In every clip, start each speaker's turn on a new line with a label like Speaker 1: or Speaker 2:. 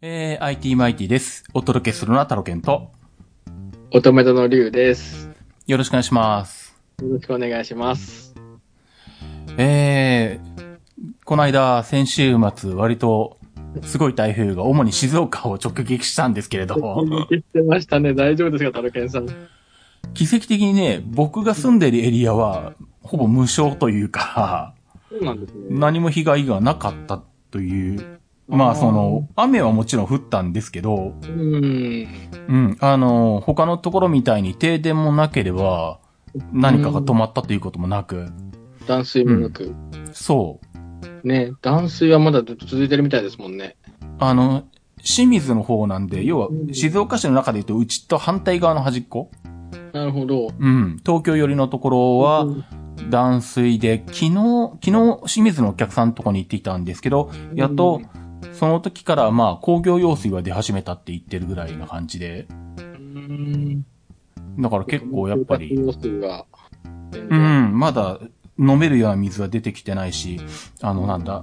Speaker 1: えー、IT マイティです。お届けするのはタロケンと、
Speaker 2: 乙女座の龍です。
Speaker 1: よろしくお願いします。
Speaker 2: よろしくお願いします。
Speaker 1: えー、この間、先週末、割と、すごい台風が主に静岡を直撃したんですけれども、
Speaker 2: 言ってましたね。大丈夫ですか、タロケンさん。
Speaker 1: 奇跡的にね、僕が住んでるエリアは、ほぼ無償というか、
Speaker 2: そうなんですね。
Speaker 1: 何も被害がなかったという、まあその、雨はもちろん降ったんですけど、
Speaker 2: うーん。
Speaker 1: うん、あの、他のところみたいに停電もなければ、何かが止まったということもなく、
Speaker 2: 断水もなく。
Speaker 1: そう、
Speaker 2: ね、断水はまだずっと続いてるみたいですもんね。
Speaker 1: あの、清水の方なんで、要は静岡市の中で言うと、うちと反対側の端っこ
Speaker 2: なるほど。
Speaker 1: うん。東京寄りのところは断水で、昨日、昨日清水のお客さんのとこに行ってきたんですけど、やっと、その時からまあ工業用水は出始めたって言ってるぐらいな感じで、
Speaker 2: うーん、
Speaker 1: だから結構やっぱり、
Speaker 2: 生活用水が
Speaker 1: う。ん、まだ飲めるような水は出てきてないし、あのなんだ、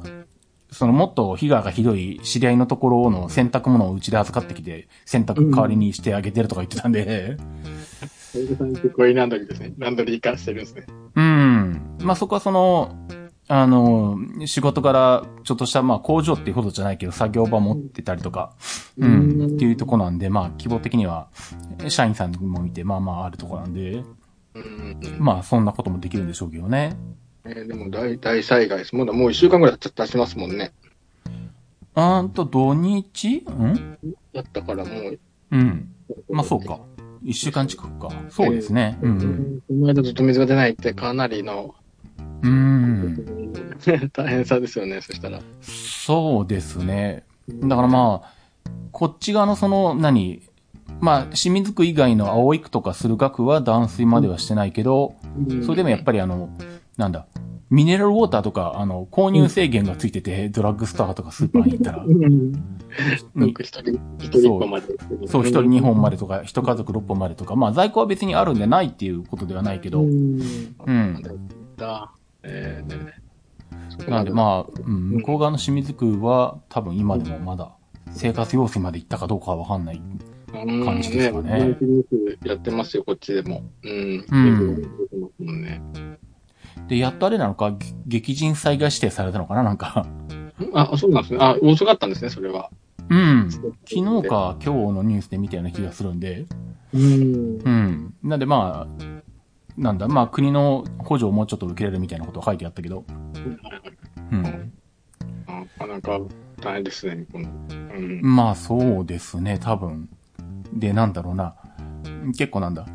Speaker 1: そのもっと被害がひどい知り合いのところの洗濯物をうちで預かってきて、洗濯代わりにしてあげてるとか言ってたんで、
Speaker 2: おじさん結構いいランドリーですね。ランドリー化してるんですね。
Speaker 1: うん。まあ、そこはその、あの、仕事からちょっとした、まあ、工場っていうほどじゃないけど、作業場持ってたりとか、うん、
Speaker 2: うん
Speaker 1: っていうとこなんで、まあ、規模的には、社員さんも見て、まあまああるとこなんで、
Speaker 2: うん。
Speaker 1: まあ、そんなこともできるんでしょうけどね。
Speaker 2: えーでも大大災害です。まだもう一週間ぐらい経ちますもんね。
Speaker 1: うーんと、土日ん
Speaker 2: やったからもう。
Speaker 1: うん。まあ、そうか。一週間近くか。そうですね。う。
Speaker 2: うんん。この間ずっと水が出ないってかなりの
Speaker 1: うん。
Speaker 2: 大変さですよね、そしたら。
Speaker 1: そうですね。だからまあ、こっち側のその、何、まあ、清水区以外の青い区とかする額は断水まではしてないけど、
Speaker 2: うん
Speaker 1: それでもやっぱりあの、なんだ、ミネラルウォーターとか、あの、購入制限がついてて、ドラッグストアとかスーパーに行ったら、
Speaker 2: うん
Speaker 1: に
Speaker 2: よく一人、一人一本まで。
Speaker 1: そう、一人二本までとか、一家族六本までとか、まあ、在庫は別にあるんでないっていうことではないけど、
Speaker 2: うん
Speaker 1: うん。
Speaker 2: だ。えー
Speaker 1: なんで
Speaker 2: あ。
Speaker 1: まあ、うん、向こう側の清水区は、多分今でもまだ、生活用水まで行ったかどうかはわかんない。
Speaker 2: 感
Speaker 1: 感じですかね
Speaker 2: やってますよ、こっちでも。うん。
Speaker 1: うん
Speaker 2: 結構やってますもんね
Speaker 1: で、やっとあれなのか、げ激甚災害指定されたのかななんか。
Speaker 2: あ、そうなんですね。あ、遅かったんですね、それは。
Speaker 1: うん。昨日。か今日のニュースで見たような気がするんで。
Speaker 2: うん。
Speaker 1: うん。なんでまあ、なんだ、まあ国の補助をもうちょっと受けれるみたいなことは書いてあったけど。うん。
Speaker 2: あなかなか大変ですね、この。うん。
Speaker 1: まあそうですね、多分。で、なんだろうな。結構なんだ。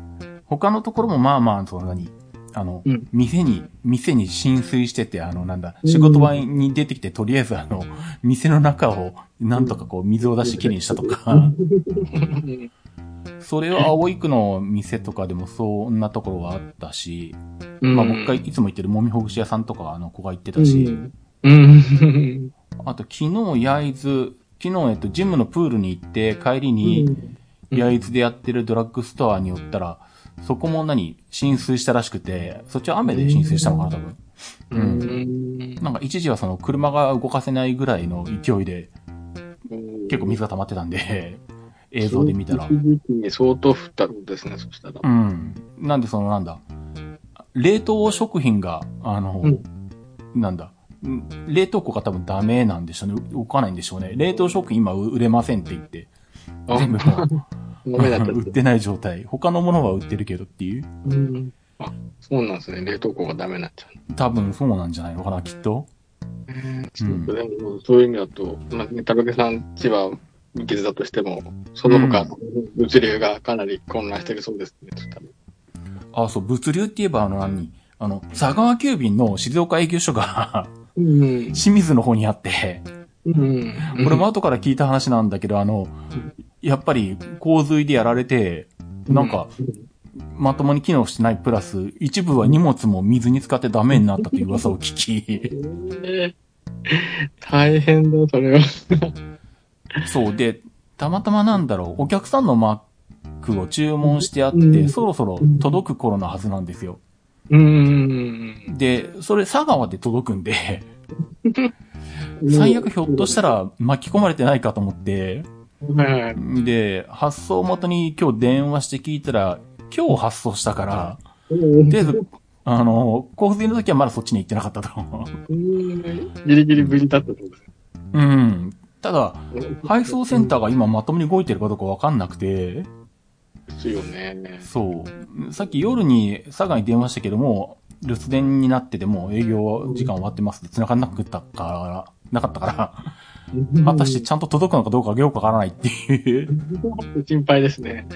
Speaker 1: 他のところもまあまあ、そんなに、あの、
Speaker 2: うん
Speaker 1: 店に、店に浸水してて、あの、なんだ、仕事場に出てきて、とりあえずあの、店の中を、なんとかこう、水を出してきれいにしたとか。それは青い区の店とかでもそんなところがあったし、
Speaker 2: う ん
Speaker 1: まあ僕がいつも行ってるもみほぐし屋さんとかあの子が行ってたし、。
Speaker 2: うん。
Speaker 1: あと昨日焼津、昨日えっとジムのプールに行って帰りに
Speaker 2: うん
Speaker 1: 焼津でやってるドラッグストアに寄ったら、そこも何浸水したらしくて、そっちは雨で浸水したのかな多分。
Speaker 2: う
Speaker 1: うん
Speaker 2: ん。
Speaker 1: なんか一時はその車が動かせないぐらいの勢いで結構水が溜まってたんで、映像で見たら。
Speaker 2: 一時期に相当降ったんですね、そしたら
Speaker 1: う。ん。なんでそのなんだ、冷凍食品が、あの、
Speaker 2: うん
Speaker 1: なんだ、ん冷凍庫が多分ダメなんでしょうね。動かないんでしょうね。冷凍食品今売れませんって言って、
Speaker 2: あ
Speaker 1: 全部も う
Speaker 2: 飲めなか
Speaker 1: 売っ
Speaker 2: った。
Speaker 1: てない状態。他のものは売ってるけどっていう。
Speaker 2: うんあ、そうなんですね。冷凍庫がダメになっちゃう。
Speaker 1: 多分そうなんじゃないのかな、きっと。
Speaker 2: ちょっとでも、そういう意味だと、まあ、ね、高木さんちは無傷だとしても、その他、物流がかなり混乱してるそうですね、そしたら
Speaker 1: あ、そう、物流って言えばあの何あの、佐川急便の静岡営業所が
Speaker 2: うん。
Speaker 1: 清水の方にあって、
Speaker 2: うん。
Speaker 1: これも後から聞いた話なんだけど、あの、やっぱり洪水でやられて、なんか、まともに機能してないプラス、一部は荷物も水に浸かってダメになったという噂を聞
Speaker 2: え
Speaker 1: き、
Speaker 2: ー、大変だ、それは。
Speaker 1: そうで、たまたまなんだろう、お客さんのマックを注文してあっ
Speaker 2: う
Speaker 1: て、
Speaker 2: ん
Speaker 1: そろそろ届く頃のはずなんですよ。
Speaker 2: うん。
Speaker 1: で、それ佐川で届くんで、最悪ひょっとしたら巻き込まれてないかと思って、
Speaker 2: はいはいはい。
Speaker 1: で、発送元に今日電話して聞いたら、今日発送したから、とりあえず、あの、洪水の時はまだそっちに行ってなかったと 思う。
Speaker 2: ギリギリ無事だったってことです
Speaker 1: うん。ただ、
Speaker 2: ね。
Speaker 1: 配送センターが今まともに動いてるかどうかわかんなくて、
Speaker 2: ですよね。
Speaker 1: そう。さっき夜に佐賀に電話したけども、留守電になっててもう営業時間終わってますって繋がんなくったから、なかったから、果たしてちゃんと届くのかどうかがよくわからないっていう、
Speaker 2: 心配ですね。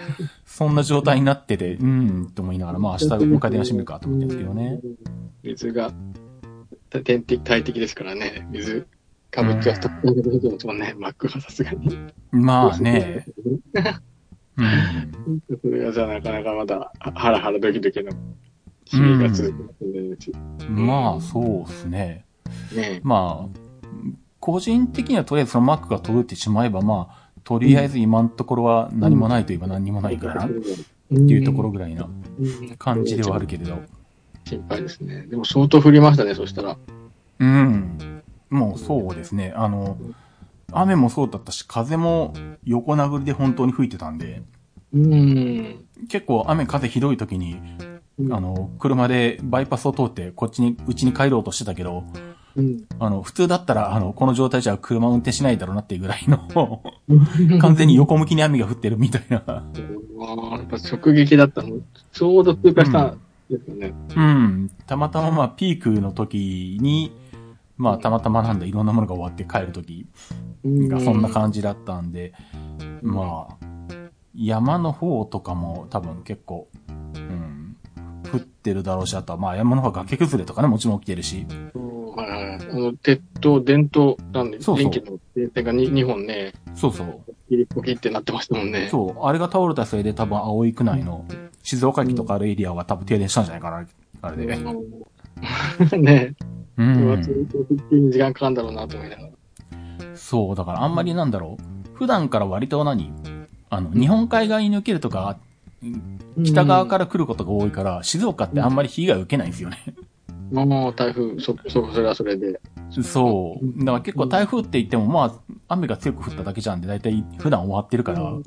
Speaker 1: そんな状態になってて、うーん、と思いながら、まあ明日もう一回電話してみるかと思ってるんですけどね。
Speaker 2: 水が、天敵、大敵ですからね。水、歌舞伎は特に出てますもんね。マックはさすがに。
Speaker 1: まあね、うん。
Speaker 2: それがじゃあなかなかまだ、ハラハラドキドキの日々が続くかもしれないし。
Speaker 1: まあ、そうですね。
Speaker 2: ね
Speaker 1: まあ、個人的にはとりあえずそのマックが届いてしまえば、まあ、とりあえず今のところは何もないといえば何もないかなっていうところぐらいな感じではあるけれど。
Speaker 2: 心配ですね。でも相当降りましたね、そしたら。
Speaker 1: うん。もうそうですね。あの、雨もそうだったし、風も横殴りで本当に吹いてたんで、
Speaker 2: うん。
Speaker 1: 結構雨風ひどい時に、あの、車でバイパスを通ってこっちに、うちに帰ろうとしてたけど、
Speaker 2: うん、
Speaker 1: あの、普通だったら、あの、この状態じゃ車運転しないだろうなっていうぐらい の、完全に横向きに雨が降ってるみたいな。
Speaker 2: ああ、やっぱ直撃だったの。ちょうど通過したんですよね。
Speaker 1: うん。たまたままあピークの時に、まあたまたまなんだいろんなものが終わって帰る時がそんな感じだったんで、まあ、山の方とかも多分結構、うん、降ってるだろうし、あとはまあ山の方は崖崩れとかねもちろん起きてるし、
Speaker 2: じ。はいはいはい。あの、鉄塔、電灯なんで、
Speaker 1: そうそう
Speaker 2: 電気の電線が 2, 本ね、
Speaker 1: そうそう。
Speaker 2: ピリポキってなってましたもんね。
Speaker 1: そう、あれが倒れたせいで多分青い区内の静岡駅とかあるエリアは多分停電したんじゃないかな、あれで。
Speaker 2: う。 ね
Speaker 1: う
Speaker 2: え、
Speaker 1: ん。
Speaker 2: 復旧に時間かかるんだろうなと思いながら。。
Speaker 1: そう、だからあんまりなんだろう。普段から割と何あの、日本海側に抜けるとか、北側からら来ることが多いから、静岡ってあんまり被害受けないんですよね。
Speaker 2: もう台風、そ、そ、それはそれで。
Speaker 1: そう。だから結構台風って言っても、まあ、雨が強く降っただけじゃんで、だいたい普段終わってるから、こ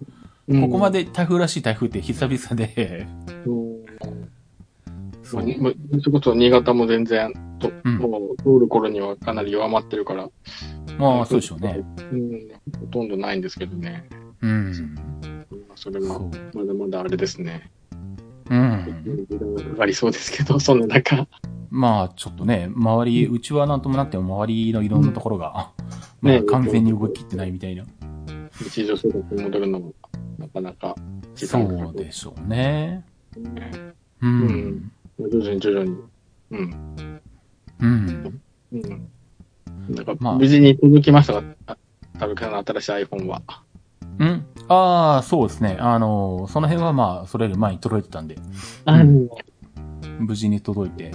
Speaker 2: うん
Speaker 1: こま。で台風らしい台風って久々で、
Speaker 2: うん
Speaker 1: そ。
Speaker 2: そうもうそれこそ新潟も全然、と
Speaker 1: うん
Speaker 2: もう通る頃にはかなり弱まってるから、
Speaker 1: まあ、そうでしょうね。
Speaker 2: うん、ほとんどないんですけどね。
Speaker 1: うん。
Speaker 2: それは
Speaker 1: そう。
Speaker 2: まだまだあれですね。
Speaker 1: うん。
Speaker 2: ありそうですけど、 そんな中。
Speaker 1: まあ、ちょっとね、周り、うちはなんともなっても、周りのいろんなところが、
Speaker 2: うん
Speaker 1: まあ
Speaker 2: ね
Speaker 1: 完全に動ききってないみたいな。
Speaker 2: 日常生活に戻るのも、なかなか時
Speaker 1: そ
Speaker 2: 間がかか
Speaker 1: う
Speaker 2: る
Speaker 1: でしょうね。
Speaker 2: ね。
Speaker 1: うん。
Speaker 2: 徐々に徐々に。うん。
Speaker 1: うん。
Speaker 2: うん。なんか、
Speaker 1: まあ
Speaker 2: 無事に届きましたが、あたぶんの新しい iPhone は。
Speaker 1: うんああ、そうですね。あの、その辺はまあ、それより前に届いてたんで、
Speaker 2: あ
Speaker 1: うん無事に届いて。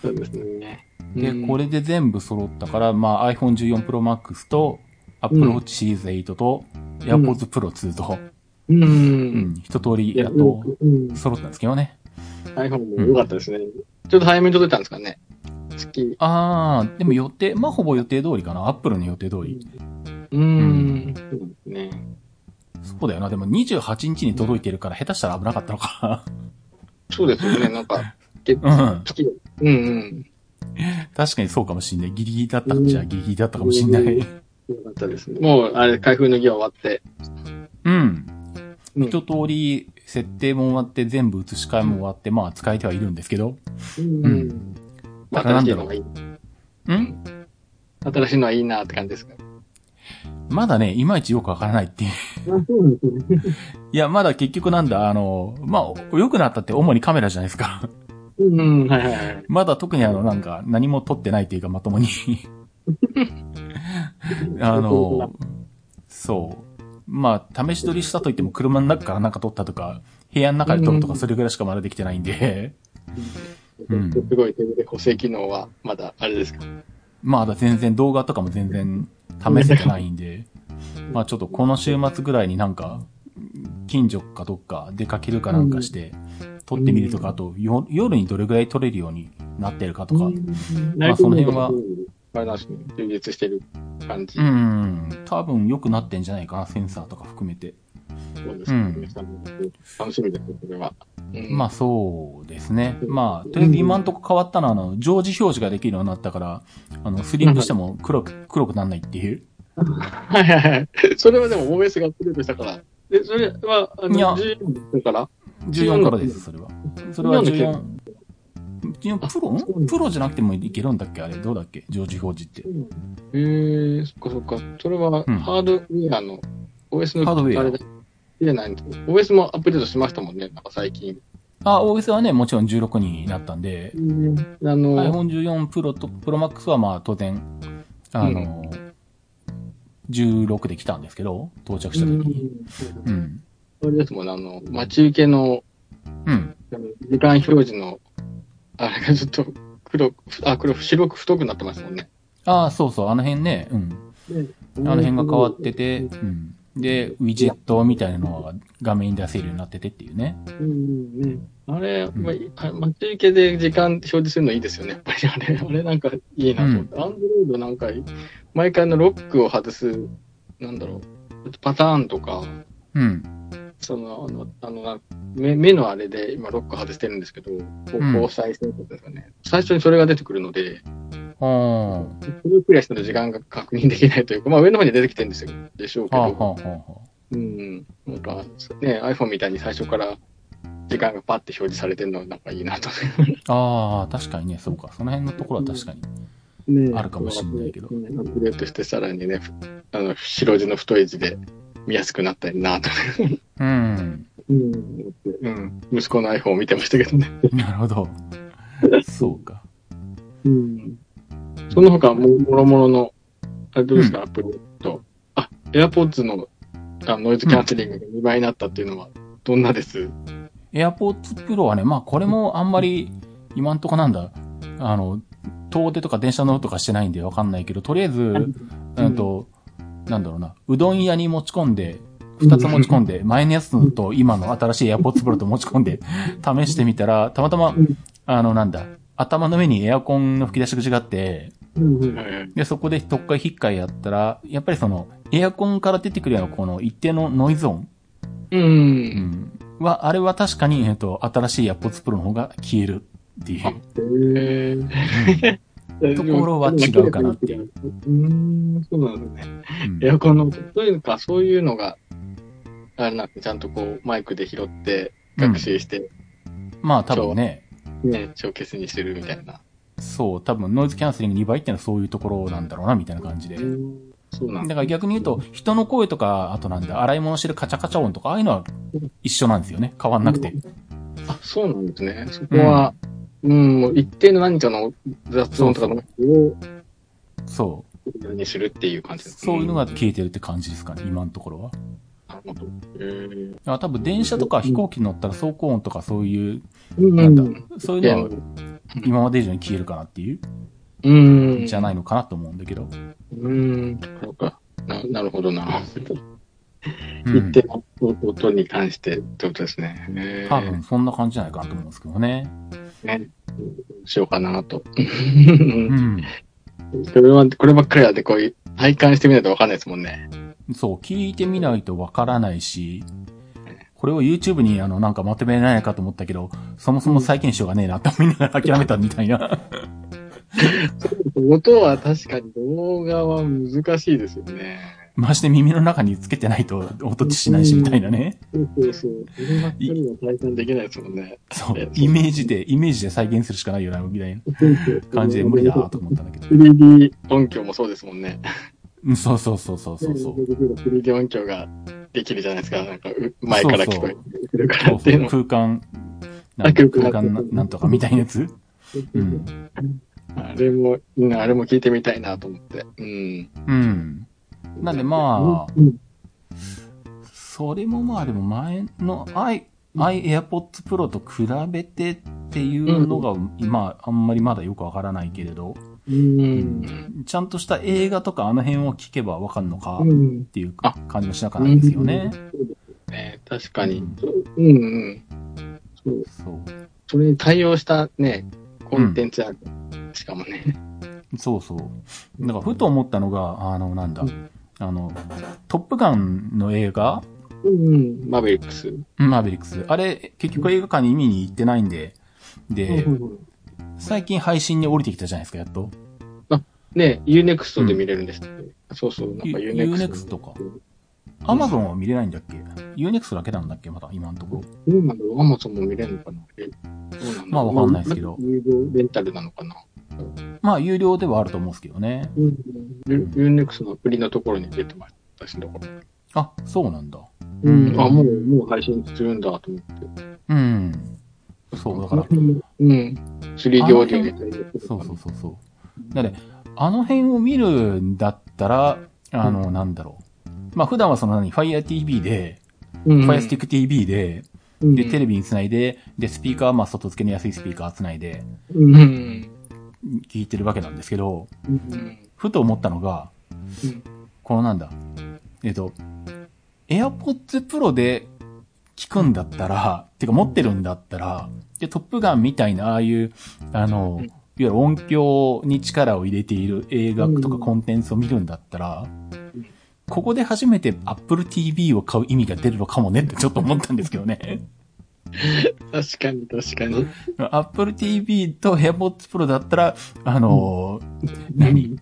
Speaker 2: そうですね。
Speaker 1: で、こ
Speaker 2: れ、
Speaker 1: れで全部揃ったから、まあ、iPhone14 Pro Max と、Apple Watch Series 8と、AirPods Pro 2と、
Speaker 2: うん。
Speaker 1: うん、一通り
Speaker 2: いや
Speaker 1: やっと
Speaker 2: うん
Speaker 1: 揃ったんですけどね。
Speaker 2: iPhone も良かったですね。ちょっと早めに届いたんですかね。月。
Speaker 1: ああ、でも予定、まあ、ほぼ予定通りかな。Apple の予定通り。
Speaker 2: うーん。そうですね。
Speaker 1: そうだよな。でも28日に届いてるから、下手したら危なかったのか。
Speaker 2: そうですよね。なんか、月、
Speaker 1: うん。
Speaker 2: 月、うんうん。
Speaker 1: 確かにそうかもしんない。ギリギリだったっちゃギリギリだったかもしんない。
Speaker 2: よかったですね。もう、あれ、開封の儀は終わって。
Speaker 1: うん。
Speaker 2: うん
Speaker 1: 一通り設定も終わって全部移し替えも終わって、まあ使えてはいるんですけど。
Speaker 2: うんうん。ま
Speaker 1: だ
Speaker 2: あ、
Speaker 1: からなん
Speaker 2: 新しい
Speaker 1: だろ
Speaker 2: の
Speaker 1: う
Speaker 2: がいい。
Speaker 1: ん
Speaker 2: 新しいのはいいなって感じですか。
Speaker 1: まだね、いまいちよくわからないっていう。
Speaker 2: そうですね。
Speaker 1: いや、まだ結局なんだ、あの、まあ、良くなったって主にカメラじゃないですか。
Speaker 2: うん、はいはいはい。
Speaker 1: まだ特にあの、なんか、何も撮ってないというか、まと もに。あの、そう。まあ、試し撮りしたといっても、車の中からなんか撮ったとか、部屋の中で撮るとか、それぐらいしかまだできてないんで、 うん
Speaker 2: すごい手ぶれ補正機能は、まだ、あれですか。
Speaker 1: まだ全然動画とかも全然試せてないんで、まあちょっとこの週末ぐらいになんか、近所かどっか出かけるかなんかして、撮ってみるとか、あとよ夜にどれぐらい撮れるようになってるかとか、
Speaker 2: うん
Speaker 1: まあその辺は
Speaker 2: うあれなんですね、充実してる感じ。
Speaker 1: うん。多分良くなってんじゃないかな、センサーとか含めて。
Speaker 2: そうですね。皆さんも楽しみですね、これは。うん
Speaker 1: まあそうですね。まあ、とりあえず今んとこ変わったのは、あの、常時表示ができるようになったから、あの、スリングしても黒く、黒くなんないっていう。
Speaker 2: はいはいはい。それはでも OS がアップデートしたから。で、それは、あ
Speaker 1: いや
Speaker 2: の、14だから、
Speaker 1: 14からです、それは。それは14。14プ
Speaker 2: あそうなん
Speaker 1: ロ
Speaker 2: だ
Speaker 1: プロじゃなくてもいけるんだっけあれ、どうだっけ常時表示って。
Speaker 2: えー、そっかそっか。それは、
Speaker 1: うん
Speaker 2: ハードウェアの、OS の、
Speaker 1: ハードウェア
Speaker 2: あれだ。じゃないんです OS もアップデートしましたもんね、なんか最近。
Speaker 1: あ、OS はね、もちろん16になったんで、
Speaker 2: あの、
Speaker 1: iPhone14 Pro と Pro Max はまあ当然、あの、16で来たんですけど、到着した時に。
Speaker 2: うん
Speaker 1: うん。
Speaker 2: あれですもんね、あの、待ち受けの、
Speaker 1: うん。
Speaker 2: あの時間表示の、あれがずっと黒く、あ、黒く、白く太くなってますもんね。
Speaker 1: ああ、そうそう、あの辺ね、うん。
Speaker 2: あ
Speaker 1: あの辺が変わってて、うん。で、ウィジェットみたいなのが画面に出せるようになっててっていうね。
Speaker 2: あれ、まあ、待ち受けで時間表示するのいいですよね。やっぱりあれ、あれなんかいいなと思って。アンドロイドなんか、毎回のロックを外す、なんだろう、パターンとか、
Speaker 1: うん。
Speaker 2: その、あの、あの目目のあれで今ロック外してるんですけど、こ
Speaker 1: うん
Speaker 2: うこう再生とかですかね、最初にそれが出てくるので、
Speaker 1: ああ。は
Speaker 2: それをクリアしたら時間が確認できないというか、まあ上の方に出てきてるんですよ、でしょうけ
Speaker 1: あ、
Speaker 2: ど、
Speaker 1: はあ、はあ、は
Speaker 2: うん。なんか、ね、iPhone みたいに最初から時間がパッて表示されてるのはなんかいいなと。
Speaker 1: あ。ああ、確かにね、そうか。その辺のところは確かに。
Speaker 2: ね
Speaker 1: あるかもしんないけど
Speaker 2: アップデートしてさらにね、あの、白地の太い字で見やすくなったりなと。
Speaker 1: うん。
Speaker 2: うん。うん。息子の iPhone を見てましたけどね。
Speaker 1: なるほど。そうか。
Speaker 2: うん。その他も、もろもろの、あれどうですか、アップデート。あ、AirPods のあノイズキャンセリングが2倍になったっていうのは、どんなです、
Speaker 1: AirPods Pro はね、まあこれもあんまり今んとこなんだ、あの、遠出とか電車乗るとかしてないんでわかんないけど、とりあえず、うんと、なんだろうな、うどん屋に持ち込んで、二つ持ち込んで、前のやつのと今の新しい AirPods Pro と持ち込んで試してみたら、たまたま
Speaker 3: うん、
Speaker 1: あのなんだ、頭の上にエアコンの吹き出し口があって、
Speaker 3: うん
Speaker 2: はいはい
Speaker 1: で、そこでとっかいひっかいやったら、やっぱりその、エアコンから出てくるようなこの一定のノイズ音
Speaker 2: うん
Speaker 1: うん。は、あれは確かに、えっと、新しい AirPods Pro の方が消えるっていう。
Speaker 2: へえ。
Speaker 1: ところは違うかなっていう。
Speaker 2: うーん、そうなんですね。
Speaker 1: うん
Speaker 2: エアコンの、というか、そういうのが、あれなんて、ちゃんとこう、マイクで拾って、学習して、
Speaker 1: まあ多分ね、
Speaker 2: ね、ショーケースにしてるみたいな。
Speaker 1: そう、多分ノイズキャンセリング2倍っていうのはそういうところなんだろうな、みたいな感じで。だ
Speaker 2: そうなんだ。
Speaker 1: から逆に言うと、人の声とか、あとなんだ、洗い物してるカチャカチャ音とか、ああいうのは一緒なんですよね。変わんなくて。
Speaker 2: あ、そうなんですね。そこは、うん、もう一定の何かの雑音とかのを、
Speaker 1: そう。
Speaker 2: にするっていう感じです
Speaker 1: そういうのが消えてるって感じですかね、今のところは。
Speaker 2: なるほど。へ
Speaker 1: あ多分電車とか飛行機に乗ったら走行音とかそういう、
Speaker 2: え。
Speaker 1: なんだ、そういうのは
Speaker 2: う
Speaker 1: 今まで以上に消えるかなってい
Speaker 2: ん。
Speaker 1: う、じゃないのかなと思うんだけど。
Speaker 2: うーん、そうか。ななるほどな。
Speaker 1: うん
Speaker 2: 一定の音に関してってことですね。えー
Speaker 1: 多分そんな感じじゃないかなと思うんですけどね。
Speaker 2: ね。しようかなと。
Speaker 1: うん。
Speaker 2: これは、こればっかりはで、こういう、体感してみないとわかんないですもんね。
Speaker 1: そう、聞いてみないとわからないし、これを YouTube にあの、なんかまとめられないかと思ったけど、そもそも再現しようがねえなって思いながら諦めたみたいな。
Speaker 2: 音は確かに動画は難しいですよね。
Speaker 1: まして耳の中につけてないと音しないしみたいなね。
Speaker 2: そうそうそう。こればっかりは体感できないですもんね。
Speaker 1: そう、イメージで、イメージで再現するしかないよな、みたいな感じで無理だなと思ったんだけど。
Speaker 2: 3D 音響もそうですもんね。
Speaker 1: うんそうそうそうそうそうそう。
Speaker 2: 3D 音響ができるじゃないですか。なんか、う前から聞こえてくるからっていうのも
Speaker 1: 空間、なんか空間ななんとかみたいなやつうん。
Speaker 2: あれも、うんあれも聞いてみたいなと思って。うん。
Speaker 1: うん。なんでまあ、
Speaker 3: うん
Speaker 1: それもまあでも前の i、iAirpods Pro と比べてっていうのが、まああんまりまだよくわからないけれど、
Speaker 2: うん。
Speaker 1: ちゃんとした映画とかあの辺を聞けばわかるのか
Speaker 3: うん
Speaker 1: っていう
Speaker 2: あ
Speaker 1: 感じもしなくはないですよね。
Speaker 2: ね、確かに。うんうん。
Speaker 1: そう。
Speaker 2: それに対応したね、コンテンツある。しかもね。
Speaker 1: そうそう。だから、ふと思ったのが、あの、なんだ、あの、トップガンの映画、
Speaker 2: うんうん。マーベリックス。
Speaker 1: マーベリックス。あれ、結局映画館に見に行ってないんで、で、
Speaker 2: うん
Speaker 1: 最近配信に降りてきたじゃないですか、やっと。
Speaker 2: ね、UNEXT で見れるんですって。そうそう。なんか
Speaker 1: U-
Speaker 2: UNEXT。
Speaker 1: UNEXT かアマゾンは見れないんだっけ ?UNEXT だけなんだっけまだ、今のところ。
Speaker 2: どうなんだろうアマゾンも見れるのかなえどうなんだろう
Speaker 1: まあわかんないですけど
Speaker 2: 有料レンタルなのかな
Speaker 1: まあ、有料ではあると思うんですけどね。
Speaker 2: うん。ユユーネクスのアプリのところに出てました、私のところ。
Speaker 1: あ、そうなんだ。
Speaker 2: うん。あ、もう、もう配信するんだと思って。
Speaker 1: うん。そう、だから、
Speaker 2: うん。3D オーディオで対応するのかな。
Speaker 1: そうそうそうそう。なので、あの辺を見るんだったら、あの、なんだろう。まあ、普段はその何、Fire TV で、
Speaker 2: うん。
Speaker 1: Fire Stick TV で、
Speaker 2: うん
Speaker 1: で、テレビにつないで、で、スピーカーは、まあ、外付けの安いスピーカーつないで、
Speaker 2: うん。うん
Speaker 1: 聞いてるわけなんですけど、
Speaker 2: うん。
Speaker 1: ふと思ったのが、
Speaker 2: うん
Speaker 1: このなんだ、えっと、AirPods Pro で聞くんだったら、てか持ってるんだったら、で、トップガンみたいな、ああいう、あの、
Speaker 2: うん
Speaker 1: いわゆる音響に力を入れている映画と
Speaker 2: う
Speaker 1: か
Speaker 2: ん
Speaker 1: コンテンツを見るんだったら
Speaker 2: うん、
Speaker 1: ここで初めて Apple TV を買う意味が出るのかもねって ちょっと思ったんですけどね。
Speaker 2: 確かに、確かに。
Speaker 1: Apple TV と AirPods Pro だったら、あの、何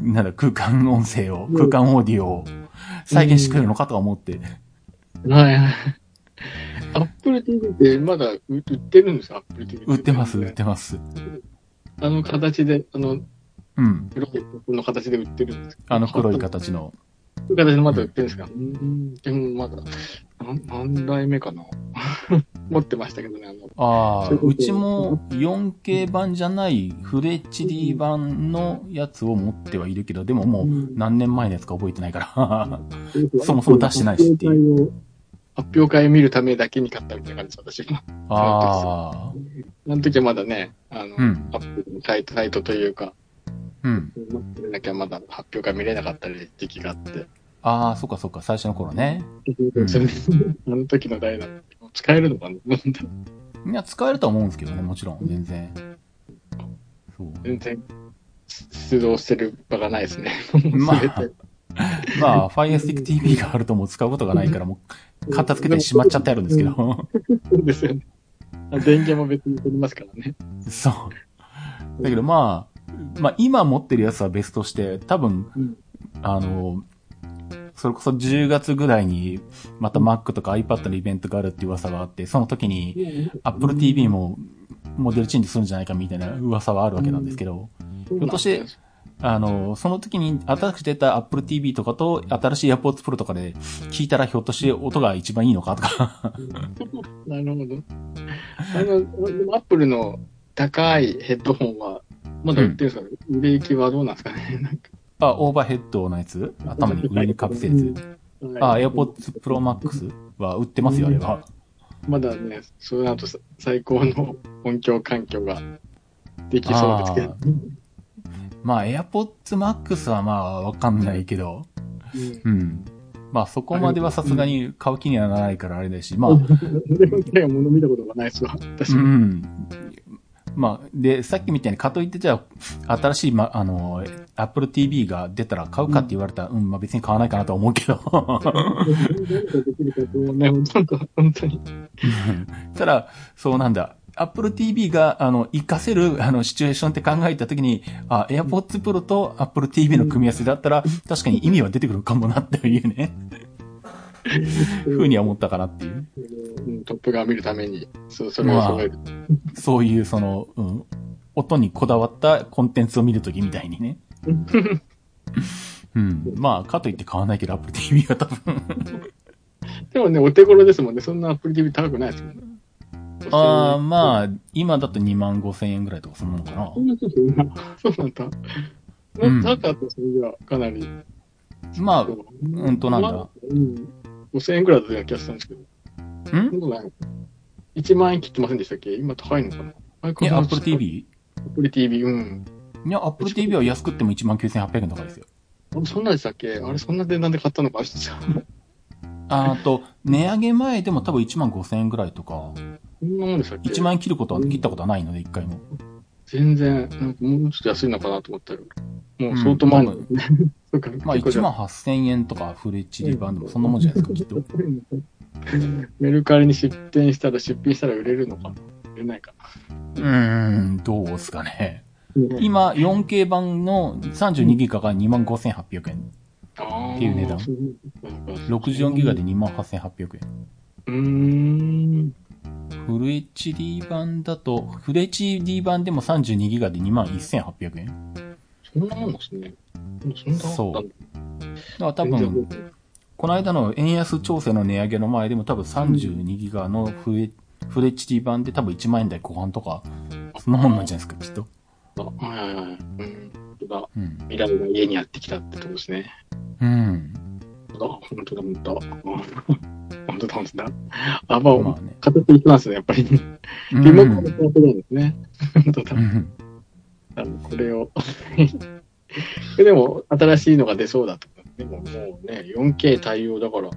Speaker 1: なんだ、空間音声を、
Speaker 2: うん
Speaker 1: 空間オーディオを再現してくれるのかとは思って。
Speaker 2: はいはい。アップル TV ってまだう売ってるんですかアップル TV
Speaker 1: 売ってます、売ってます。
Speaker 2: あの形で、あの、
Speaker 1: うん。
Speaker 2: 黒いこの形で売ってるんですか
Speaker 1: あの黒い。形の。
Speaker 2: 黒い形でまだ売ってるんですかうん。でもまだ、なん何代目かな 持ってましたけどね、あの。
Speaker 1: ああ、
Speaker 2: そういうこと
Speaker 1: うちも 4K 版じゃないフル HD 版のやつを持ってはいるけど、でももう何年前のやつか覚えてない から。そもそも出してないしって
Speaker 2: いう。発表会を見るためだけに買ったみたいな感じです、私は。
Speaker 1: ああ、
Speaker 2: あの時はまだね、あの、
Speaker 1: うん
Speaker 2: アップルのサイトサイトというか、
Speaker 1: うん。
Speaker 2: 持ってなきゃまだ発表会見れなかったり時期があって。
Speaker 1: ああ、そっかそっか、最初の頃ね。ん
Speaker 2: それあの時の代なんで、使えるのかな
Speaker 1: いや、使えるとは思うんですけどね、もちろん、全然。そう。
Speaker 2: 全然、出動してる場がないですね。
Speaker 1: ま あ
Speaker 2: 全て
Speaker 1: まあ、Fire Stick TV があるともう使うことがないから、もう、片付けてしまっちゃってあるんですけど。
Speaker 2: そうですよね。電源も別に取りますからね。
Speaker 1: そう。だけどまあ、まあ今持ってるやつは別として、多分、
Speaker 2: うん
Speaker 1: あの、それこそ10月ぐらいに、また Mac とか iPad のイベントがあるって噂があって、その時に Apple TV もモデルチェンジするんじゃないかみたいな噂はあるわけなんですけど、
Speaker 2: ひ
Speaker 1: ひょっとしてあの、その時に新しく出た Apple TV とかと新しい AirPods Pro とかで聞いたらひょっとして音が一番いいのかとか。
Speaker 2: なるほど。あの、でもアップルの高いヘッドホンは、まだ売ってるんですか、売れ行きはどうなんですかねなんか
Speaker 1: あ、オーバーヘッドのやつ頭に上にかぶせるやつ。あ、
Speaker 2: はい
Speaker 1: AirPods Pro Max は売ってますよ、あれは。
Speaker 2: まだね、その後さ最高の音響環境ができそうですけど
Speaker 1: あ。まあ、AirPods Max はまあ、わかんないけど。
Speaker 2: うん
Speaker 1: うん。まあ、そこまではさすがに買う気にはならないからあれだし、まあ、う
Speaker 2: でも、手が物見たことがないですわ。私も。
Speaker 1: ん。まあ、で、さっきみたいにかといってじゃあ、新しい、ま、あの、Apple TV が出たら買うかって言われたら、うん、まあ別に買わないかなとは思うけど。
Speaker 2: 何ができるかと思うね、なんか、本当に。
Speaker 1: ただ、そうなんだ。Apple TV が、あの、活かせる、あの、シチュエーションって考えたときに、あ、AirPods Pro と Apple TV の組み合わせだったら、確かに意味は出てくるかもなっていうね、ふうには思ったかなっていう。
Speaker 2: うんトップガン見るために、そう、それを揃える。
Speaker 1: そういう、その、うん、音にこだわったコンテンツを見るときみたいに ね。うん。まあ、かといって買わないけど、Apple TV は多分。
Speaker 2: でもね、お手頃ですもんね。そんなアップル TV 高くないですもんね。
Speaker 1: ああ、まあ、今だと2万5千円ぐらいとかそんなのかな
Speaker 2: そ。んなことないそうなんだ。
Speaker 1: うん
Speaker 2: な、高かった、それじゃかなり。
Speaker 1: まあ、
Speaker 2: う
Speaker 1: うんとなんだ
Speaker 2: うん。5000円くらいだったような気がしたんですけど。
Speaker 1: ん
Speaker 2: そんなことない。1万円切ってませんでしたっけ今高いのかなあれ
Speaker 1: え、Apple TV?
Speaker 2: ?Apple TV、うん。
Speaker 1: いや、Apple TV は安くっても19,800円とかですよ。
Speaker 2: あそんなでしたっけあれ、そんなでなんで買ったのか、あれそ
Speaker 1: あと、値上げ前でも多分1万5千円ぐらいとか、
Speaker 2: んなもんでしたっけ
Speaker 1: 1万円切ることは、切ったことはないので、一回も。
Speaker 2: 全然、なんかもうちょっと安いのかなと思ったら、もう相当前の、 そうか、
Speaker 1: まあ、
Speaker 2: 結構じ
Speaker 1: 1
Speaker 2: ゃ
Speaker 1: 万8000円とかフレッチリバンドもそんなもんじゃないですか、きっと。
Speaker 2: メルカリに出店したら、出品したら売れるのかな売れないか
Speaker 1: う
Speaker 2: な。
Speaker 1: ーん、どうですかね。今、4K 版の 32GB が25,800円。
Speaker 2: っ
Speaker 1: っていう値段64GB で28,800円。
Speaker 2: うーん。
Speaker 1: フル HD 版だと、フル HD 版でも 32GB で21,800円。だか
Speaker 2: そんなもんですね。そんなもんだったんだ
Speaker 1: ら多分、。この間の円安調整の値上げの前でも多分32ギガのフレフレッチ D 版で多分1万円台後半とか、そんなもんなんじゃないですか、きっと。
Speaker 2: はいはいはい。うん。本当だ。
Speaker 1: うん。
Speaker 2: 未来が家にやってきたってとこですね。
Speaker 1: うん。
Speaker 2: 本当だ、本当だ、本当だ。本当だ、本当だ。あ、ま
Speaker 1: ま
Speaker 2: あ、
Speaker 1: あね。
Speaker 2: 片手いきますね、やっぱり。リ
Speaker 1: う
Speaker 2: モコン
Speaker 1: ん
Speaker 2: の。コントロールですね。本当
Speaker 1: う
Speaker 2: だ。
Speaker 1: ん
Speaker 2: あのこれを。 でも、新しいのが出そうだとか。でも、もうね、4K 対応だから、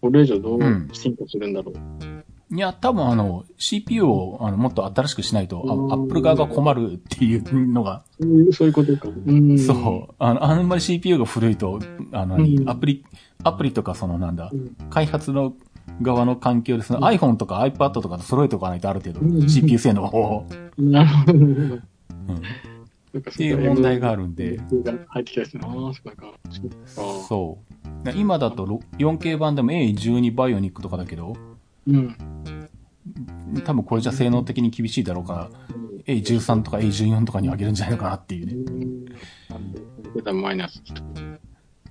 Speaker 2: これ以上どう進化するんだろう。
Speaker 1: いや、多分あの、CPU をあのもっと新しくしないと、
Speaker 2: うん
Speaker 1: あアップル側が困るっていうのが、
Speaker 2: そういうそういうことか。うん。
Speaker 1: そう。あの、あんまり CPU が古いと、あの、何
Speaker 2: うん
Speaker 1: アプリ、アプリとかそのなんだ
Speaker 2: うん、
Speaker 1: 開発の側の環境で、その
Speaker 2: うん
Speaker 1: iPhone とか iPad とかと揃えておかないとある程
Speaker 2: う
Speaker 1: 度、
Speaker 2: ん
Speaker 1: CPU 性能を。
Speaker 2: なるほど。っ
Speaker 1: うんって
Speaker 2: て
Speaker 1: いう問題があるんで、
Speaker 2: 入ってきたりするああー、そうか。そうか。
Speaker 1: そう。だ今だとろ 4K 版でも A12 バイオニックとかだけど、
Speaker 2: うん。
Speaker 1: 多分これじゃ性能的に厳しいだろうから、A13 とか A14 とかに上げるんじゃないのかなっていう
Speaker 2: う
Speaker 1: ね。
Speaker 2: ん。出たマイナス。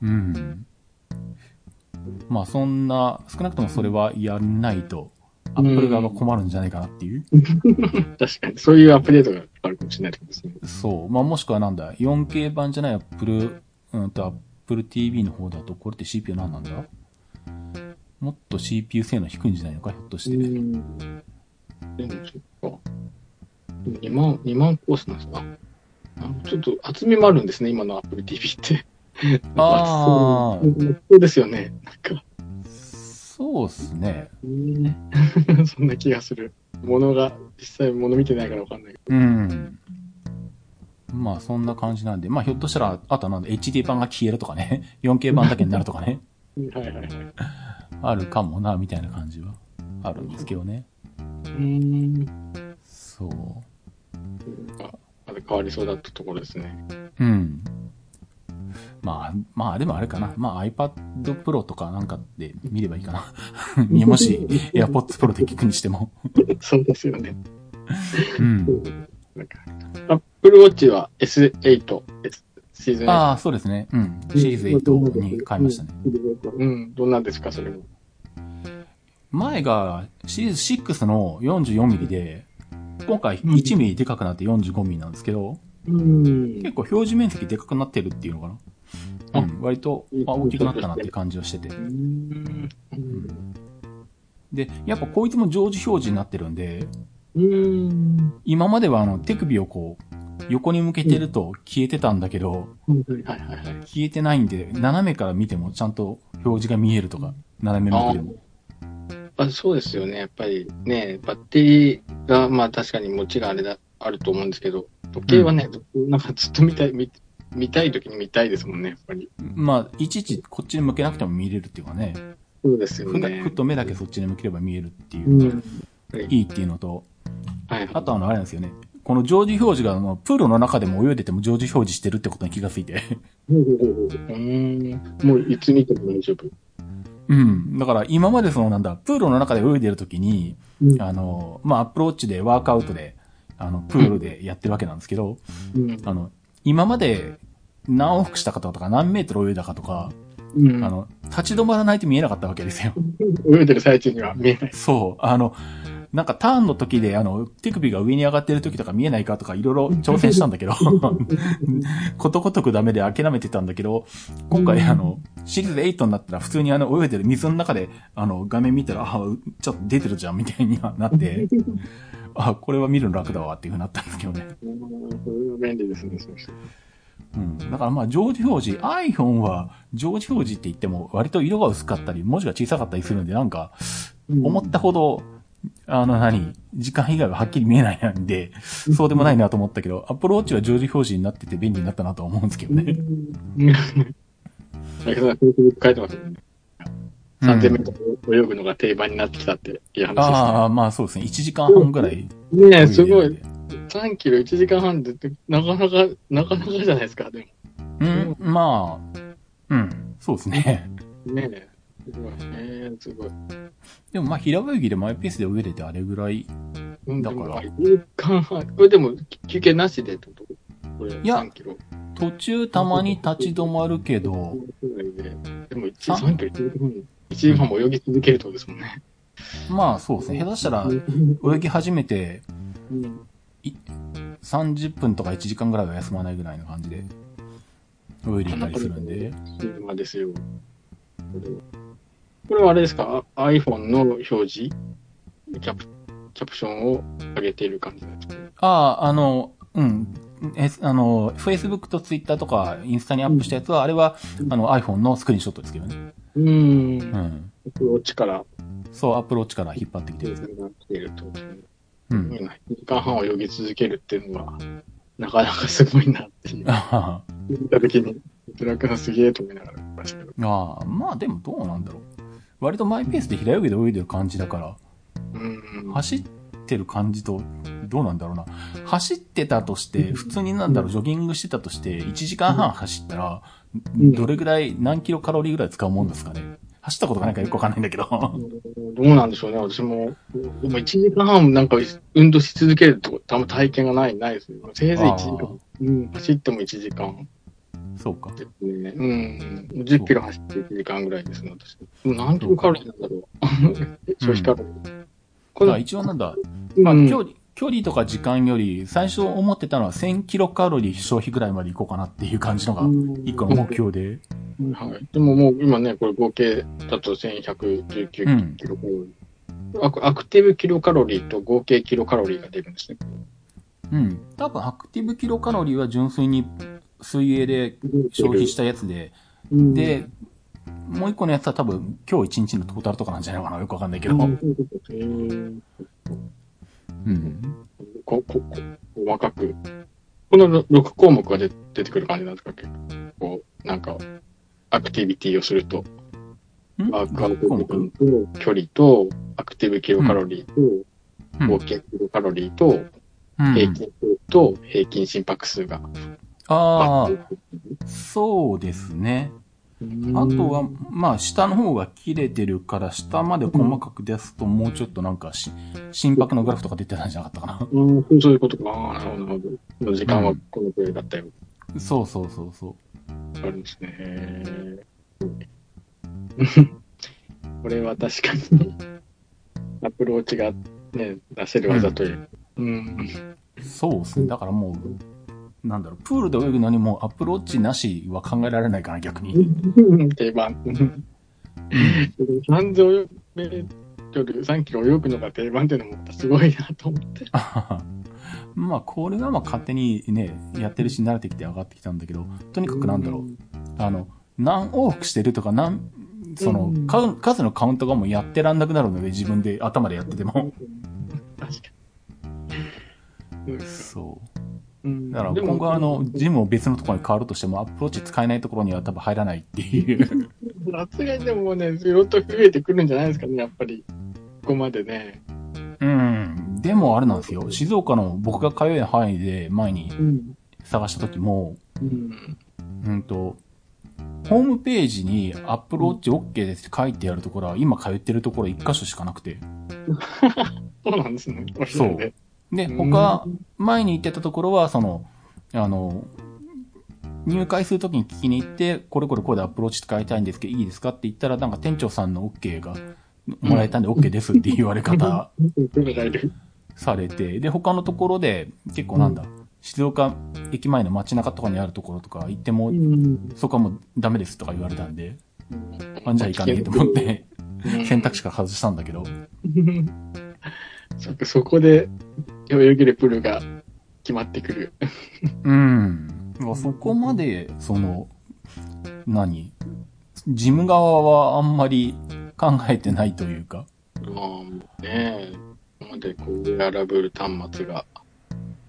Speaker 1: うん。まあそんな、少なくともそれはやんないと、アップル側が困るんじゃないかなっていう。
Speaker 2: 確かに、そういうアップデートがあるかもしれないってことですね。
Speaker 1: そう。まあもしくはなんだ、4K 版じゃないアップル、うんと Apple TV の方だと、これって CPU 何なんだもっと CPU 性能低いんじゃないのか、ひょっとして。
Speaker 2: うん。でも、そっか。でも2万、2万コースなんですか。あちょっと厚みもあるんですね、今の Apple TV って。
Speaker 1: あー
Speaker 2: 厚そうそうですよね。なんか、
Speaker 1: そうっすね。
Speaker 2: そんな気がする。ものが、実際もの見てないからわかんないけ
Speaker 1: うん。まあそんな感じなんで、まあひょっとしたら、あとはなんだ、HD 版が消えるとかね、4K 版だけになるとか ね、
Speaker 2: ど。はいはいはい。
Speaker 1: あるかもな、みたいな感じはあるんですけどね。
Speaker 2: うん。
Speaker 1: そう。
Speaker 2: あまだ変わりそうだったところですね。
Speaker 1: うん。まあ、まあ、でもあれかな。まあ、iPad Pro とかなんかで見ればいいか な。もし、AirPods Pro で聞くにしても。
Speaker 2: そうですよね。
Speaker 1: うん。
Speaker 2: なんか、Apple Watch は S8 です。シーズン8。
Speaker 1: ああ、そうですね。うん。シリーズ8に変えましたね。
Speaker 2: うん、どんなんですか、それも。
Speaker 1: 前がシリーズ6の 44mm で、今回 1mm でかくなって 45mm なんですけど、
Speaker 2: うん
Speaker 1: 結構表示面積でかくなってるっていうのかな。
Speaker 2: あ
Speaker 1: うん。割と、まあ、大きくなったなっていう感じはしてて。
Speaker 2: うん。
Speaker 1: で、やっぱこいつも常時表示になってるんで、
Speaker 2: うん。
Speaker 1: 今まではあの手首をこう、横に向けてると消えてたんだけど、
Speaker 2: はいはいはい。
Speaker 1: 消えてないんで、斜めから見てもちゃんと表示が見えるとか、斜め向きでも。
Speaker 2: あそうですよね。やっぱりね、バッテリーが、まあ確かに持ちがあれだ、あると思うんですけど、時計はね、なんかずっと見たい、見見たい時に見たいですもんね、やっぱり。
Speaker 1: まあ、いちいちこっちに向けなくても見れるっていうかね、
Speaker 2: そうですよ
Speaker 1: ふだ
Speaker 2: ね。
Speaker 1: ふっと目だけそっちに向ければ見えるっていうう、
Speaker 2: ん。
Speaker 1: いいっていうのと、
Speaker 2: はい。
Speaker 1: あとあの、あれなんですよね。この常時表示が、まあプールの中でも泳いでても常時表示してるってことに気がついて。
Speaker 2: うん。もういつ見ても大丈夫。
Speaker 1: うん。だから今までそのなんだ、プールの中で泳いでるときに、
Speaker 2: うん
Speaker 1: あの、まあ、アップローチでワークアウトで、あの、プールでやってるわけなんですけど、
Speaker 2: うん
Speaker 1: あの、今まで何往復したかとか何メートル泳いだかとか、
Speaker 2: うん
Speaker 1: あの、立ち止まらないと見えなかったわけですよ。
Speaker 2: 泳いでる最中には見えない。
Speaker 1: そう。あの、なんかターンの時で、あの、手首が上に上がってる時とか見えないかとかいろいろ挑戦したんだ けど、ことごとくダメで諦めてたんだけど、今回
Speaker 2: うん
Speaker 1: あの、シリーズ8になったら普通にあの、泳いでる水の中で、あの、画面見たら、あ、うちょっと出てるじゃんみたいにはな って、あ、これは見るの楽だわっていうふうになったんですけどね。
Speaker 2: うんそれは便利ですね、そうして
Speaker 1: うん。だからまあ、常時表示、iPhone は常時表示って言っても、割と色が薄かったり、文字が小さかったりするんで、なんか、思ったほど、あの何、時間以外ははっきり見えないんで、そうでもないなと思ったけど、Apple Watch は常時表示になってて便利になったなとは思うんですけどね。
Speaker 2: だけど、Facebook 書いてますよね。
Speaker 1: うん
Speaker 2: 3000メートル泳ぐのが定番になってきたっていう話
Speaker 1: ああ、まあそうですね。1時間半ぐらい。
Speaker 2: ですね。ねえ、すごい。。3キロ1時間半でって、なかなか、なかなかじゃないですか、で
Speaker 1: うん、まあ、うん、そうですね。
Speaker 2: も。ねえ。すごい。ええすごい。
Speaker 1: でもまあ、平泳ぎでマイペースで泳いでてあれぐらい。
Speaker 2: うん、
Speaker 1: だか
Speaker 2: でも
Speaker 1: ら
Speaker 2: 1時間半。これでも、休憩なしでってことこれ、
Speaker 1: いや
Speaker 2: 3キロ。
Speaker 1: 途中たまに立ち止まるけど、
Speaker 2: でも、1
Speaker 1: さん
Speaker 2: 3キロ1時間半、1時間も泳ぎ続けるってことですもんね。
Speaker 1: まあそうですね。下手したら、泳ぎ始めて
Speaker 2: うん
Speaker 1: 30分とか1時間ぐらいは休まないぐらいの感じで泳いでいたりするんで。
Speaker 2: 今ですよ。これはこれはあれですかあ ?iPhone の表示キャプ、キャプションを上げている感じなんですか
Speaker 1: ああ、あの、うん。え、あの、Facebook と Twitter とかインスタにアップしたやつは、あれは、あの iPhone のスクリーンショットですけどね。
Speaker 2: うー。
Speaker 1: うんん。
Speaker 2: こっちから
Speaker 1: そう、アプローチから引っ張ってきて
Speaker 2: デ
Speaker 1: る
Speaker 2: ー。タが来ているってことですね。
Speaker 1: うん。
Speaker 2: 1時間半泳ぎ続けるっていうのは、なかなかすごいなっていう。
Speaker 1: あはは
Speaker 2: 見た時に、トラックがすげえと思いながら見ましたけど。
Speaker 1: ああ、まあでもどうなんだろう。割とマイペースで平泳ぎで泳いでる感じだから、
Speaker 2: うん。
Speaker 1: 走ってる感じと、どうなんだろうな。走ってたとして、普通になんだろう、ジョギングしてたとして、1時間半走ったら、
Speaker 2: うん
Speaker 1: どれぐらい、何キロカロリーぐらい使うもんですかね。走ったことがないからよくわかんないんだけど。
Speaker 2: どうなんでしょうね、私も。でも1時間半なんか運動し続けるってこと、たま体験がない、ないですね。せいぜい1時
Speaker 1: あー
Speaker 2: 間。うん、走っても1時間
Speaker 1: そうか。
Speaker 2: ですね。うん。10キロ走って1時間ぐらいですね、私。でも何キロカロリーなんだろう。 消費カロリー。こ
Speaker 1: だから一応なんだ、ま
Speaker 2: 今
Speaker 1: あ、
Speaker 2: うん、
Speaker 1: 距離、距離とか時間より、最初思ってたのは1000キロカロリー消費ぐらいまでいこうかなっていう感じのが、一個の目標で。
Speaker 2: うんはい。でももう今ね、これ合計だと1119キ
Speaker 1: うん
Speaker 2: ロカロリー。アクアクティブキロカロリーと合計キロカロリーが出るんですね。
Speaker 1: うん。多分、アクティブキロカロリーは純粋に水泳で消費したやつで、
Speaker 2: うん、
Speaker 1: で、もう一個のやつは多分、今日一日のトータルとかなんじゃないのかなよくわかんないけど。
Speaker 2: うんそういうことへー
Speaker 1: うん。
Speaker 2: こ、こ、こ、細かく。この6項目が出出てくる感じなんですか結構、こう、なんか、アクティビティをすると、
Speaker 1: ん
Speaker 2: ワークアウ
Speaker 1: 6
Speaker 2: ト
Speaker 1: 項
Speaker 2: 部
Speaker 1: 目
Speaker 2: 分と、距離と、アクティブキロカロリーと、
Speaker 1: うん
Speaker 2: 合計キロカロリーと、
Speaker 1: うん
Speaker 2: 平均数と、平均心拍数が。
Speaker 1: ああ、そうですね。あとは、まあ、下の方が切れてるから、下まで細かく出すと、もうちょっとなんかし、心拍のグラフとか出てたんじゃなかったか
Speaker 2: うん、そういうことか。ああ、なるほどなるほど。時間はこのくらいだったよ。
Speaker 1: な。 そうそうそうそ
Speaker 2: あるんですね。へー これは確かに、アプローチが、ね、出せる技という。うん。
Speaker 1: う。そうですね。だからもう、なんだろう、プールで泳ぐのにもうアプローチなしは考えられないかな、逆に。
Speaker 2: 定番。3乗より、3キロ泳ぐのが定番っていうのもまたすごいなと思って。
Speaker 1: あはは まあ、これがまあ勝手にね、やってるし、慣れてきて上がってきたんだけど、とにかくなんだろう、あの、何往復してるとか、何、その
Speaker 2: うん、
Speaker 1: か数のカウントがもうやってらんなくなるので、自分で頭でやってて
Speaker 2: うん
Speaker 1: も。
Speaker 2: 確かに。
Speaker 1: そう。
Speaker 2: うん
Speaker 1: だから
Speaker 2: でも
Speaker 1: 今後あの、ジムを別のところに変わるとしても、アプローチ使えないところには多分入らないっていう。
Speaker 2: さすがにでもね、ずっと増えてくるんじゃないですかね、やっぱり。ここまでね。
Speaker 1: うん。でもあれなんですよ。静岡の僕が通える範囲で前に
Speaker 2: うん。
Speaker 1: 探した時も、
Speaker 2: うん。
Speaker 1: うんと、ホームページにアップローチ OK ですって書いてあるところは、今通ってるところ一箇所しかなくて。
Speaker 2: そうなんですね。おしゃ
Speaker 1: そ
Speaker 2: れ
Speaker 1: う
Speaker 2: で。
Speaker 1: で、
Speaker 2: うん
Speaker 1: 他、前に行ってたところは、その、あの、入会するときに聞きに行って、これこれこれでアップローチ使いたいんですけど、いいですかって言ったら、なんか店長さんの OK がもらえたんで OK ですって言われ方
Speaker 2: プロがいる。
Speaker 1: されて、で、他のところで結構なんだ、静岡駅前の街中とかにあるところとか行っても、
Speaker 2: ん。
Speaker 1: そこはもうダメですとか言われたんで、あんじゃいかねえと思 って、選択肢から外したんだけど、
Speaker 2: うん。そっかそこで泳げるプールが決まってくる。
Speaker 1: うん。そこまで、その、何ジム側はあんまり考えてないというか。
Speaker 2: ああ、ねえ。ので、こう、ウェアラブル端末が、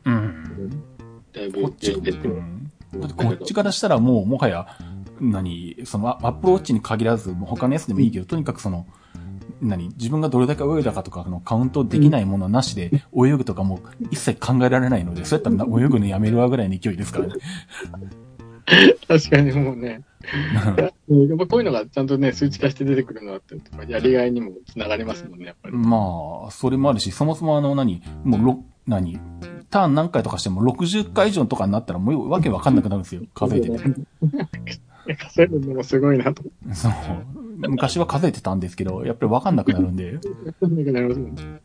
Speaker 1: うん。
Speaker 2: だいぶ
Speaker 1: こっち、
Speaker 2: 出てて、
Speaker 1: うんだってこっちからしたらもう、もはや、何、その、アップローチに限らず、もう他のやつでもいいけど、とにかくその、何、自分がどれだけ泳いだかとか、のカウントできないものはなしで、泳ぐとかも一切考えられないので、そうやったらな泳ぐのやめるわぐらいの勢いですからね。
Speaker 2: 確かにもうね、やっぱこういうのがちゃんとね、数値化して出てくるのはって、やりがいにもつながりますもんね、やっぱり。
Speaker 1: まあ、それもあるし、そもそもあの、何、もうろ、何、ターン何回とかしても60回以上とかになったらもうわけわかんなくなるんですよ、数えてて。
Speaker 2: いや稼いでるのもすごいなと。
Speaker 1: そう。昔は数えてたんですけど、やっぱりわかんなくなるんで、
Speaker 2: そんなくなりますもんね。
Speaker 1: うん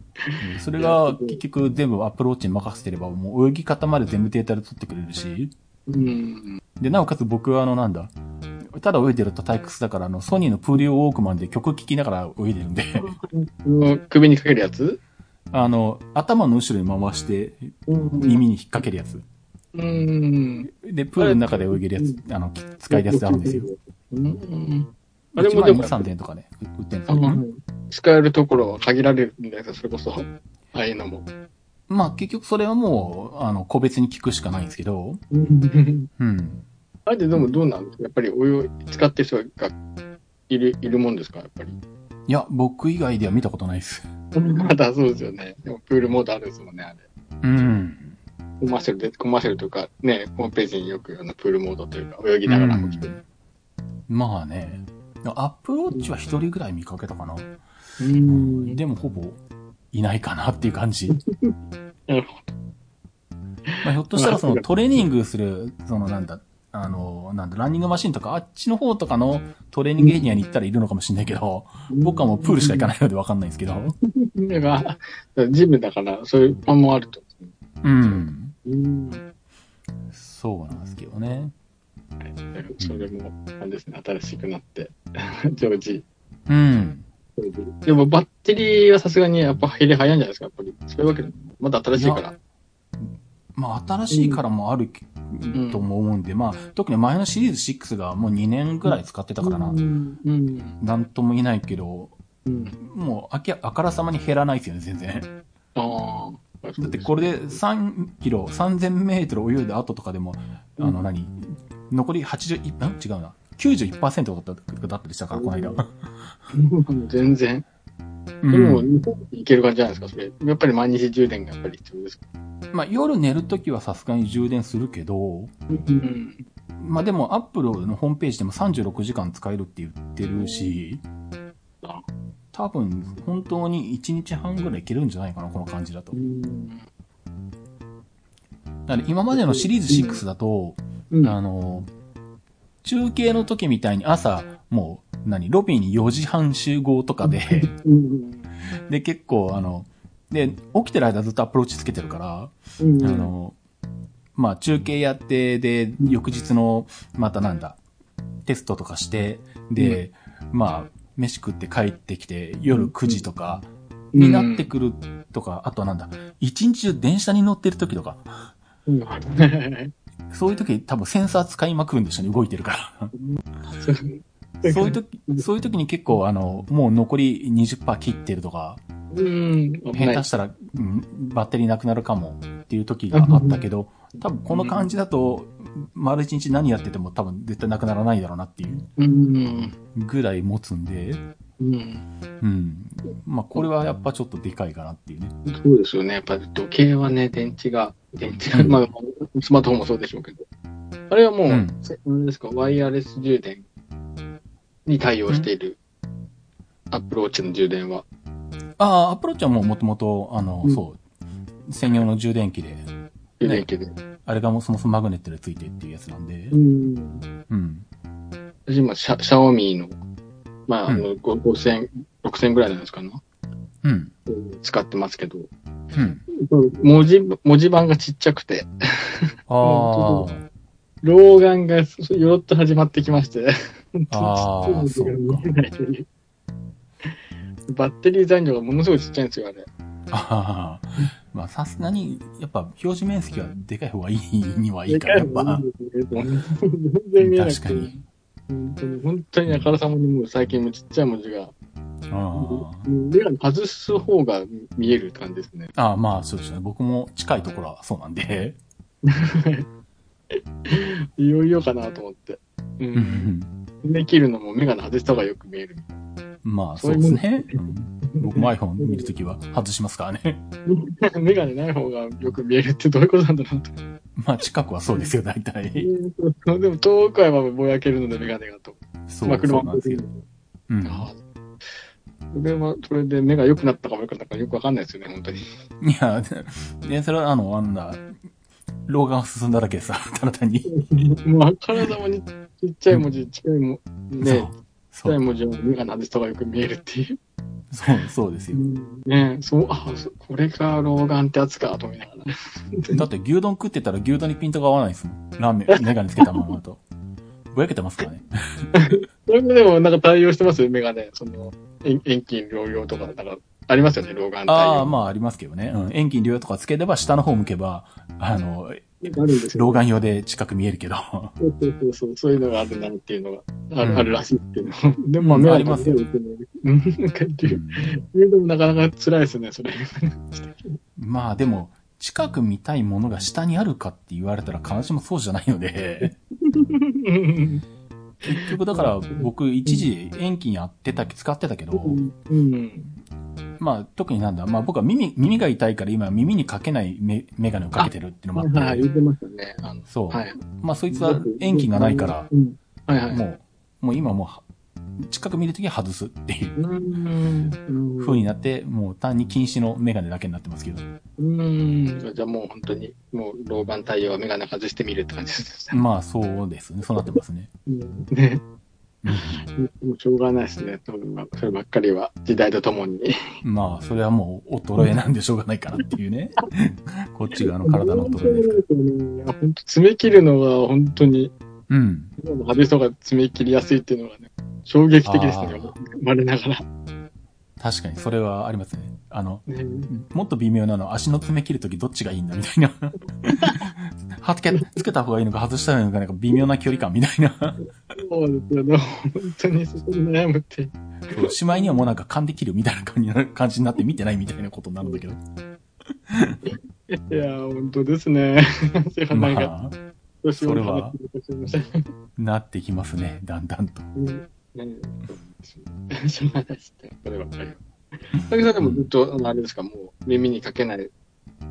Speaker 1: それが結局全部アプローチに任せてれば、もう泳ぎ方まで全部データで取ってくれるし、
Speaker 2: うん。
Speaker 1: で、なおかつ僕はあの、なんだ、ただ泳いでると退屈だから、あの、ソニーのプーリオウォークマンで曲聴きながら泳いでるんで、
Speaker 2: この首にかけるやつ
Speaker 1: あの、頭の後ろに回して、
Speaker 2: うん。
Speaker 1: 耳に引っ掛けるやつ。
Speaker 2: うん。
Speaker 1: で、プールの中で泳げるやつ、あの、き使い出すあるんですよ。。
Speaker 2: うん。あ
Speaker 1: あ
Speaker 2: れ
Speaker 1: れ
Speaker 2: も
Speaker 1: も
Speaker 2: で
Speaker 1: でも。
Speaker 2: も
Speaker 1: 3点とかね、売ってるんです
Speaker 2: あ
Speaker 1: よ。
Speaker 2: の使えるところは限られるんだよ、それこそ。ああいうのも。
Speaker 1: まあ結局それはもう、あの、個別に聞くしかないんですけど、うん。
Speaker 2: あれででもどうなんですかやっぱりお湯を使ってる人がいる、いるもんですかやっぱり。
Speaker 1: いや、僕以外では見たことないです。
Speaker 2: まだそうですよね。でもプールモードあるんですもんね、あれ。
Speaker 1: うん。
Speaker 2: コマーシャルで、コマーシャルというか、ね、ホームページによくあのプールモードというか、泳ぎながらも来てる。
Speaker 1: まあね。アップローチは一人ぐらい見かけたかな。
Speaker 2: うん
Speaker 1: でもほぼ、いないかなっていう感じ。 まあ、ひょっとしたらそのトレーニングする、そのなんだ、あの、なんだ、ランニングマシンとか、あっちの方とかのトレーニングエリアに行ったらいるのかもしれないけど、僕はもうプールしか行かないのでわかんないんですけど。
Speaker 2: だから、ジムだから、そういうパンもあると。
Speaker 1: うん。
Speaker 2: うん。
Speaker 1: そうなんですけどね。
Speaker 2: それも、あれですね、新しくなって、常時。
Speaker 1: うん。
Speaker 2: でもバッテリーはさすがにやっぱ入れ早いんじゃないですか、やっぱり。そういうわけでも、まだ新しいから。
Speaker 1: まあ、新しいからもあるけ
Speaker 2: ん
Speaker 1: とも思うんで、まあ、特に前のシリーズ6がもう2年ぐらい使ってたからな
Speaker 2: う。ん。うん。
Speaker 1: なんとも言えないけど、
Speaker 2: うん。
Speaker 1: もうあき、あからさまに減らないですよね、全然。
Speaker 2: ああ。
Speaker 1: だってこれで3キロ、3000メートル泳いだ後とかでも、あ
Speaker 2: う
Speaker 1: の
Speaker 2: ん
Speaker 1: 何、残り81、ん違うな。91%だった、だったりしたから、この間。
Speaker 2: 全然。
Speaker 1: う
Speaker 2: でも、
Speaker 1: ん。
Speaker 2: 日本に行ける感じじゃないですか、それ。やっぱり毎日充電がやっぱり必要ですか
Speaker 1: まあ、夜寝るときはさすがに充電するけど、
Speaker 2: うん。
Speaker 1: まあでも、アップルのホームページでも36時間使えるって言ってるし
Speaker 2: あ、
Speaker 1: 多分、本当に1日半ぐらいいけるんじゃないかな、この感じだと。だから今までのシリーズ6だと、
Speaker 2: うん。
Speaker 1: あの、中継の時みたいに朝、もう、何、ロビーに4時半集合とかで、
Speaker 2: うん。
Speaker 1: で、結構、あの、で、起きてる間ずっとアプローチつけてるから、
Speaker 2: うん。
Speaker 1: あの、まあ、中継やって、で、翌日の、またなんだ、テストとかして、で、まあ、飯食って帰ってきて、夜9時とかになってくるとか、あとはなんだ、一日中電車に乗ってる時とか、
Speaker 2: うん。
Speaker 1: そういう時多分センサー使いまくるんでしょうね、動いてるから。そういう時、そういう時に結構あの、もう残り20%切ってるとか、
Speaker 2: うん。
Speaker 1: 下手したら、うん、バッテリーなくなるかもっていう時があったけど、多分この感じだと、丸一日何やってても多分絶対なくならないだろうなっていう
Speaker 2: うん。
Speaker 1: ぐらい持つんで、
Speaker 2: うん。
Speaker 1: うん。まあこれはやっぱちょっとでかいかなっていうね。
Speaker 2: そうですよね。やっぱり時計はね、電池が、電池が、まあ、スマートフォンもそうでしょうけど。あれはも
Speaker 1: う
Speaker 2: う、
Speaker 1: ん
Speaker 2: あれですか、ワイヤレス充電に対応している、アップローチの充電は。
Speaker 1: ああ、アプローチはもうもともと、あの、
Speaker 2: うん
Speaker 1: そう、専用の充電器で、
Speaker 2: 充電器で。
Speaker 1: あれがもうそもそもマグネットでついてっていうやつなんで、
Speaker 2: ん。
Speaker 1: うん。
Speaker 2: 私今、シャシャオミの、まあ、あ
Speaker 1: うん
Speaker 2: の、ご5000、6000ぐらいなんですかな、
Speaker 1: うん。
Speaker 2: 使ってますけど、
Speaker 1: うん。
Speaker 2: 文字、文字盤がちっちゃくて、
Speaker 1: あ
Speaker 2: 老眼がそよろっと始まってきまして、
Speaker 1: あー
Speaker 2: ちっちゃい文字が見えないというバッテリー残量がものすごいちっちゃいんですよ、あれ。
Speaker 1: あ、ああ、まあさすがに、やっぱ表示面積はでかい方がいいにはいいから、やっぱ。
Speaker 2: でかい文字ですね全然見えなくて。
Speaker 1: 確かに。
Speaker 2: 本当に、本当にあからさまにもう最近もちっちゃい文字が
Speaker 1: あー
Speaker 2: 眼鏡外す方が見える感じですね。
Speaker 1: あー、まあそうですね。僕も近いところはそうなんで。
Speaker 2: いよいよかなと思って。う。
Speaker 1: うんん
Speaker 2: できるのも眼鏡外した方がよく見える。
Speaker 1: まあ
Speaker 2: そ
Speaker 1: そうう
Speaker 2: いう
Speaker 1: で
Speaker 2: も
Speaker 1: す
Speaker 2: ん
Speaker 1: ね。うん僕も iPhone 見るときは外しますからね。
Speaker 2: 眼鏡ない方がよく見えるってどういうことなんだろうと。
Speaker 1: まあ近くはそうですよ、大体。
Speaker 2: でも遠くはまあぼやけるので眼鏡がと。
Speaker 1: そ
Speaker 2: まあ
Speaker 1: うそうなんですけど。。うん
Speaker 2: あーそれは、それで目が良くなったか悪くなったかよくわかんないですよね、本当に。
Speaker 1: いや、でそれはあの、あんな、老眼が進んだだけでさ、 ただ単に。
Speaker 2: もうあからさまにちっちゃい文字、近いもん、ね、ちっ
Speaker 1: そ。
Speaker 2: ちゃいう文字を眼鏡外した方がよく見えるっていう。
Speaker 1: そう、そうですよ。
Speaker 2: ねそう、あ、そうこれが老眼ってやつか、と思いながら。
Speaker 1: だって牛丼食ってたら牛丼にピントが合わないですもん。ラーメン、メガネつけたままだと。ぼやけてますからね。
Speaker 2: それでもなんか対応してますよ、メガネ。その、遠遠近両用とか、なんか、ありますよね、老眼対応。
Speaker 1: ああ、まあありますけどね。うん。遠近両用とかつければ下の方向けば、あの、
Speaker 2: あるんですよ。
Speaker 1: 老眼用で近く見えるけど。あ
Speaker 2: そうそうそうそう、そういうのがあるなっていうのが、ある,、
Speaker 1: うん
Speaker 2: あるらしいっていう の。でも、まあ、
Speaker 1: あ
Speaker 2: 目
Speaker 1: り
Speaker 2: は
Speaker 1: ます
Speaker 2: 見せ
Speaker 1: よ
Speaker 2: るっていうの。うん、なんか理由、理由でもなかなか辛いですね、それ。
Speaker 1: まあでも、近く見たいものが下にあるかって言われたら必ずしもそうじゃないの で、
Speaker 2: うん。
Speaker 1: 結局だから僕一時遠近やってた、使ってたけど、
Speaker 2: うん。
Speaker 1: まあ特になんだ、まあ僕は耳、耳が痛いから今耳にかけないメメガネをかけてるっていうのもあ
Speaker 2: は
Speaker 1: っ
Speaker 2: い、
Speaker 1: て
Speaker 2: 言、ってましたね。あの
Speaker 1: そう。
Speaker 2: はい。
Speaker 1: まあそいつは遠近がないから、
Speaker 2: うん。はいはい。
Speaker 1: もう、もう今もうは、近く見るときは外すっていう
Speaker 2: うーん。
Speaker 1: 風になって、もう単に禁止のメガネだけになってますけど。
Speaker 2: うーん。じゃあもう本当に、もう老眼対応は眼鏡外してみるって感じですね。
Speaker 1: まあそうですね。そうなってますね。
Speaker 2: うんね。
Speaker 1: うん
Speaker 2: もうしょうがないですね。多分まあそればっかりは時代とともに。
Speaker 1: まあそれはもう衰えなんでしょうがないかなっていう ね。こっち側の体の衰えですから。
Speaker 2: 本当爪切るのが本当に、
Speaker 1: うん。
Speaker 2: 今の派手人が爪切りやすいっていうのがね、衝撃的ですね
Speaker 1: あー。
Speaker 2: 我ながら。
Speaker 1: 確かにそれはありますね。あの、
Speaker 2: ね
Speaker 1: もっと微妙なのは足の爪切るときどっちがいいんだみたい な。はつけ、つけた方がいいのか外した方がいいのかなんか微妙な距離感みたいな。
Speaker 2: そうですよね。本当にそこで悩むって。
Speaker 1: そうしまいにはもうなんか勘で切るみたいな感じな感じになって見てないみたいなことになるんだけど。
Speaker 2: いやー、本当で すね。それはなんか、
Speaker 1: まあ、
Speaker 2: 年を
Speaker 1: それは
Speaker 2: 重ねてるかもしれません
Speaker 1: なってきますね、だんだんと。
Speaker 2: ねねしょうがないですね。そればっかりは。竹さんでもずっと、あのあれですか、もう耳にかけない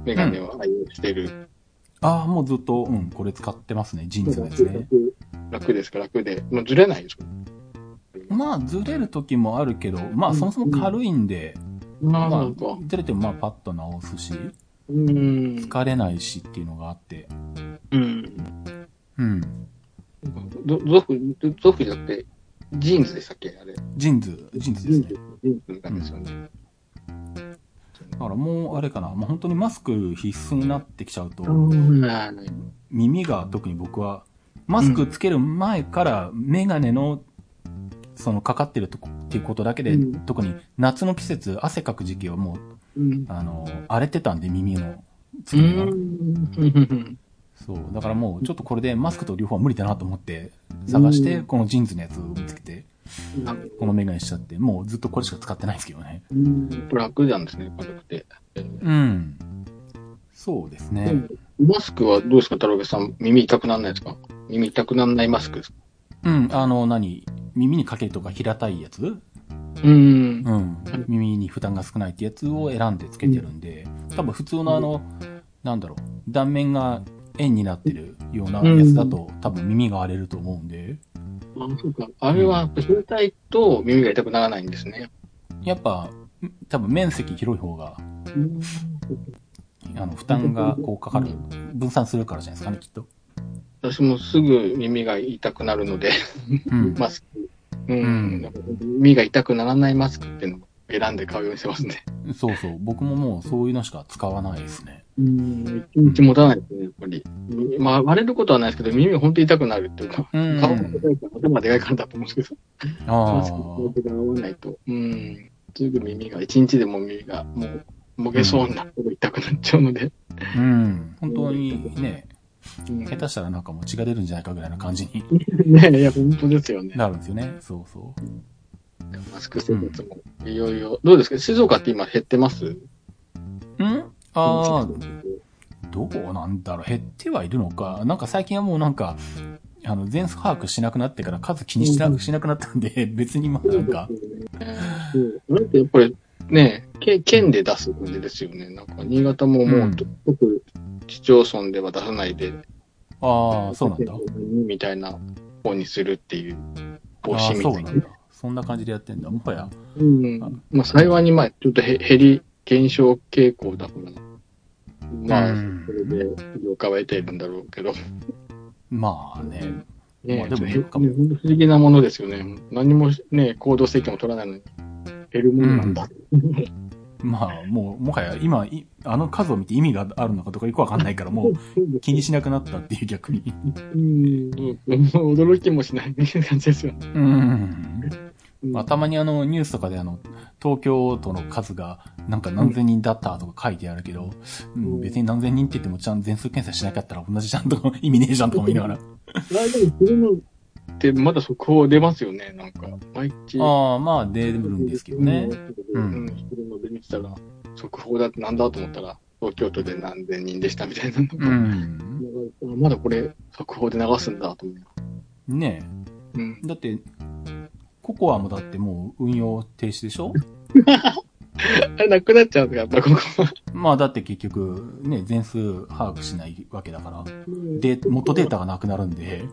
Speaker 2: メガネを愛用してる。
Speaker 1: ああ、もうずっと、うん、これ使ってますね、ジーンズのやつね。
Speaker 2: 楽楽ですか、楽で。もうずれないですか
Speaker 1: まあ、ずれる時もあるけど、ま
Speaker 2: う
Speaker 1: あ、
Speaker 2: ん
Speaker 1: そもそも軽いんで、
Speaker 2: まあ、
Speaker 1: ま
Speaker 2: な
Speaker 1: あ
Speaker 2: んか。、
Speaker 1: ずれてもまあ、パッと直すし、
Speaker 2: うん。
Speaker 1: 疲れないしっていうのがあって、
Speaker 2: うん。
Speaker 1: うん。
Speaker 2: ゾゾフ、ゾフじゃなくて、ジーンズでしたっけあれ。
Speaker 1: ジーンズ、ジーンズ
Speaker 2: ジ
Speaker 1: で
Speaker 2: ー
Speaker 1: す
Speaker 2: ン
Speaker 1: ね
Speaker 2: ズ。、ジーンズなんですよね。
Speaker 1: だからもう、あれかな、まあ、本当にマスク必須になってきちゃうと、
Speaker 2: うん。あの
Speaker 1: 耳が特に僕は、マスクつける前から、メガネの、その、かかってるとこっていうことだけで、
Speaker 2: うん
Speaker 1: 特に夏の季節、汗かく時期はもう、
Speaker 2: うん。
Speaker 1: あの、荒れてたんで耳の
Speaker 2: う
Speaker 1: 付け根が。
Speaker 2: ん。
Speaker 1: そう。だからもうちょっとこれでマスクと両方は無理だなと思って探して、
Speaker 2: うん
Speaker 1: このジーンズのやつを見つけて、
Speaker 2: なん
Speaker 1: このメガネしちゃって、もうずっとこれしか使ってないんですけどね。
Speaker 2: か楽なんですね、軽くて。
Speaker 1: うん。そうですね。
Speaker 2: マスクはどうですか、太郎さん。耳痛くならないですか耳痛くならないマスクですか
Speaker 1: うん。あの、何耳にかけるとか平たいやつ
Speaker 2: うん。
Speaker 1: うん。耳に負担が少ないってやつを選んでつけてるんで、多分普通のあの、なんだろう、断面が円になってるようなやつだと、多分耳が荒れると思うんで、
Speaker 2: あ、そうか。あれは、やっぱ冷たいと耳が痛くならないんですね。
Speaker 1: やっぱ、多分面積広い方が
Speaker 2: うん。
Speaker 1: あの負担がこうかかる、分散するからじゃないですかね、きっと。
Speaker 2: 私もすぐ耳が痛くなるので、
Speaker 1: うん。
Speaker 2: マスク。うん。
Speaker 1: うん
Speaker 2: 耳が痛くならないマスクっていうのを選んで買うようにしてますね。
Speaker 1: そうそう。僕ももうそういうのしか使わないですね。
Speaker 2: うん。一日持たないですね、やっぱり。まあ、割れることはないですけど、耳が本当に痛くなるっていうか、
Speaker 1: うん
Speaker 2: 顔がでかいから、頭がでかいからだと思うんですけど、
Speaker 1: あ
Speaker 2: マスク
Speaker 1: あ。
Speaker 2: と合わないと。うん。すぐ耳が、一日でも耳が、もう、もげそうになるほど痛くなっちゃうので。
Speaker 1: うん。本当にね、
Speaker 2: うん
Speaker 1: 下手したらなんかもう血が出るんじゃないかぐらいな感じに
Speaker 2: ねいや、本当ですよね。
Speaker 1: なるんですよね。そうそう。
Speaker 2: ママスク生活も、いよいよ。どうですか静岡って今減ってます
Speaker 1: うんああ、どうなんだろう減ってはいるのか。なんか最近はもうなんか、あの、全数把握しなくなってから数気にしなしなくなったんで、 別にまあなんか、
Speaker 2: うんなんてやっぱりね、県県で出すんでですよね。なんか新潟ももう、と特市町村では出さないで、
Speaker 1: ああ、そうなんだ。
Speaker 2: みたいな方にするっていう方
Speaker 1: ああー、
Speaker 2: 針み
Speaker 1: そ
Speaker 2: た
Speaker 1: う
Speaker 2: い
Speaker 1: な
Speaker 2: な。
Speaker 1: んだ。そんな感じでやってんだ。もはや。
Speaker 2: うん。まあ幸いにまあちょっとへ減り、減少傾向だから、まあ
Speaker 1: うん
Speaker 2: それで了解は得ているんだろうけど、
Speaker 1: まあね。ま
Speaker 2: ね
Speaker 1: あ、
Speaker 2: ち
Speaker 1: でも
Speaker 2: ょっと
Speaker 1: 減
Speaker 2: へ
Speaker 1: るか
Speaker 2: ほ
Speaker 1: も
Speaker 2: んと不思議なものですよね。何もね、行動制限も取らないのに減るものなんだ。
Speaker 1: まあ、もう、もはや今、いあの数を見て意味があるのかとかよくわかんないから、 もう気にしなくなったっていう逆に。
Speaker 2: うん、驚きもしないみたいな感じですよね。
Speaker 1: うん。
Speaker 2: うん
Speaker 1: まあ、たまにあのニュースとかであの東京都の数がなんか何千人だったとか書いてあるけど、うん
Speaker 2: うん
Speaker 1: 別に何千人って言ってもちゃん全数検査しなかったら同じじゃんとか意味ねえじゃんとか思いながら。
Speaker 2: 来年するのってまだ速報出ますよね、なんか。毎日。
Speaker 1: ああ、まあ出るんですけどね。
Speaker 2: う
Speaker 1: うん
Speaker 2: ん。昼ので見てたら、速報だってなんだと思ったら、東京都で何千人でしたみたいな。
Speaker 1: うん。
Speaker 2: まだこれ、速報で流すんだと思う。
Speaker 1: ね
Speaker 2: うん
Speaker 1: え。。だって、ココアもだってもう運用停止でしょ
Speaker 2: あれ、なくなっちゃうんですか、やっぱここは。
Speaker 1: まあだって結局ね、全数把握しないわけだから、で、元データがなくなるんで、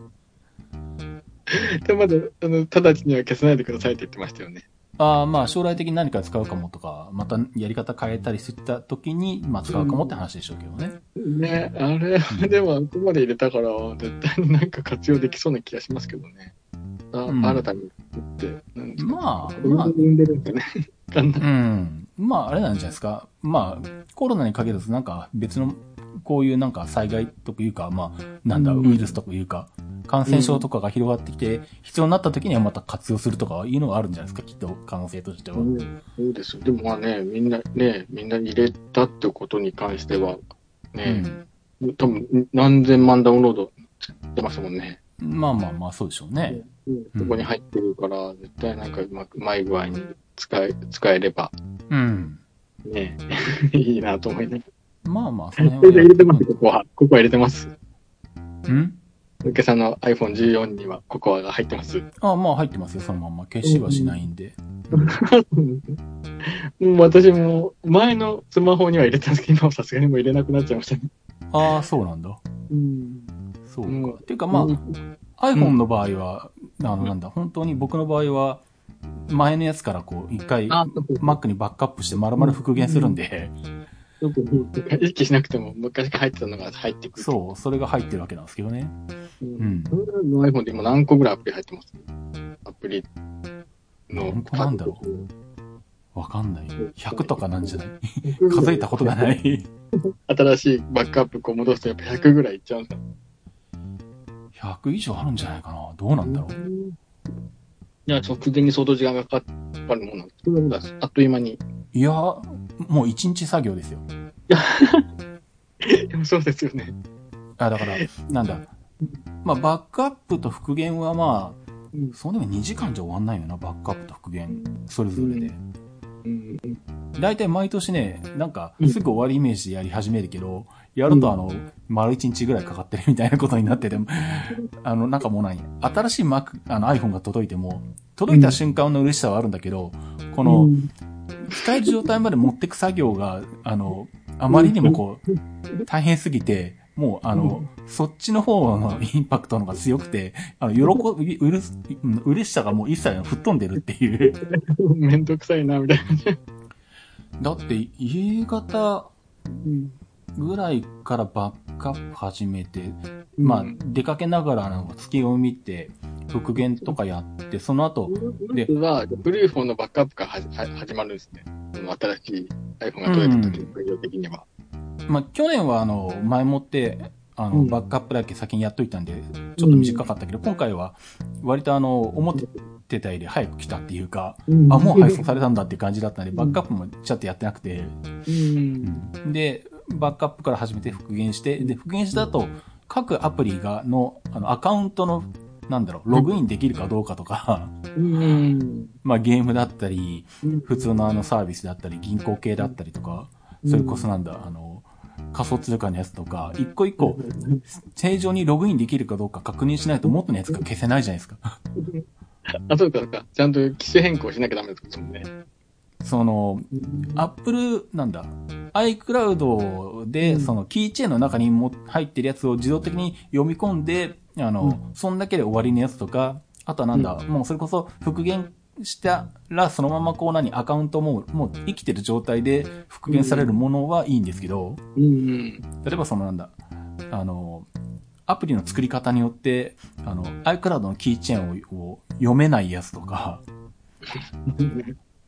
Speaker 2: で、まだ、あの、直ちには消さないでくださいって言ってましたよね。
Speaker 1: ああ、まあ将来的に何か使うかもとか、またやり方変えたりした時に、まあ使うかもって話でしょうけどね。
Speaker 2: ね、あれ、でも、ここまで入れたから、絶対になんか活用できそうな気がしますけどね。あ
Speaker 1: うん
Speaker 2: 新たに言って、なんか
Speaker 1: まあ、
Speaker 2: ど
Speaker 1: まあ
Speaker 2: うい、うんでるんかね。 わかんない
Speaker 1: うん。まああれなんじゃないですか。まあ、コロナに限らずなんか別の、こういうなんか災害というか、まあ、なんだ、
Speaker 2: う
Speaker 1: ウ
Speaker 2: ん
Speaker 1: イルスというか、感染症とかが広がってきて、必要になった時にはまた活用するとかいうのがあるんじゃないですか、きっと、可能性としては。
Speaker 2: うんそうですよ。でもまあね、みんな、ね、みんなに入れたってことに関しては、ね、多分何千万ダウンロード出ますもんね。
Speaker 1: うんまあまあまあ、そうでしょうね。
Speaker 2: そこに入ってるから、絶対なんかうまく、うまい具合に使え、使えれば、
Speaker 1: うん。
Speaker 2: ね、 いいなと思いながら。
Speaker 1: まあまあ、その
Speaker 2: これ
Speaker 1: 辺
Speaker 2: で
Speaker 1: は。
Speaker 2: 入れてます、ここは。ここは入れてます。
Speaker 1: うん
Speaker 2: お客さんの iPhone14 にはココアが入ってます。
Speaker 1: あまあ入ってますよ、そのまんま。消しはしないんで。
Speaker 2: もう私も前のスマホには入れたんですけど、今はさすがにもう入れなくなっちゃいましたね。
Speaker 1: ああ、そうなんだ。
Speaker 2: うん。
Speaker 1: そうか。
Speaker 2: うん
Speaker 1: ていうかまあ、iPhone の場合は、あの、なんだ、本当に僕の場合は、前のやつからこう、一回、
Speaker 2: あ、そうそう
Speaker 1: Mac にバックアップして丸々復元するんで、
Speaker 2: よく意識しなくても昔から入ってたのが入ってくる。
Speaker 1: そう、それが入ってるわけなんですけどね。
Speaker 2: う
Speaker 1: うん
Speaker 2: ん。それの iPhone で今何個ぐらいアプリ入ってますアプリの。
Speaker 1: 何個なんだろわかんない。100とかなんじゃない
Speaker 2: う
Speaker 1: 数えたことがな。い。
Speaker 2: 新しいバックアップこう戻すとやっぱ100ぐらいいっちゃうんだ。
Speaker 1: 100以上あるんじゃないかな。どうなんだろう。
Speaker 2: いや、直前に相当時間がかかるもんなんです。そんなことないですあっという間に。
Speaker 1: いや、もう1日作業ですよ。
Speaker 2: でもそうですよね。
Speaker 1: あ、だから、なんだ。まあ、バックアップと復元はまあ、
Speaker 2: うん
Speaker 1: そんでも2時間じゃ終わんないよな、バックアップと復元、それぞれで。
Speaker 2: うん。
Speaker 1: 大体毎年ね、なんか
Speaker 2: う、ん
Speaker 1: すぐ終わるイメージでやり始めるけど、やるとあの、丸1日ぐらいかかってるみたいなことになってて、あの、なんかもう何、新しい Mac、あの iPhone が届いても、届いた瞬間の嬉しさはあるんだけど、この、使える状態まで持ってく作業が、あの、あまりにもこう、大変すぎて、もう、あの、そっちの方のインパクトの方が強くて、あの、喜び、うるす、うん嬉しさがもう一切吹っ飛んでるっていう。
Speaker 2: うん。めんどくさいな、みたいな。
Speaker 1: だって、夕方
Speaker 2: うん。
Speaker 1: ぐらいからバックアップ始めて、まあ
Speaker 2: うん、
Speaker 1: 出かけながら、あの、月を見て、復元とかやって、その後、で
Speaker 2: で、は、古い方のバックアップからはじは始まるんですね。その新しい iPhone が取れた時の作業的には。
Speaker 1: まあ、去年はあの前もってあの、
Speaker 2: うん
Speaker 1: バックアップだけ先にやっといたんでちょっと短かったけど、今回は割とあの思ってたより早く来たっていうか、あもう配送されたんだっていう感じだったんで、
Speaker 2: うん
Speaker 1: バックアップもちゃんとやってなくて、
Speaker 2: うん。
Speaker 1: でバックアップから始めて復元してで復元した後各アプリがのあのアカウントのなんだろう、ログインできるかどうかとか、
Speaker 2: うん。
Speaker 1: まあゲームだったり、
Speaker 2: うん
Speaker 1: 普通のあのサービスだったり、銀行系だったりとか、それこそなんだ、あの、仮想通貨のやつとか、一個一個、正常にログインできるかどうか確認しないと元のやつが消せないじゃないですか。
Speaker 2: あ、そうか、そうか。ちゃんと機種変更しなきゃダメですもんね。
Speaker 1: その、Apple、なんだ、iCloud で、そのキーチェーンの中にも入ってるやつを自動的に読み込んで、あの、そんだけで終わりのやつとか、あとはなんだ、もうそれこそ復元したら、そのままこう何、アカウントも、もう生きてる状態で復元されるものはいいんですけど、
Speaker 2: うん。
Speaker 1: 例えばそのなんだ、あの、アプリの作り方によって、あの、iCloud のキーチェーンをを読めないやつとか、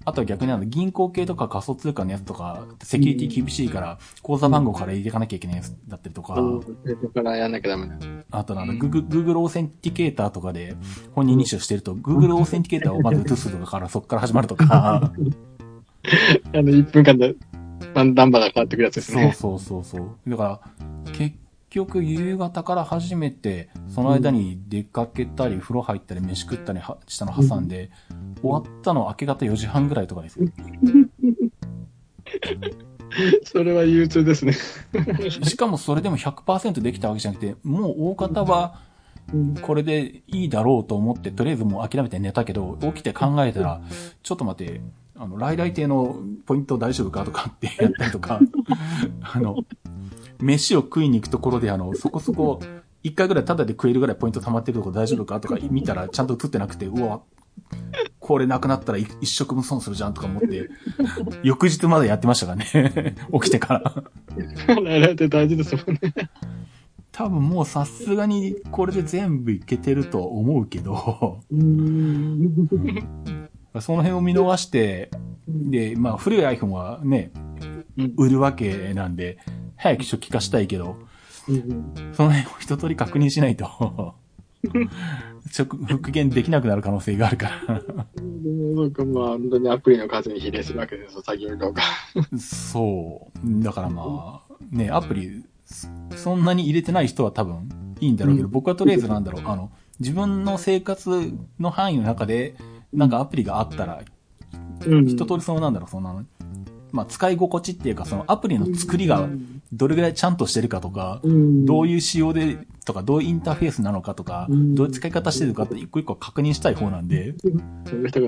Speaker 1: あとは逆にあの銀行系とか仮想通貨のやつとか、セキュリティ厳しいから、口座番号から入れていかなきゃいけないやつだったりとか、
Speaker 2: そこからやんなきゃダメだ。
Speaker 1: あとなんだ、
Speaker 2: うん
Speaker 1: Google, Google オーセンティケーターとかで本人認証してると、Google オーセンティケーターをまず移すとかからそっから始まるとか、
Speaker 2: あの、1分間で、ナンバーが変わってくるやつで す
Speaker 1: そう
Speaker 2: ね。
Speaker 1: そうそうそう。だから、結局夕方から始めて、その間に出かけたり、風呂入ったり、飯食ったりはしたの挟んで、終わったの明け方4時半ぐらいとかですよ。
Speaker 2: それは憂鬱ですね。
Speaker 1: しかもそれでも100%できたわけじゃなくて、もう大方はこれでいいだろうと思って、とりあえずもう諦めて寝たけど、起きて考えたら、ちょっと待って、あの、来来亭のポイント大丈夫かとかってやったりとか、 あの、飯を食いに行くところで、あの、そこそこ、一回ぐらいタダで食えるぐらいポイント溜まってるとこ大丈夫かとか見たらちゃんと映ってなくて、うわ、これなくなったらい一食も損するじゃんとか思って、 翌日までやってましたからね。 起きてから。
Speaker 2: ライライって大事ですもんね。
Speaker 1: 多分もうさすがにこれで全部いけてると思うけど、その辺を見逃して、で、まあ古い iPhone はね、
Speaker 2: うん
Speaker 1: 売るわけなんで、早く初期化したいけど、
Speaker 2: うん
Speaker 1: その辺を一通り確認し ないと、直復元できなくなる可能性があるから。
Speaker 2: そうか、まあ、本当にアプリの数に比例するわけですよ、作業量が。
Speaker 1: そう。だからまあ、ね、アプリ、そそんなに入れてない人は多分いいんだろうけど、
Speaker 2: うん
Speaker 1: 僕はとりあえずなんだろう、あの、自分の生活の範囲の中で、なんかアプリがあったら、
Speaker 2: うん
Speaker 1: 一通りそのなんだろう、その、まあ、使い心地っていうか、そのアプリの作りがどれぐらいちゃんとしてるかとか、どういう仕様でとか、どういうインターフェースなのかとか、
Speaker 2: うん
Speaker 1: どういう使い方してるかって一個一個確認したい方なんで、
Speaker 2: うん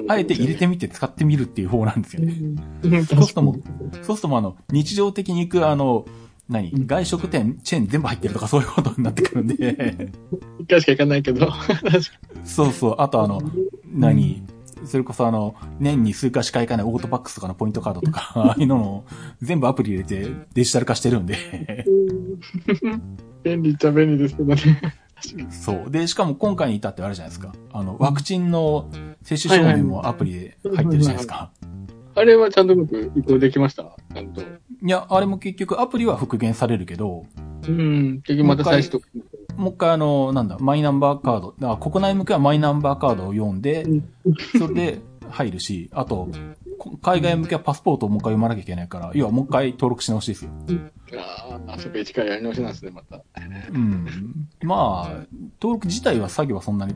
Speaker 1: あえて入れてみて使ってみるっていう方なんですよね。
Speaker 2: うん
Speaker 1: そうするともう、そうするともうあの、日常的に行くあの、何外食店、チェーン全部入ってるとかそういうことになってくるんで。
Speaker 2: 一回しか行かないけど。確かに
Speaker 1: そうそう。あとあの、何それこそあの、年に数回しか行かないオートバックスとかのポイントカードとか、ああいうのの全部アプリ入れてデジタル化してるんで。
Speaker 2: 便利っちゃ便利ですけどね。
Speaker 1: そう。で、しかも今回に至ってはあれじゃないですか。あの、ワクチンの接種証明もアプリで入ってるじゃないですか。
Speaker 2: あれはちゃんと僕移行できました。ちゃんと。
Speaker 1: いや、あれも結局アプリは復元されるけど、
Speaker 2: うん。結局また再始と。
Speaker 1: もう一回あの、なんだ、マイナンバーカード、だから国内向けはマイナンバーカードを読んで、それで入るし、あと、こ海外向けはパスポートをもう一回読まなきゃいけないから、要はもう一回登録し直しですよ。
Speaker 2: ああ、あそこ一からやり直しなんですね、また。
Speaker 1: うん。まあ、登録自体は作業はそんなに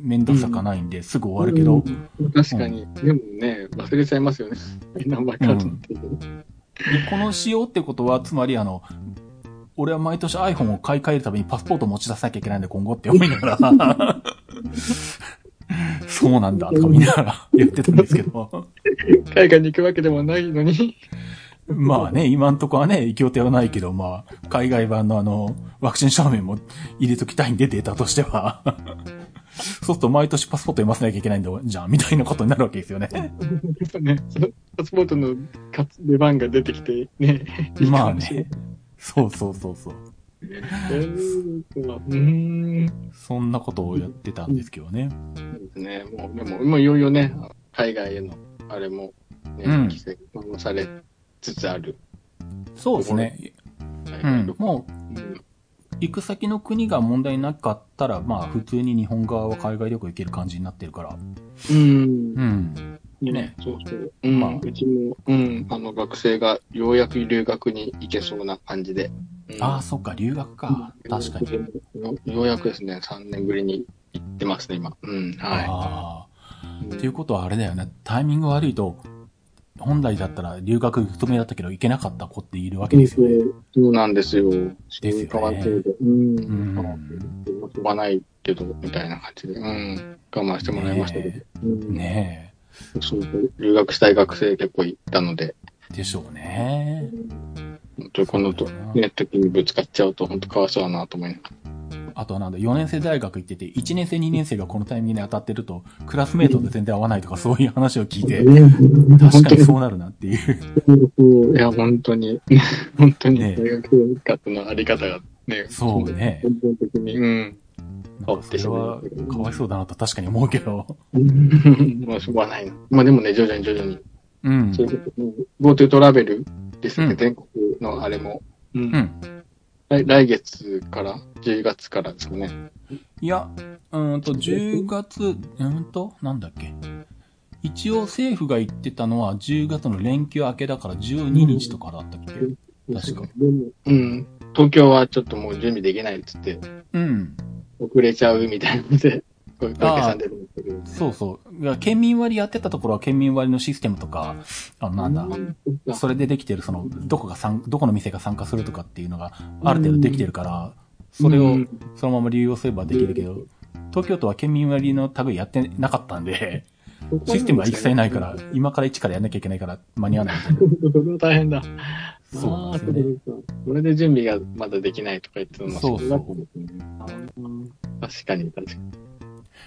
Speaker 1: 面倒くさかないんで、すぐ終わるけど、
Speaker 2: うん確かに。でもね、忘れちゃ いますよね。ナンバーカードっていうの。
Speaker 1: この仕様ってことは、つまりあの、俺は毎年 iPhone を買い替えるたびにパスポートを持ち出さなきゃいけないんで今後って思いながら、 そうなんだとか見ながらやってたんですけど。
Speaker 2: 海外に行くわけでもないのに。
Speaker 1: まあね、今んとこはね、行き予定はないけど、まあ、海外版のあの、ワクチン証明も入れときたいんで、データとしては。そうすると毎年パスポート読ませなきゃいけないんだじゃん、みたいなことになるわけですよね。
Speaker 2: やっぱね、そのパスポートの活出番が出てきて、ね。
Speaker 1: まあ ね。そうそうそうそう。
Speaker 2: えーとうん。
Speaker 1: そんなことをやってたんですけどね。
Speaker 2: そうですね、もう、でも、もういよいよね、海外への、あれも、ね、
Speaker 1: うん
Speaker 2: 規制もされつつある。
Speaker 1: そうですね。
Speaker 2: 海
Speaker 1: う
Speaker 2: 外
Speaker 1: ん
Speaker 2: 旅。行
Speaker 1: もう、行く先の国が問題なかったら、まあ、普通に日本側は海外旅行行ける感じになってるから。
Speaker 2: うん。
Speaker 1: うん。ね
Speaker 2: ね、そうそう。うん、
Speaker 1: ま
Speaker 2: ま
Speaker 1: あ
Speaker 2: あ、うちも、うん、あの、学生がようやく留学に行けそうな感じで。うん
Speaker 1: ああ、そっか、留学か。確かに。
Speaker 2: に。ようやくですね、3年ぶりに行ってますね、今。うん、
Speaker 1: あ
Speaker 2: は
Speaker 1: あ。っていうことはあれだよね。タイミング悪いと、本来だったら留学行く止めだったけど行けなかった子っているわけ
Speaker 2: い。
Speaker 1: です
Speaker 2: そ
Speaker 1: よね。
Speaker 2: うそうなんですよ。
Speaker 1: よね
Speaker 2: 変わってるうん。
Speaker 1: ん
Speaker 2: 変わってる飛ばないけど、みたいな感じで。うん。我慢してもらいましたけど。
Speaker 1: ね
Speaker 2: うん、
Speaker 1: ね
Speaker 2: そうそう。留学したい学生結構いたので、
Speaker 1: え。でしょうね。
Speaker 2: 本当にこのと
Speaker 1: そうだな
Speaker 2: ね、時にぶつかっちゃうと、本当かわいそうだなと思いながら。
Speaker 1: あとはなんだ、4年生大学行ってて、1年生、2年生がこのタイミングに当たってると、クラスメイトと全然合わないとか、そういう話を聞いて、確
Speaker 2: 確
Speaker 1: かにそうなるなっていう。
Speaker 2: いや、本当に、 本当に
Speaker 1: ね
Speaker 2: 大学活のあり方がね、
Speaker 1: そうね
Speaker 2: 根本的に、うん、
Speaker 1: なんかそれは、かわいそうだなと確かに思うけど。
Speaker 2: まあ、しょうがないな。まあでもね、徐々に徐々に、
Speaker 1: うん。
Speaker 2: そういうことも、GoTo トラベルですね、
Speaker 1: うん
Speaker 2: 全国のあれも、うん
Speaker 1: うん。
Speaker 2: 来、来月から、10月からですかね。
Speaker 1: いや、うーんと、10月、うーんと、なんだっけ。一応政府が言ってたのは、10月の連休明けだから12日とかだったっけ。確か
Speaker 2: に。うん、東京はちょっともう準備できないっつって、
Speaker 1: うん。
Speaker 2: 遅れちゃうみたいなので、こういう小池さん出るんですけど。
Speaker 1: そうそう。いや県民割やってたところは県民割のシステムとか、あの、なんだ。
Speaker 2: だ
Speaker 1: それでできてる、その、どこが参、どこの店が参加するとかっていうのが、ある程度できてるから、それ
Speaker 2: う
Speaker 1: を
Speaker 2: ん、
Speaker 1: そのまま利用すればできるけど、東京都は県民割の類やってなかったんで、システムが一切ないから、今から一からやんなきゃいけないから間に合わないみたいな。
Speaker 2: それは大変だ。
Speaker 1: そうなんですよね。
Speaker 2: あー。そうかそうかそれで準備がまだできないとか言ってたのは
Speaker 1: そうそう
Speaker 2: だったんですねあー確かに、確かに。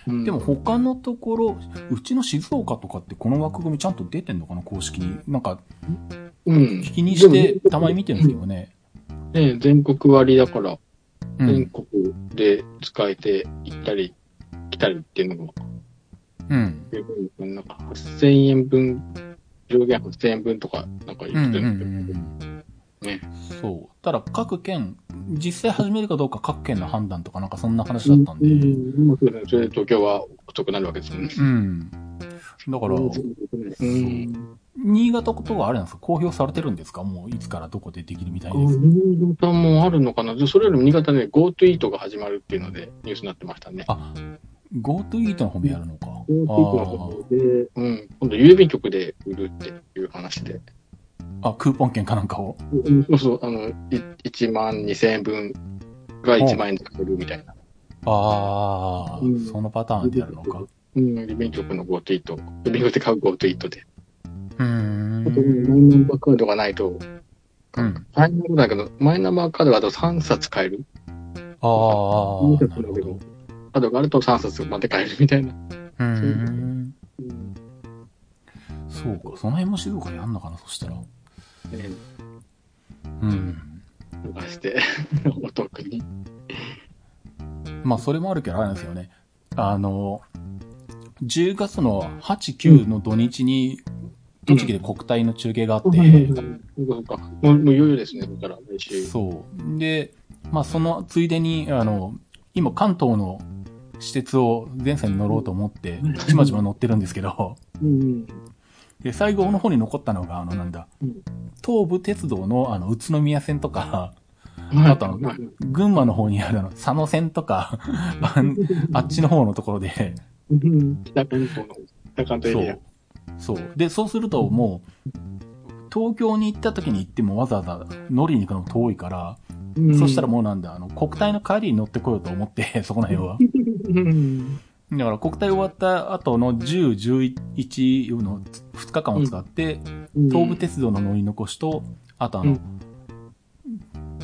Speaker 2: うん
Speaker 1: でも、他のところ、うちの静岡とかってこの枠組みちゃんと出てんのかな、公式に。なんか、
Speaker 2: うん。
Speaker 1: 気にして
Speaker 2: でも
Speaker 1: たまに見てるんですけどね。
Speaker 2: ね、全国割だから、
Speaker 1: う
Speaker 2: 全
Speaker 1: ん。
Speaker 2: 国で使えて行ったり来たりっていうのが、
Speaker 1: うん。
Speaker 2: なんか8000円分、上限8000円分とか、なんか
Speaker 1: う
Speaker 2: 言っ
Speaker 1: ん
Speaker 2: て
Speaker 1: うんう
Speaker 2: る
Speaker 1: ん
Speaker 2: ん
Speaker 1: う
Speaker 2: で
Speaker 1: ん。
Speaker 2: ね
Speaker 1: そう。ただ、各県、実際始めるかどうか各県の判断とかなんかそんな話
Speaker 2: す
Speaker 1: だ
Speaker 2: よ。
Speaker 1: ったんで。
Speaker 2: うんうんそうですねそれで東京は遅くなるわけですもんね。
Speaker 1: うん。だから、
Speaker 2: うん。
Speaker 1: 新潟とはあれなんですか公表されてるんですかもういつからどこでできるみたいです。
Speaker 2: 新潟もあるのかな、でそれよりも新潟で GoTo イートが始まるっていうので、ニュースになってましたね。
Speaker 1: あ、GoTo イートの方もやるのか。
Speaker 2: GoTo イートの
Speaker 1: あ
Speaker 2: ことで、うん、今度郵便局で売るっていう話で、
Speaker 1: ーあ、クーポン券かなんかを。
Speaker 2: そうそう、あの、い1万2000円分が1万円で買えるみたいな。
Speaker 1: ああ、
Speaker 2: うん
Speaker 1: そのパターンでやるのか。
Speaker 2: うん、郵便局の GoTo イート、郵便局で買う GoTo イートで。
Speaker 1: うー
Speaker 2: あと、マイ
Speaker 1: ん。
Speaker 2: ナンバーカードがないと、
Speaker 1: うん
Speaker 2: マイナンバーだけど、マイナンバーカードがあと3冊買える。
Speaker 1: ああ、
Speaker 2: 2冊
Speaker 1: なる
Speaker 2: だ
Speaker 1: ほ
Speaker 2: け
Speaker 1: ど
Speaker 2: ど。、カードがあると3冊まで買えるみたいな。
Speaker 1: うーん。
Speaker 2: うん
Speaker 1: そうか、その辺も静岡でやんのかな、そしたら。
Speaker 2: ね
Speaker 1: うん。
Speaker 2: とかして、お得に。
Speaker 1: まあ、それもあるけど、あれなんですよね。あの、10月の8、9の土日に、栃木で国体の中継があって、
Speaker 2: そうか。もう、もういよいよですね、だから、来週。
Speaker 1: そう。で、まあ、そのついでに、あの、今、関東の私鉄を前線に乗ろうと思って、ちまちま乗ってるんですけど、
Speaker 2: うん。
Speaker 1: で、最後の方に残ったのが、あの、なんだ
Speaker 2: うん、
Speaker 1: 東武鉄道の、あの、宇都宮線とか、
Speaker 2: あ
Speaker 1: とは
Speaker 2: はい
Speaker 1: 群馬の方にある、あの、佐野線とか、あん あっちの方のところで、
Speaker 2: うん北関東の、北関東
Speaker 1: そ
Speaker 2: エリア
Speaker 1: う。。そう。で、そうすると、もう、東京に行った時に行ってもわざわざ乗りに行くのも遠いから、
Speaker 2: うん
Speaker 1: そしたらもうなんだ、あの、国体の帰りに乗ってこようと思って、そこら辺は。
Speaker 2: うん。
Speaker 1: だから国体終わった後の10、11の2日間を使って、東武鉄道の乗り残しと、あとあの、
Speaker 2: う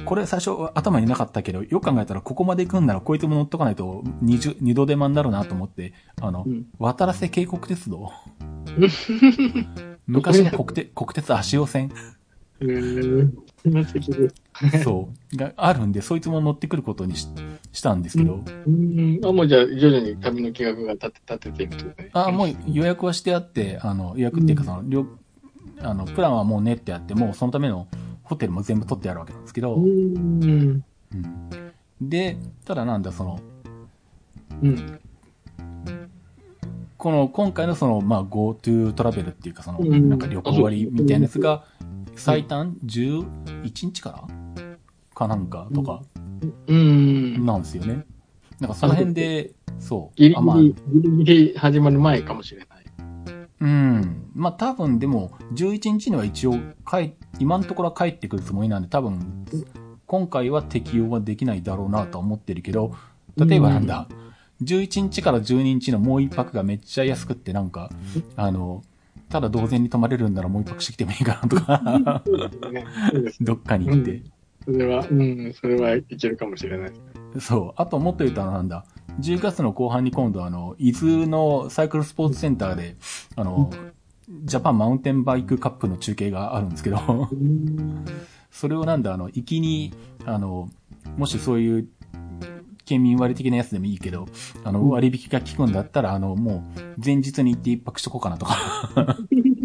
Speaker 1: これ最初頭になかったけど、よく考えたらここまで行くんならこいつも乗っとかないと二重二度手間になるなと思って、あの、
Speaker 2: うん
Speaker 1: 渡良瀬渓谷鉄 道。昔の国鉄、国鉄足尾線。
Speaker 2: えー今席で
Speaker 1: そう。があるんで、そいつも乗ってくることにししたんですけど、
Speaker 2: うん。あ、もうじゃあ、徐々に旅の計画が立て、立てていくとね。
Speaker 1: あ、もう予約はしてあって、あの、予約っていうかその、りょあの、プランはもう練ってあって、もうそのためのホテルも全部取ってあるわけなんですけど、
Speaker 2: うん。
Speaker 1: うんで、ただなんだ、その、
Speaker 2: うん。
Speaker 1: この、今回のその、まあ、GoTo トラベルっていうか、その、
Speaker 2: うん
Speaker 1: なんか旅行割みたいなやつが、最短11日からかなんかとか、
Speaker 2: うん。
Speaker 1: なんですよね。なんかその辺で、そう。
Speaker 2: ギリ
Speaker 1: あまあ
Speaker 2: ギリ、ギリギリ始まる前かもしれない。
Speaker 1: うん。まあ多分でも、11日には一応帰、今のところは帰ってくるつもりなんで、多分、今回は適用はできないだろうなとは思ってるけど、例えばなんだ、11日から12日のもう一泊がめっちゃ安くってなんか、あの、ただ同然に泊まれるんならもう一泊してきてもいいかなと か、
Speaker 2: そうですね。そうです。
Speaker 1: どっかに行って。
Speaker 2: それは、うん、それはいけるかもしれない。
Speaker 1: そう。あともっと言うとなんだ。10月の後半に今度あの、伊豆のサイクルスポーツセンターで、あの、ジャパンマウンテンバイクカップの中継があるんですけど、
Speaker 2: うん。
Speaker 1: それをなんだ、あの、行きに、あの、もしそういう、県民割的なやつでもいいけど、あの、割引が効くんだったら、あの、もう、前日に行って一泊しとこうかなとか。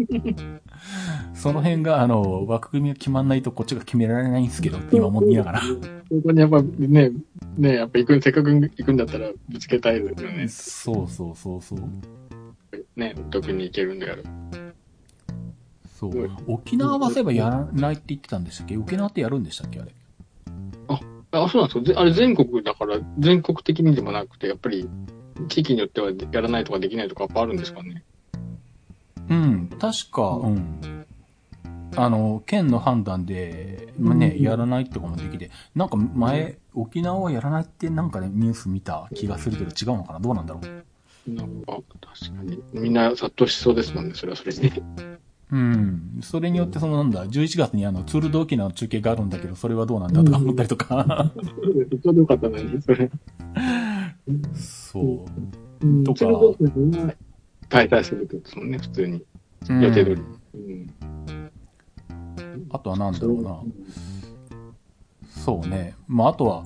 Speaker 1: その辺が、あの、枠組みが決まんないとこっちが決められないんですけど、って今思いながら。
Speaker 2: そこにやっぱね、ね、やっぱ行く、せっかく行くんだったらぶつけたいですよね。
Speaker 1: そうそうそうそう。
Speaker 2: ね、特に行けるんである。。
Speaker 1: そううん沖縄はそういえばやらないって言ってたんでしたっけ沖縄ってやるんでしたっけあれ。
Speaker 2: あ、そうなんですかぜ。あれ全国だから、全国的にでもなくて、やっぱり地域によってはやらないとかできないとかやっぱあるんですかね。
Speaker 1: うん。確か、
Speaker 2: う
Speaker 1: うん。あの、県の判断で、まあね、
Speaker 2: うん
Speaker 1: やらないとかもできて、なんか前、沖縄はやらないってなんかね、ニュース見た気がするけど違うのかなどうなんだろう。
Speaker 2: なんか、確かに。みんな殺到しそうですもんね、それはそれで。
Speaker 1: うん。それによって、そのなんだ、11月にあの、ツールド沖縄の中継があるんだけど、それはどうなんだとか思ったりとか。
Speaker 2: ちょうどよかったのに、それ。
Speaker 1: そう。
Speaker 2: うん
Speaker 1: とか
Speaker 2: それこそみんな開催するってことですもんね、普通に。予定通り
Speaker 1: うん
Speaker 2: うん。
Speaker 1: あとはなんだろうな。そうね。まあ、あとは、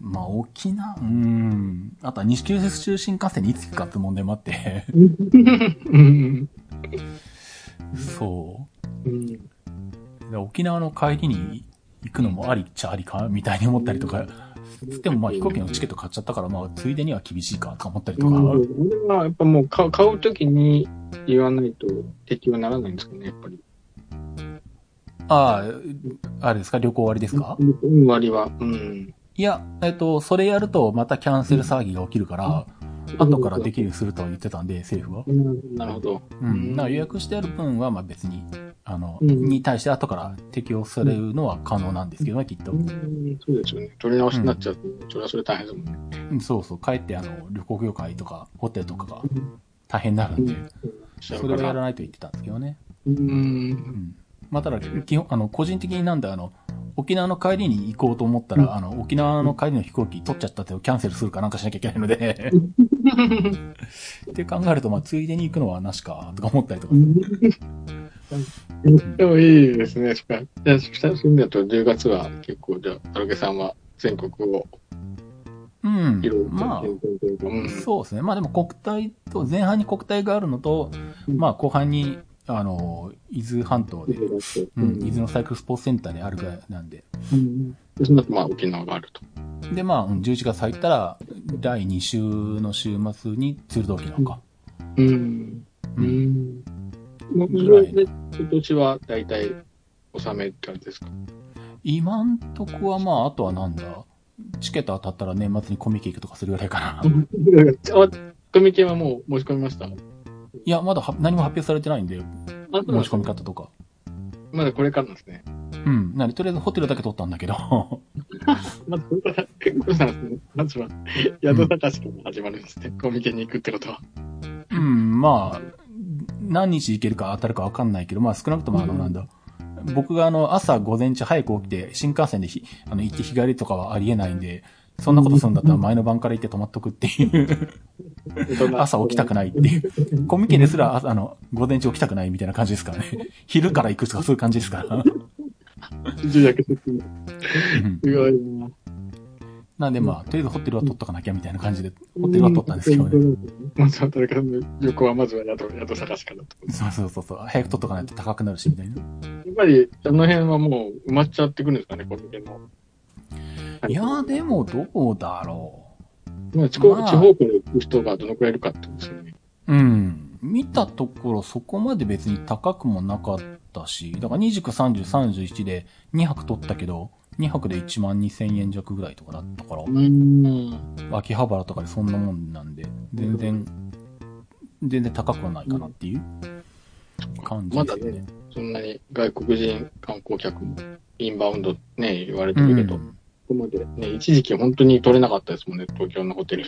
Speaker 1: まあ、沖縄、うーん。あとは西九州新幹線にいつ行くかって問題もあって。
Speaker 2: うん。
Speaker 1: そ
Speaker 2: うん。
Speaker 1: う。で沖縄の帰りに行くのもありっちゃありかみたいに思ったりとか。つってもまあ飛行機のチケット買っちゃったから、まあ、ついでには厳しいかとか思ったりとか。
Speaker 2: うん俺はやっぱもう買う買うときに言わないと適用にならないんですかね、やっぱり。
Speaker 1: ああ、あれですか旅行終わりですか、
Speaker 2: うん、割は。うん。
Speaker 1: いや、えっと、それやるとまたキャンセル騒ぎが起きるから、後からできるようにするとは言ってたんで、政府は。
Speaker 2: うんなるほど。
Speaker 1: うん、なんか予約してある分は、まあ別に、あの、
Speaker 2: うん
Speaker 1: に対して後から適用されるのは可能なんですけどね、きっと
Speaker 2: う。んそうですよね。取り直しになっちゃうと、それはそれ大変ですもんね。
Speaker 1: うんそうそう、帰ってあの、旅行業界とか、ホテルとかが大変になるんで、それはやらないと言ってたんですけどね。
Speaker 2: うん
Speaker 1: う。ん。まあただ、基本、あの、個人的になんだ、あの、沖縄の帰りに行こうと思ったら、あの、沖縄の帰りの飛行機取っちゃったってキャンセルするかなんかしなきゃいけないの で、って考えると、まあ、ついでに行くのはなしか、とか思ったりとか。
Speaker 2: でもいいですね、しか。じゃあ、そういう意味だと10月は結構、じゃあ、タロケさんは全国を
Speaker 1: うん
Speaker 2: いろいろ。、
Speaker 1: まあ、
Speaker 2: というか、うん。
Speaker 1: そうですね。まあでも国体と、前半に国体があるのと、
Speaker 2: うん
Speaker 1: まあ後半に、あの、伊豆半島で、
Speaker 2: う
Speaker 1: うん、伊
Speaker 2: ん。
Speaker 1: 豆のサイクルスポーツセンターであるぐらいなんで。
Speaker 2: うん。でその後、まあ、沖縄があると。
Speaker 1: で、まあ、うん11月入ったら、第2週の週末に鶴堂沖縄か。
Speaker 2: うん。
Speaker 1: う
Speaker 2: うんん。もう、
Speaker 1: ぐらい
Speaker 2: で今年は大体、納めって感じですか
Speaker 1: 今んとこはまあ、あとはなんだ、チケット当たったら年末にコミケ行くとかするぐらいかな。
Speaker 2: あ、コミケはもう申し込みました。あ、
Speaker 1: いや、まだは何も発表されてないんで、
Speaker 2: そうなん
Speaker 1: 申
Speaker 2: で
Speaker 1: し
Speaker 2: す
Speaker 1: 込
Speaker 2: か
Speaker 1: み方とか。
Speaker 2: まだこれからなんですね。
Speaker 1: うん。なんで、とりあえずホテルだけ取ったんだけど、
Speaker 2: まずこれから、結構なんですね。まずは、宿探しから始まるんですね。コミケに行くってことは。
Speaker 1: うん、まあ、何日行けるか当たるか分かんないけど、まあ少なくともあの、
Speaker 2: うん
Speaker 1: なんだ、僕があの、朝午前中早く起きて、新幹線でひあの行って日帰りとかはありえないんで、そんなことするんだったら前の晩から行って泊まっとくっていう、朝起きたくないっていう。コミケですら、ああの、午前中起きたくないみたいな感じですからね。 昼から行くとかそういう感じですから。
Speaker 2: 重役説明。
Speaker 1: うん
Speaker 2: すごいな。
Speaker 1: なんでまあ、とりあえずホテルは取っとかなきゃみたいな感じで、ホテルは取ったんですけどね。
Speaker 2: ね。まずは、誰かの旅行はまずは宿、宿探しからと。
Speaker 1: そうそうそうそう。早く取っとかないと高くなるし、みたいな。
Speaker 2: やっぱり、あの辺はもう埋まっちゃってくるんですかね、コミケの。
Speaker 1: いやー、でもどうだろう。
Speaker 2: まあ、地方、
Speaker 1: まあ
Speaker 2: 地方から行く人がどのくらいいるかってことですよね。
Speaker 1: うん。見たところそこまで別に高くもなかったし、だから29、30、31で2泊取ったけど、2泊で1万2000円弱ぐらいとかだったから、
Speaker 2: うん。
Speaker 1: 秋葉原とかでそんなもんなんで、全然、全然高くはないかなっていう感じ
Speaker 2: ま
Speaker 1: で
Speaker 2: だ
Speaker 1: すね。
Speaker 2: ね、そんなに外国人観光客もインバウンドね、言われて
Speaker 1: う
Speaker 2: るけど、こ
Speaker 1: ん。
Speaker 2: こまでね、一時期本当に取れなかったですもんね、東京のホテル。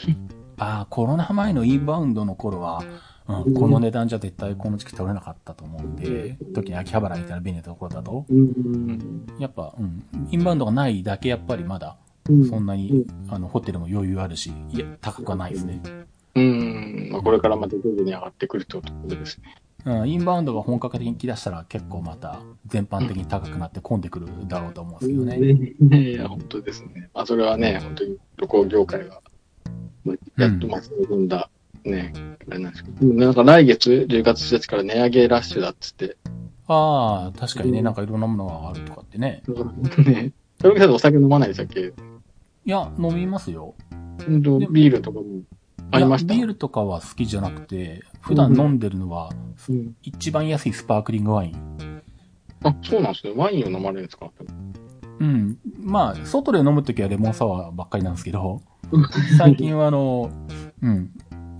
Speaker 1: ああ、コロナ前のインバウンドの頃は、う、
Speaker 2: うんん
Speaker 1: この値段じゃ絶対この時期取れなかったと思うんで
Speaker 2: う、ん
Speaker 1: 時に秋葉原みたいな便利なところだと、
Speaker 2: うん。
Speaker 1: やっぱ、うん、インバウンドがないだけやっぱりまだ、そんなに、あの、ホテルも余裕あるし、いや、高くはないですね。
Speaker 2: うん。まあ、これからまた徐々に上がってくるということですね。
Speaker 1: うん、インバウンドが本格的に来だしたら結構また全般的に高くなって混んでくるだろうと思うんですけどね。
Speaker 2: ねいや、本当ですね。まあ、それはね、本当に旅行業界が、まあ、やっと待ち望んだ、ね、あれなんですけど、でもなんか来月、10月1日から値上げラッシュだっつって、
Speaker 1: ああ、確かにね、
Speaker 2: うん
Speaker 1: なんかいろんなものがあるとかってね。
Speaker 2: ね、それこそお酒飲まないでしたっけ
Speaker 1: いや、飲みますよ。
Speaker 2: 本当
Speaker 1: でも
Speaker 2: ビールとかもありました
Speaker 1: いやビールとかは好きじゃなくて、普段飲んでるのは、
Speaker 2: うん
Speaker 1: 一番安いスパークリングワイン。
Speaker 2: あ、そうなんですね。ワインを飲まれるんですか
Speaker 1: うん。まあ、外で飲むときはレモンサワーばっかりなんですけ ど、最近はあの、うん。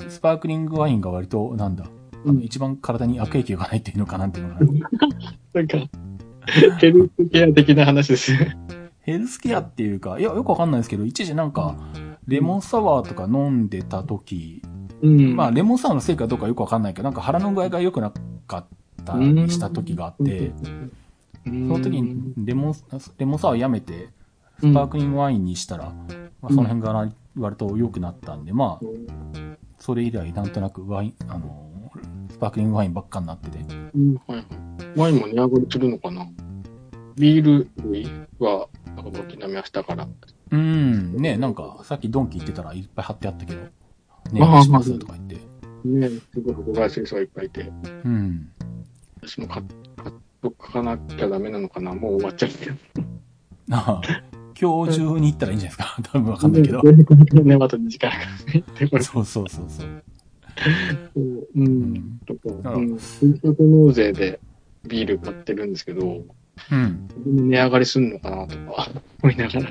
Speaker 1: スパークリングワインが割と、なんだ、あ
Speaker 2: う
Speaker 1: の
Speaker 2: ん
Speaker 1: 一番体に悪影響がないっていうのかなんていうのかな。
Speaker 2: なんか、ヘルスケア的な話です。
Speaker 1: ヘルスケアっていうか、いや、よくわかんないですけど、一時なんか、レモンサワーとか飲んでた時、
Speaker 2: うん
Speaker 1: まあ、レモンサワーのせいかどうかよくわかんないけど、なんか腹の具合が良くなかったりした時があって、そ
Speaker 2: の
Speaker 1: の時にレモン、レモンサワーやめて、スパークリングワインにしたら、まあ、その辺がな割と良くなったんで、まあ、それ以来なんとなくワイン、あのー、スパークリングワインばっかになってて。
Speaker 2: うんはいはい。ワインも値上がりするのかなビール類は、なんか軒並み明日から。
Speaker 1: うん、ねなんか、さっきドンキ行ってたらいっぱい貼ってあったけど、ね
Speaker 2: まあまあ
Speaker 1: しますとか言って。
Speaker 2: ねすごい箱買いする人がいっぱいいて、
Speaker 1: うん。
Speaker 2: 私も買っ買っとかなきゃダメなのかなもう終わっちゃって。
Speaker 1: ああ今日中に行ったらいいんじゃないですか。 多分わかんないけど
Speaker 2: こ。れから ね、また2時間かかるね。でこれ
Speaker 1: そうそうそうそう。
Speaker 2: そうう。
Speaker 1: うんん。
Speaker 2: とか、う
Speaker 1: あ
Speaker 2: ん、ふるさと納税でビール買ってるんですけど、
Speaker 1: うん。
Speaker 2: 値上がりすんのかなとか思いなが
Speaker 1: あ
Speaker 2: ら、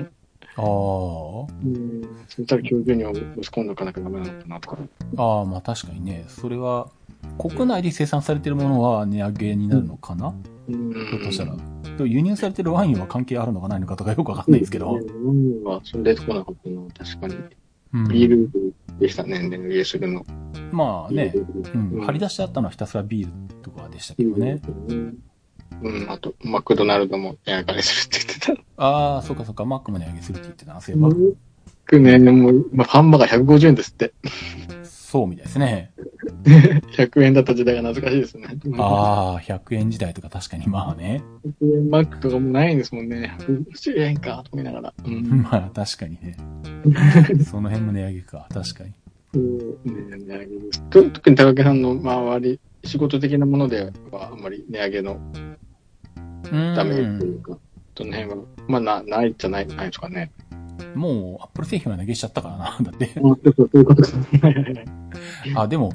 Speaker 1: あ。
Speaker 2: うん、そしたら今日中には押し込んどかなきゃダメなのかなとか。
Speaker 1: ああ、まあ確かにね。それは、国内で生産されてるものは値上げになるのかな、
Speaker 2: うん、
Speaker 1: ひょっとしたら。でも輸入されてるワインは関係あるのかないのかとかよくわかんないですけど。
Speaker 2: うん、はそれ出てこなかったな、確かに。
Speaker 1: うん。
Speaker 2: ビールでしたね、値上げするの。
Speaker 1: まあね。う。
Speaker 2: うんん
Speaker 1: 張り出してあったのはひたすらビールとかでしたけ
Speaker 2: ビ
Speaker 1: ど
Speaker 2: ール
Speaker 1: ね。
Speaker 2: ね。うん、あと、マクドナルドも値上がりするって言ってた。
Speaker 1: ああ、そうかそうか。マックも値上げするって言ってたな、そういえば。
Speaker 2: マックね、もう、まあ、ハンバーガー150円ですって。
Speaker 1: そうみたいですね。
Speaker 2: 100円だった時代が懐かしいですね。
Speaker 1: ああ、100円時代とか確かにまあね。
Speaker 2: 100円マックとかもないんですもんね。150円か、と思いながら。うん。
Speaker 1: まあ確かに ね。その辺も値上げか、確かに。
Speaker 2: そうね、値上げです。と特に高木さんの周り、仕事的なものではあんまり値上げの
Speaker 1: うん
Speaker 2: ダメージというか、その辺は、まあな、ないじゃない、ないですかね。
Speaker 1: もう、アップル製品は値上げしちゃったからな、だって。
Speaker 2: そういうことですね。
Speaker 1: あ、でも、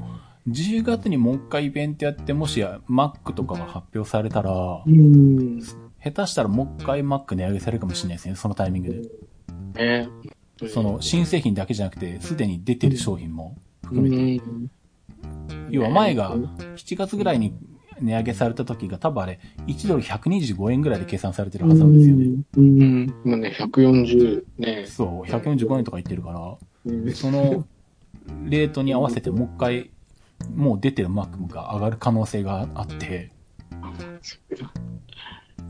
Speaker 1: 10月にもう一回イベントやって、もしや Mac とかが発表されたら、
Speaker 2: うん。
Speaker 1: 下手したらもう一回 Mac 値上げされるかもしれないですね、そのタイミング
Speaker 2: ね
Speaker 1: で。その、新製品だけじゃなくて、すでに出てる商品も
Speaker 2: う
Speaker 1: 含めて。
Speaker 2: ん。
Speaker 1: 要は前が7月ぐらいに値上げされた時が多分あれ、1ドル125円ぐらいで計算されてるはずなんですよね。
Speaker 2: うん。もうね、140ね。
Speaker 1: そう、145円とか言ってるから、
Speaker 2: うん
Speaker 1: そのレートに合わせてもう一回、もう出てるマックが上がる可能性があって、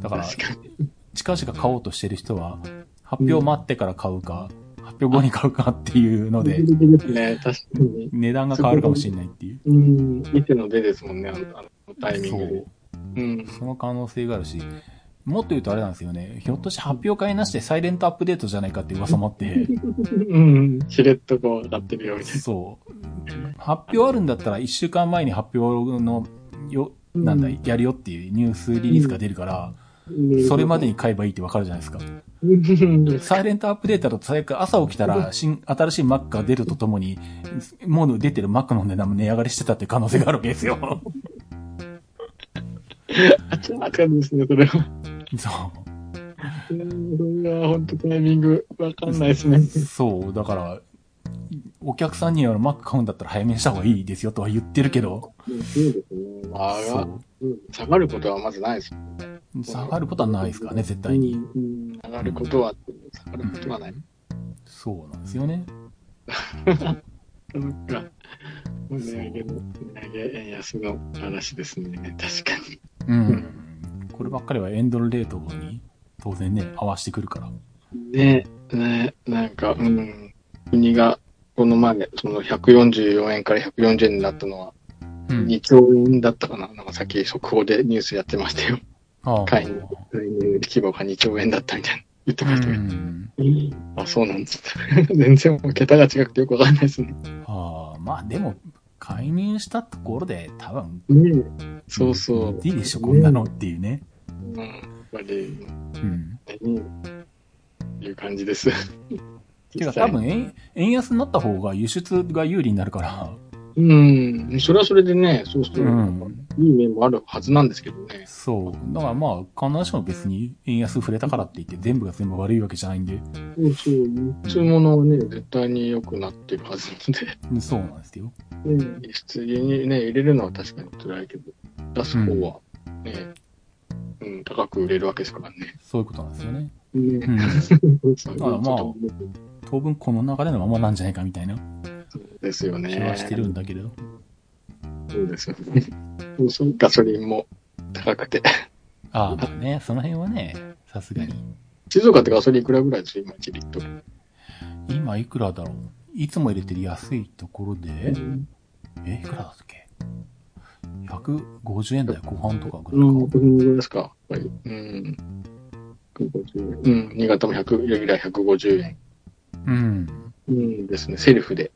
Speaker 1: だから、
Speaker 2: 確かに。
Speaker 1: 近々買おうとしてる人は、発表待ってから買うか、発表後に買うかっていうので、
Speaker 2: ね、確かに。
Speaker 1: 値段が変わるかもしれないっていう。
Speaker 2: うん。いつの出ですもんね、あのあのタイミン
Speaker 1: そ
Speaker 2: グ
Speaker 1: う
Speaker 2: で。。うん。
Speaker 1: その可能性があるし、もっと言うとあれなんですよね。ひょっとして発表会なしでサイレントアップデートじゃないかって噂もあって、
Speaker 2: うん。しれっとこう上がってるよ、みたい
Speaker 1: そう。発表あるんだったら1週間前に発表のよ、
Speaker 2: うん
Speaker 1: なんだ、やるよっていうニュースリリースが出るから、
Speaker 2: な。
Speaker 1: それまでに買えばいいってわかるじゃないですか。
Speaker 2: うん
Speaker 1: サイレントアップデートだと最悪朝起きたら新、新しい Mac が出るとともに、もう出てる Mac の値段も値上がりしてたって可能性があるわけですよ。
Speaker 2: あちゃあかんですね、それは。
Speaker 1: そ
Speaker 2: うんそれは本当タイミングわかんないですね。
Speaker 1: う。そう、だから、お客さんには Mac 買うんだったら早めにした方がいいですよとは言ってるけど、
Speaker 2: そうですね。まあ、
Speaker 1: そ
Speaker 2: うん下がることはまずないです。
Speaker 1: う。下がることはないですからね、絶対に。
Speaker 2: うん下がることは、下がることはない。
Speaker 1: そうなんですよね。
Speaker 2: そっか。値上げの、値上げ、円安の話ですね。確かに。
Speaker 1: うん。こればっかりはエンドルレートに当然ね、合わせてくるから。
Speaker 2: ねねなんか、うん、国がこの前、その144円から140円になったのは、
Speaker 1: うん
Speaker 2: 2兆円だったかな、なんかさっき速報でニュースやってましたよ。
Speaker 1: ああ
Speaker 2: 介入来年規模が2兆円だったみたいな言って
Speaker 1: う
Speaker 2: ましたけど。
Speaker 1: ん。
Speaker 2: あ、そうなんです。 全然もう桁が違くてよくわかんないですね。
Speaker 1: ああ、まあでも、介入したところで多分、
Speaker 2: ねそうそう。
Speaker 1: いいでしょ、こんなのっていうね。
Speaker 2: うん。やっぱり、
Speaker 1: うん。
Speaker 2: ねいう感じです。
Speaker 1: てか多分円、円安になった方が輸出が有利になるから、
Speaker 2: うん、それはそれでね、そうそう、
Speaker 1: うん
Speaker 2: いい面もあるはずなんですけどね。
Speaker 1: そう。だからまあ、必ずしも別に円安触れたからって言って全部が全部悪いわけじゃないんで、
Speaker 2: そうそう、輸出物はね、絶対に良くなってるはずな
Speaker 1: そうなんですよ。
Speaker 2: ので、ね、輸出にね、入れるのは確かに辛いけど、出す方はね、うん、高く売れるわけですからね。
Speaker 1: そういうことなんですよね。
Speaker 2: ね
Speaker 1: うん。
Speaker 2: そう
Speaker 1: あまあ
Speaker 2: あ、
Speaker 1: 当分この流れのままなんじゃないかみたいな
Speaker 2: ですよね。
Speaker 1: 気はしてるんだけれど。
Speaker 2: そうですよね。 そうそうガソリンも高くて。
Speaker 1: ああ、まあね、その辺はね、さすがに。
Speaker 2: 静岡ってガソリンいくらぐらいですよ、今1リットル。
Speaker 1: 今いくらだろういつも入れてる安いところで、え、いくらだっけ ?150 円台後半とかぐ
Speaker 2: う
Speaker 1: ら
Speaker 2: ん、
Speaker 1: いか。
Speaker 2: 僕のぐらいですか。やっぱり。うん。150円うん、新潟も100、レギュラー150円。
Speaker 1: うん。
Speaker 2: うんですね、セルフで。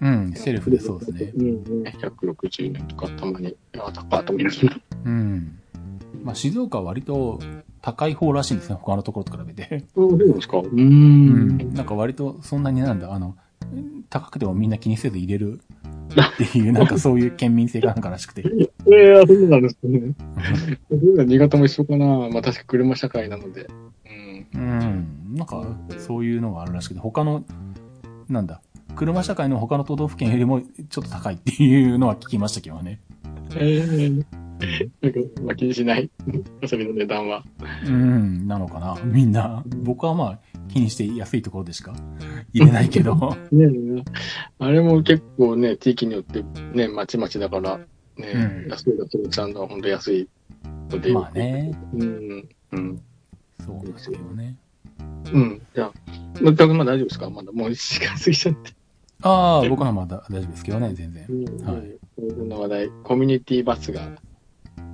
Speaker 1: うん、セルフでそうですね。
Speaker 2: うん、ね160円とか、たまに、あ、高いと思いますね。
Speaker 1: うん。まあ、静岡は割と高い方らしいんですね、他のところと比べて。
Speaker 2: そうなんですか。う。
Speaker 1: うんなんか割とそんなになんだ、あの、高くてもみんな気にせず入れるっていう、なんかそういう県民性がなんからしくて。
Speaker 2: ええそうなんですね。そうなん新潟も一緒かな。まあ、確か車社会なので。
Speaker 1: う
Speaker 2: うん。
Speaker 1: ん。なんかそういうのがあるらしくて、他の、なんだ、車社会の他の都道府県よりもちょっと高いっていうのは聞きましたけどね。
Speaker 2: ええなんか、まあ、気にしない。遊びの値段は。
Speaker 1: うん、なのかな、みんな。僕はまあ気にして安いところでしか入れないけ ど。
Speaker 2: ねえあれも結構ね、地域によって、ね、まちまちだから、ね、
Speaker 1: うん
Speaker 2: 安いガソリンちゃんとは本当安いので。
Speaker 1: まあ。ね、
Speaker 2: うん。うん。
Speaker 1: そうなんですけどね。
Speaker 2: うん。じゃあ、全くまあ大丈夫ですかまだもう1時間過ぎちゃって。
Speaker 1: ああ、僕らまだ大丈夫ですけどね、全然。はい。
Speaker 2: い。こんな話題、コミュニティバスが、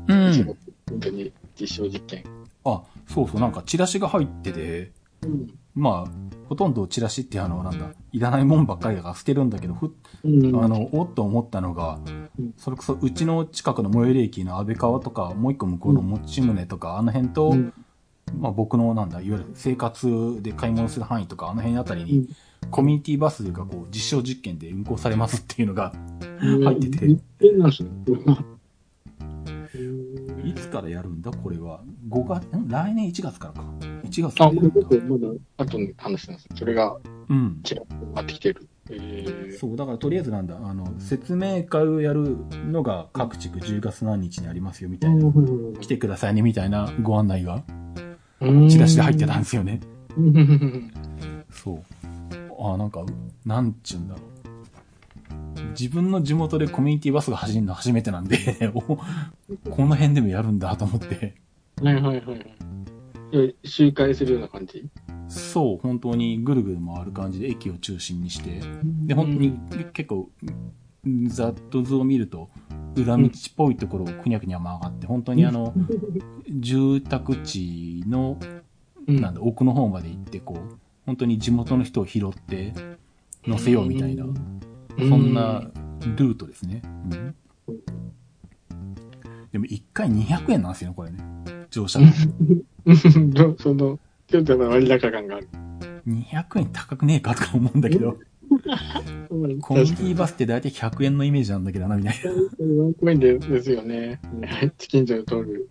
Speaker 1: う
Speaker 2: 一
Speaker 1: ん
Speaker 2: 部。本当に実証実験。
Speaker 1: あ、そうそう、なんかチラシが入ってて、
Speaker 2: うん。
Speaker 1: まあ、ほとんどチラシってあの、なんだ、いらないもんばっかりだから捨てるんだけど、ふっ
Speaker 2: うん。
Speaker 1: あの、おっと思ったのが
Speaker 2: うん、
Speaker 1: それこそうちの近くの最寄り駅の安倍川とか、もう一個向こうの持宗とか、あの辺と、
Speaker 2: うん
Speaker 1: まあ僕のなんだ、いわゆる生活で買い物する範囲とか、あの辺あたりに、コミュニティバスがこう、実証実験で運行されますっていうのが、入ってて
Speaker 2: 一点なんですね。
Speaker 1: いつからやるんだこれは。5月、ん来年1月からか。1月
Speaker 2: あ、
Speaker 1: から
Speaker 2: こ
Speaker 1: や
Speaker 2: れ
Speaker 1: る
Speaker 2: ちょっと
Speaker 1: んだ。
Speaker 2: まだ、後に話してます。それが、
Speaker 1: うん。
Speaker 2: ちらっと上がってきてる。えー、
Speaker 1: そう、だからとりあえずなんだ、あの、説明会をやるのが各地区10月何日にありますよみたいな、来てくださいねみたいなご案内がチラシで入ってたんですよね。
Speaker 2: うん。
Speaker 1: そう。ああ、なんか、なんちゅうんだろう。自分の地元でコミュニティバスが走るの初めてなんで、 おこの辺でもやるんだと思って。
Speaker 2: はいはいはいはい。周回するような感じ
Speaker 1: そう、本当にぐるぐる回る感じで駅を中心にして、で、本当に結構、ざっと図を見ると、裏道っぽいところをくにゃくにゃ曲がって、本当にあの、住宅地の、
Speaker 2: うん、
Speaker 1: なんだ、奥の方まで行って、こう、本当に地元の人を拾って、乗せようみたいな、
Speaker 2: う
Speaker 1: そんな。ルートですね。うんでも1回200円なんですよね、これね。乗車。
Speaker 2: うん その、ちょっとの割高感がある。
Speaker 1: 200円高くねえかとか思うんだけど、コミュニティバスって大体100円のイメージなんだけどな、みたいな。
Speaker 2: ワンコインでですよね。近所を通る。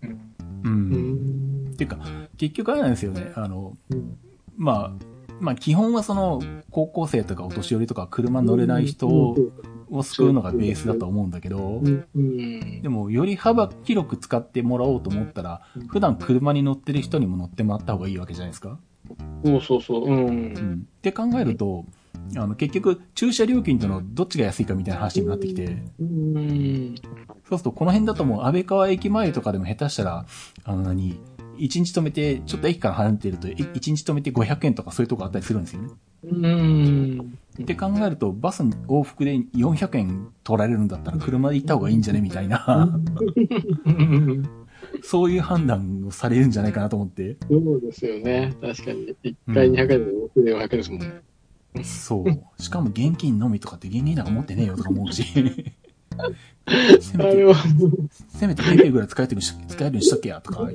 Speaker 1: う。
Speaker 2: うんん。
Speaker 1: っていうか、結局あれなんですよね。あの、
Speaker 2: うん
Speaker 1: まあ、まあ基本はその、高校生とかお年寄りとか車乗れない人をを救うのがベースだと思うんだけど
Speaker 2: う、ん。うん
Speaker 1: でも、より幅広く使ってもらおうと思ったら、普段車に乗ってる人にも乗ってもらった方がいいわけじゃないですか。
Speaker 2: そうそうそう。うん。
Speaker 1: うん。って考えると、あの、結局、駐車料金とのどっちが安いかみたいな話になってきて、
Speaker 2: うん。
Speaker 1: そうすると、この辺だともう、安倍川駅前とかでも下手したら、あの何、一日止めて、ちょっと駅から離れてると、い一日止めて500円とかそういうとこあったりするんですよね。
Speaker 2: うん。
Speaker 1: って考えると、バス往復で400円取られるんだったら、車で行った方がいいんじゃねみたいな、そういう判断をされるんじゃないかなと思って。
Speaker 2: そうですよね。確かに。1回200円で往復で500円ですもんね。
Speaker 1: そう。しかも現金のみとかって現金なんか持ってねえよとか思うし。 せ
Speaker 2: あ
Speaker 1: め
Speaker 2: れ
Speaker 1: て、
Speaker 2: は、
Speaker 1: せめて PayPay ぐらい使えてるし使えるようにしとけやとか、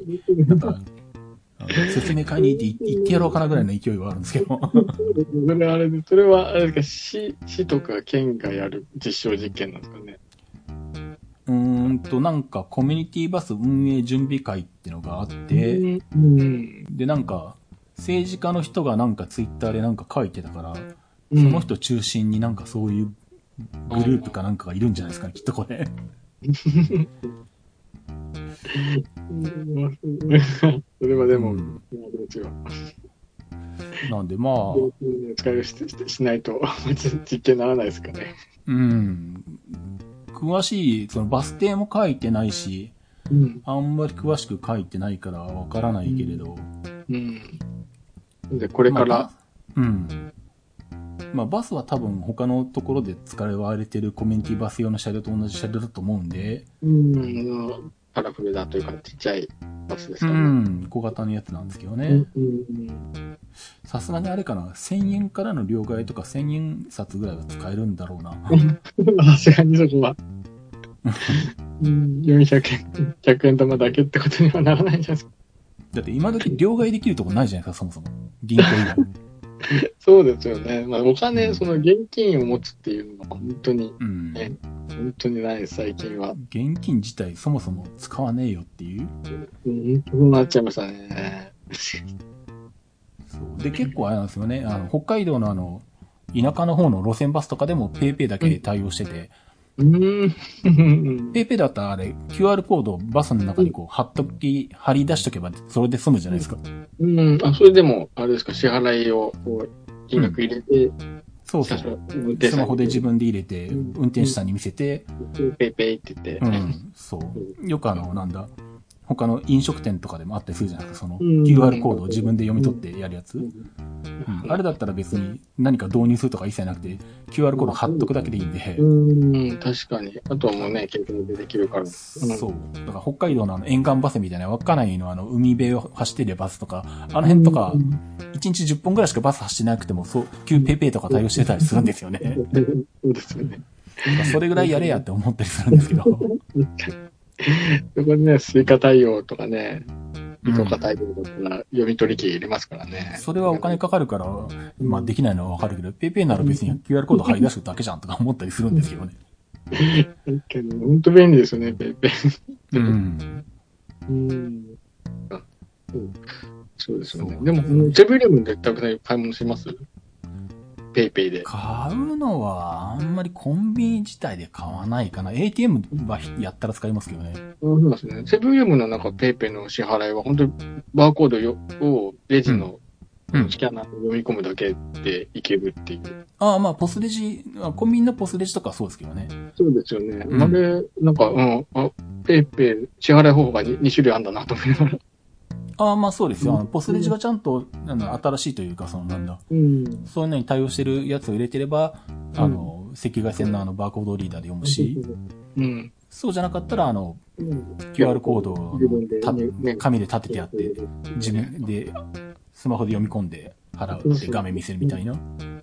Speaker 1: なんか、あの説明会に行って行ってやろうかなぐらいの勢いはあるんですけど。
Speaker 2: それはあれで、それはあれですか、市、市とか県がやる実証実験なんですかね。
Speaker 1: うーんと、なんかコミュニティバス運営準備会ってのがあって、
Speaker 2: うん。
Speaker 1: で、なんか、政治家の人がなんかツイッターでなんか書いてたから、
Speaker 2: うん
Speaker 1: その人中心になんかそういうグループかなんかがいるんじゃないですかね、きっとこれ。
Speaker 2: うん それはでも、
Speaker 1: う
Speaker 2: うんどっちが
Speaker 1: なんでまあ、
Speaker 2: 使いをしししないと、 実実験にならないですかね。
Speaker 1: うん。詳しい、そのバス停も書いてないし、
Speaker 2: うん。
Speaker 1: あんまり詳しく書いてないからわからないけれど。
Speaker 2: うん。で、これから、
Speaker 1: まあうん。まあバスは多分他のところで使われてるコミュニティバス用の車両と同じ車両だと思うんで、
Speaker 2: うん、カラフルだというか、ちっちゃいバスです
Speaker 1: う
Speaker 2: かね。
Speaker 1: ん、小型のやつなんですけど
Speaker 2: うん
Speaker 1: ね。さすがにあれかな、1000円からの両替とか1000円札ぐらいは使えるんだろうな。
Speaker 2: うんまあさすがにそ こは。うん400円、100円玉だけってことにはならないじゃないですか。
Speaker 1: だって今時両替できるとこないじゃないですか、そもそも。銀行以外。
Speaker 2: そうですよね。まあ、お金、その現金を持つっていうのは本当に、
Speaker 1: うん。
Speaker 2: ね本当にないです、最近は。
Speaker 1: 現金自体そもそも使わねえよっていう。
Speaker 2: うん、そうなっちゃいましたね。
Speaker 1: そう。で、結構あれなんですよね。あの、北海道のあの、田舎の方の路線バスとかでも PayPay だけで対応してて、
Speaker 2: うん。うん。
Speaker 1: PayPay だったらあれ、QR コードをバスの中にこう、貼っとき、貼り出しとけば、それで済むじゃないですか。
Speaker 2: うん。あ、それでも、あれですか、支払いを、こう、金額入れて、
Speaker 1: そうそ
Speaker 2: 最初
Speaker 1: う。
Speaker 2: 運転手
Speaker 1: ス
Speaker 2: さんに
Speaker 1: マホで自分で入れて、
Speaker 2: うん
Speaker 1: 運転手さんに見せて、
Speaker 2: ペイペイって言って。
Speaker 1: うん、そう。よくあの、なんだ、他の飲食店とかでもあったりするじゃないですか、その
Speaker 2: うん
Speaker 1: QR コードを自分で読み取ってやるやつ。うんあれだ
Speaker 2: だ
Speaker 1: ったら別に何か導入するとか一切なくて、QR コード貼っとくだけでいいんで、
Speaker 2: うん、確かに。あとはもうね、携帯でできるから。
Speaker 1: そう。だから北海道のあの沿岸バスみたいな、稚内のあの海辺を走ってるバスとか、あの辺とか
Speaker 2: う、ん。
Speaker 1: 1日10本ぐらいしかバス走ってなくても、そう、急ペイペイとか対応してたりするんですよね。
Speaker 2: そうですよね。
Speaker 1: だからそれぐらいやれやって思ったりするんですけど。
Speaker 2: そこにね、スイカ対応とかね、
Speaker 1: うん
Speaker 2: イカ対応だったら読み取り機入れますからね。
Speaker 1: それはお金かかるから、まあできないのはわかるけど、ペイペイなら別に QR コード貼り出すだけじゃんとか思ったりするんですけどね。
Speaker 2: 確かに。本当便利ですよね、ペイペイ。
Speaker 1: うん。
Speaker 2: うん。あそうそうですよね
Speaker 1: そ。う
Speaker 2: でも、セブンイレブンでたくさん買い物しますペイペイで。
Speaker 1: 買うのは、あんまりコンビニ自体で買わないかな。ATM はやったら使いますけどね。
Speaker 2: そうですね。セブンイレブンの中、ペイペイの支払いは、本当にバーコードよをレジの
Speaker 1: うんうん
Speaker 2: スキャナーに読み込むだけでいけるっていう。
Speaker 1: ああ、まあ、ポスレジ、あコンビニのポスレジとかはそうですけどね。
Speaker 2: そうですよね。
Speaker 1: うん
Speaker 2: あれ、なんか、うん、あペイペイ支払い方法が 2, 種類あんだなと思いながら。
Speaker 1: ああ、まあそうですよ。あの
Speaker 2: うん
Speaker 1: ポスレジがちゃんと、あの、新しいというか、その、なんだ、
Speaker 2: うん。
Speaker 1: そういうのに対応してるやつを入れてれば、あの、赤外線のあの、バーコードリーダーで読むし、
Speaker 2: うん。
Speaker 1: そうじゃなかったら、あの、QR
Speaker 2: QR
Speaker 1: コードを
Speaker 2: 自分で
Speaker 1: た
Speaker 2: ね
Speaker 1: 紙で立ててあって、自分で、スマホで読み込んで払うって画面見せるみたいな。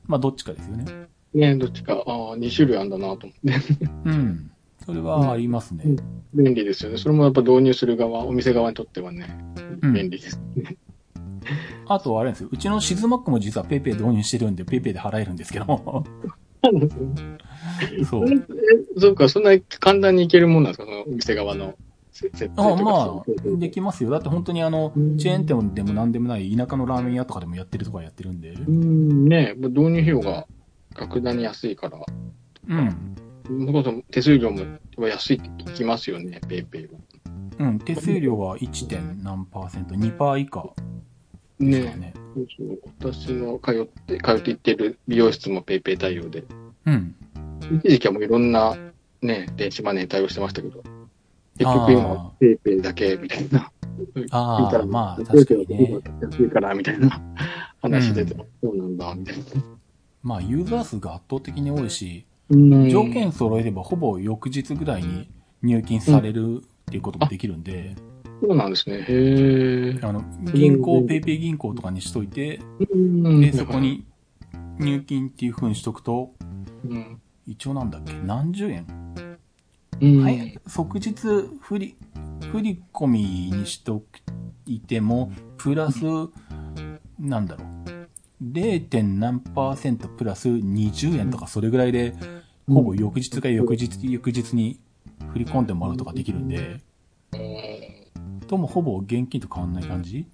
Speaker 1: まあ、どっちかですよね。
Speaker 2: ね、どっちか、ああ、2種類あんだなと思って。
Speaker 1: うん。それはありますね。
Speaker 2: 便利ですよね。それもやっぱ導入する側、お店側にとってはね、
Speaker 1: うん
Speaker 2: 便利です ね。
Speaker 1: あとはあれなんですよ。うちのシズマックも実は PayPay 導入してるんで、PayPay で払えるんですけど。そう。
Speaker 2: えそうか、そんな簡単にいけるもんなんですか、そのお店側の設定とか。
Speaker 1: ああま
Speaker 2: そうそうそう
Speaker 1: あ、できますよ。だって本当にあの
Speaker 2: うん、
Speaker 1: チェーン店でも何でもない田舎のラーメン屋とかでもやってるとかやってるんで。
Speaker 2: うーん、ねもう導入費用が格段に安いから、
Speaker 1: うん。
Speaker 2: それこそ手数料も安いって聞きますよね、ペイペイは。
Speaker 1: うん。手数料は 1. 点何パーセント ?2 パー以下ですから
Speaker 2: ね
Speaker 1: ね。
Speaker 2: そうそう私の通って、通って行ってる美容室もペイペイ対応で、
Speaker 1: うん。
Speaker 2: 一時期はもういろんなね、電子マネー対応してましたけど、結局今
Speaker 1: あー
Speaker 2: はペイペイだけみたいな。
Speaker 1: あ
Speaker 2: 聞い
Speaker 1: あ、
Speaker 2: たら
Speaker 1: まあ確かに
Speaker 2: ペイペイ
Speaker 1: ね
Speaker 2: の。方が安いからみたいな話出て、そうなんだ、みたいな。
Speaker 1: まあユーザー数が圧倒的に多いし、
Speaker 2: うん
Speaker 1: 条件揃えればほぼ翌日ぐらいに入金されるっていうこともできるんで、
Speaker 2: そうなんですね。へえ。
Speaker 1: あの、銀行、
Speaker 2: うん
Speaker 1: PayPay 銀行とかにしといて、
Speaker 2: うん
Speaker 1: で、そこ、に入金っていう風にしとくと、
Speaker 2: うん
Speaker 1: 一応なんだっけ、何十円
Speaker 2: うん
Speaker 1: はい、即日振り、振り込みにしといても、プラス、なんだろう、0. 何パーセントプラス20円とかそれぐらいで、ほぼ翌日か翌日、翌日に振り込んでもらうとかできるんで、ともほぼ現金と変わんない感じ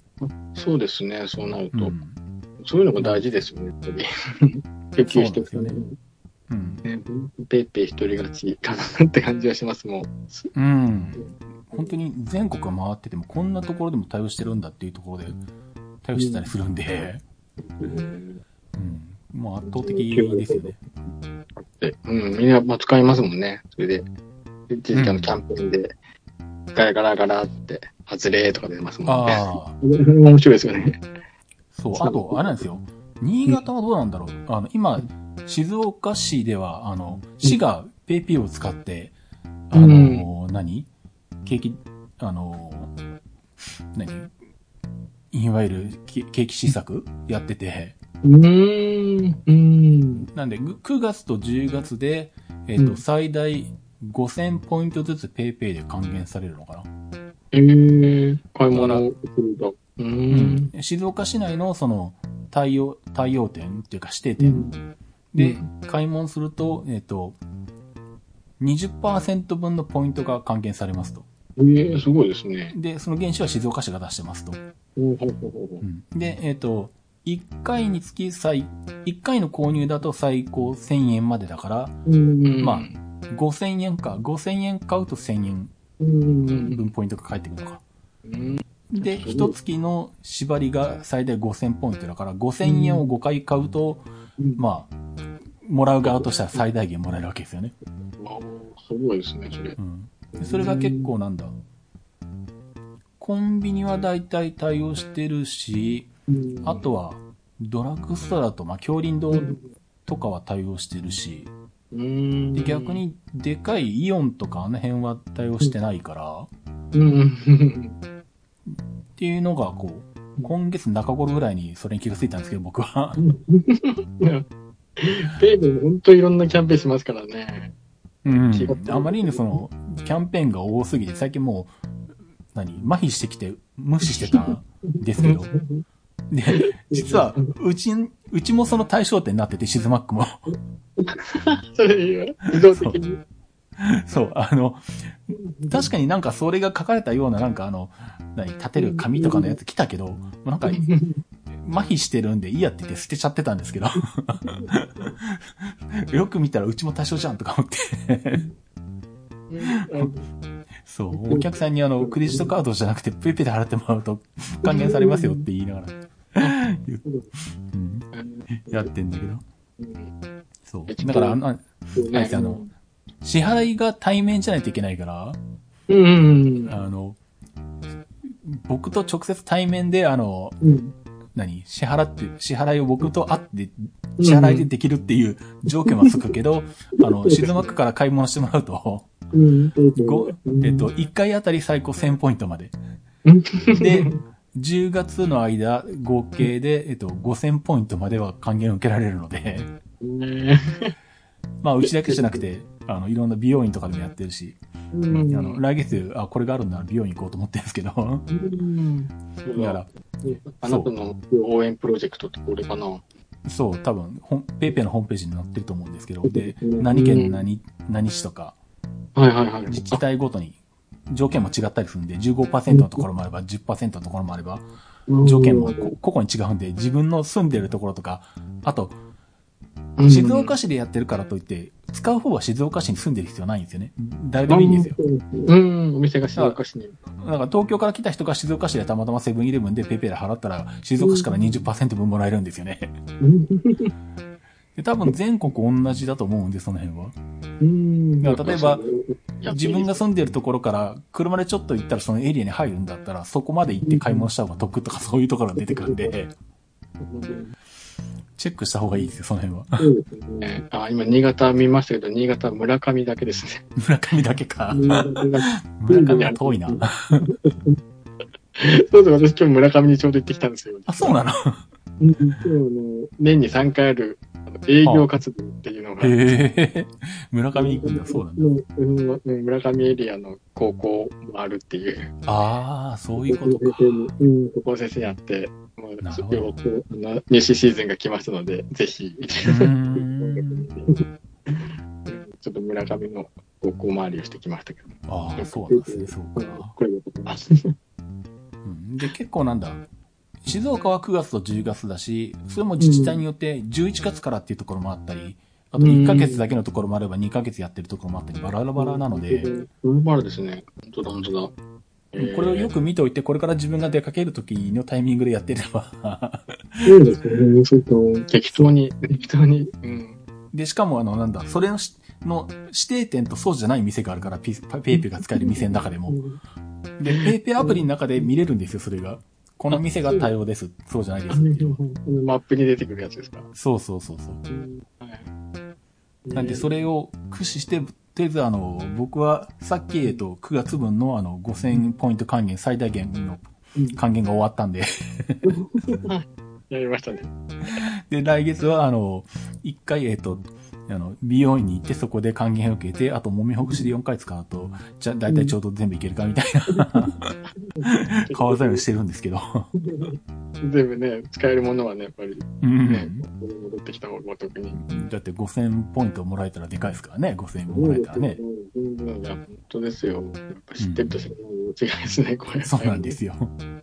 Speaker 2: そうですね、そうなる
Speaker 1: う
Speaker 2: と。
Speaker 1: ん。
Speaker 2: そういうのも大事ですよね、やっぱり。普及していく
Speaker 1: そうなんうん。
Speaker 2: ね。ペイペイ一人勝ちかなって感じがします、もう。
Speaker 1: うん。本当に全国回ってても、こんなところでも対応してるんだっていうところで、対応してたりするんで、うん。もう圧倒的ですよね。
Speaker 2: でうん、みんなまあ使いますもんね。それで、一時間のキャンペーンで、ガラガラガラって、外れとか出ますもんね。
Speaker 1: ああ、
Speaker 2: 面白いですよね。
Speaker 1: そう。あと、あれなんですよ。新潟はどうなんだろう。あの、今、静岡市では、あの、市が PayPay を使って、あの、何景気、あの、何いわゆるけ景気施策やってて、
Speaker 2: うーん、うん。
Speaker 1: なんで、ぐ9月と10月で、えっ、と、
Speaker 2: うん
Speaker 1: 最大5000ポイントずつ PayPay で還元されるのかな、
Speaker 2: えー、買い物をすると。うーん。
Speaker 1: 静岡市内のその、対応、対応店っていうか指定
Speaker 2: う
Speaker 1: 店
Speaker 2: ん
Speaker 1: で
Speaker 2: う、
Speaker 1: 買い物すると、えっ、と、20%分のポイントが還元されますと。
Speaker 2: えー、すごいですね。
Speaker 1: で、その原資は静岡市が出してますと。
Speaker 2: ほうほうほうほ
Speaker 1: う
Speaker 2: う
Speaker 1: んで、えっ、と、1回につき最、1回の購入だと最高1000円までだから、
Speaker 2: うん
Speaker 1: まあ5000円か、5000円買うと1000円
Speaker 2: うん。
Speaker 1: 分ポイントが返ってくるのか。
Speaker 2: うん
Speaker 1: で、
Speaker 2: そう
Speaker 1: 一月の縛りが最大5000ポイントだから、5000円を5回買うと、まあ、もらう側としては最大限もらえるわけですよね。
Speaker 2: あーすごいですね、それ。
Speaker 1: うん。でそれが結構なんだ。コンビニは大体対応してるし、あとはドラッグストアだと、まあ、京林堂とかは対応してるし、
Speaker 2: うん、
Speaker 1: で逆にでかいイオンとかあの辺は対応してないから、
Speaker 2: うん、
Speaker 1: っていうのがこう、今月中頃ぐらいにそれに気がついたんですけど、僕は。
Speaker 2: ペイペイ本当いろんなキャンペーンしますからね。
Speaker 1: うん
Speaker 2: 気がついた
Speaker 1: あまりにその、キャンペーンが多すぎて、最近もう、何、麻痺してきて、無視してたんです けど。で、実は、うち、うちもその対象点になってて、シズマックも。
Speaker 2: それは自動的に。
Speaker 1: そう、あの、確かになんかそれが書かれたような、なんかあの、何、立てる紙とかのやつ来たけど、もうなんか、麻痺してるんで、いいやって言って捨てちゃってたん ですけど。よく見たら、うちも対象じゃんとか思って。そう、お客さんにあの、クレジットカードじゃなくて、ペイペイで払ってもらうと、還元されますよって言いながら、言ううん、やってんだけど。そう。だから、あの、
Speaker 2: そう
Speaker 1: あいつあの、支払いが対面じゃないといけないから、
Speaker 2: うんうん
Speaker 1: あの、僕と直接対面で、あの、
Speaker 2: うん。
Speaker 1: 何支払って、支払いを僕と会って、支払いでできるっていう条件はつくけど、あの、静マックから買い物してもらうと、
Speaker 2: うん。
Speaker 1: ごえっと、1回あたり最高1000ポイントまで。
Speaker 2: うん、
Speaker 1: で、10月の間、合計で、えっと、5000ポイントまでは還元を受けられるので、
Speaker 2: ね
Speaker 1: まあ、うちだけじゃなくて、あの、いろんな美容院とかでもやってるし、
Speaker 2: う
Speaker 1: あ
Speaker 2: ん。
Speaker 1: の、来月、あ、これがあるんだ、美容院行こうと思ってるんですけど、だ
Speaker 2: うん。そうだ
Speaker 1: か
Speaker 2: ねあなたの応援プロジェクトってこれかな。
Speaker 1: ら、そう、多分、ほんペイペイのホームページに載ってると思うんですけど、で、
Speaker 2: うん
Speaker 1: 何県何、何市とか、
Speaker 2: はいはいはい。
Speaker 1: 自治体ごとに条件も違ったりするんで、15%のところもあれば、10%のところもあれば、条件もこ個々に違うんで、自分の住んでるところとか、あと、静岡
Speaker 2: 市
Speaker 1: 市でやってるからといって、使う方は静岡市に住んでる必要ないんですよね。誰でもいいんですよ。
Speaker 2: うん、お店が静岡市に。
Speaker 1: だから東京から来た人が静岡市でたまたまセブンイレブンでペイペイで払ったら、静岡市から20%分もらえるんですよね。 で多分全国同じだと思うんで、その辺は。
Speaker 2: うん
Speaker 1: だから例えば、自分が住んでるところから、車でちょっと行ったらそのエリアに入るんだったら、そこまで行って買い物した方が得とかそういうところが出てくるんで、チェックした方がいいですよ、その 辺は。
Speaker 2: そうですね。あ、今、新潟見ましたけど、新潟は村上だけですね。
Speaker 1: 村上だけか。村
Speaker 2: 村
Speaker 1: 上は遠いな。
Speaker 2: そうそう、私今日村上にちょうど行ってきたんですよ。
Speaker 1: あ、そうなの
Speaker 2: 今日の年に3回あるあの営業活動っていうのが、
Speaker 1: へえ。村上行くんだ、そうなんだ。
Speaker 2: うんうん村上エリアの高校もあるっていう、
Speaker 1: ああ、そういう
Speaker 2: 高
Speaker 1: ことか
Speaker 2: 校先生。にうん高校先生にあって、ま
Speaker 1: なる
Speaker 2: あ、そ
Speaker 1: ほど
Speaker 2: れをこうあの入試シーズンが来ますので、ぜひ、
Speaker 1: うーん。
Speaker 2: ちょっと村上の高校回りをしてきましたけど、
Speaker 1: ああ、そうなんですね、そうか。
Speaker 2: これでございます。
Speaker 1: うんで、結構なんだ。静岡は9月と10月だし、それも自治体によって11月からっていうところもあったり、あと1ヶ月だけのところもあれば2ヶ月やってるところもあったり、バラバラなので、
Speaker 2: バラバラですね。本当だ、本当だ。えー
Speaker 1: これをよく見ておいて、これから自分が出かける時のタイミングでやってれば。
Speaker 2: そうですね。ちょっと適当に、適当に。うん。
Speaker 1: で、しかもあの、なんだ、それのしの指定店とそうじゃない店があるから、ピペイペイが使える店の中でも。で、ペイペイアプリの中で見れるんですよ、それが。この店が対応です、そうじゃないですっていうのは。
Speaker 2: マップに出てくるやつですか。
Speaker 1: そうそうそうそう。
Speaker 2: はい。
Speaker 1: なんで、それを駆使して、とりあえずあの、僕はさっき、えっと、9月分のあの、5000ポイント還元、最大限の還元が終わったんで、
Speaker 2: やりましたね。
Speaker 1: で、来月はあの、1回、えっと、あの、美容院に行ってそこで還元を受けて、あと揉みほぐしで4回使うと、じゃ、だいたいちょうど全部いけるかみたいな、顔ざるしてるんですけど。
Speaker 2: 全部ね、使えるものはね、やっぱり
Speaker 1: う
Speaker 2: ね
Speaker 1: ん。、
Speaker 2: 戻ってきた方がお得に。
Speaker 1: だって5000ポイントもらえたらでかいですからね、5000もらえたらね。
Speaker 2: うん。いや、本当ですよ。やっぱ知ってると知らないの違いですね、これ。
Speaker 1: そうなんですよ。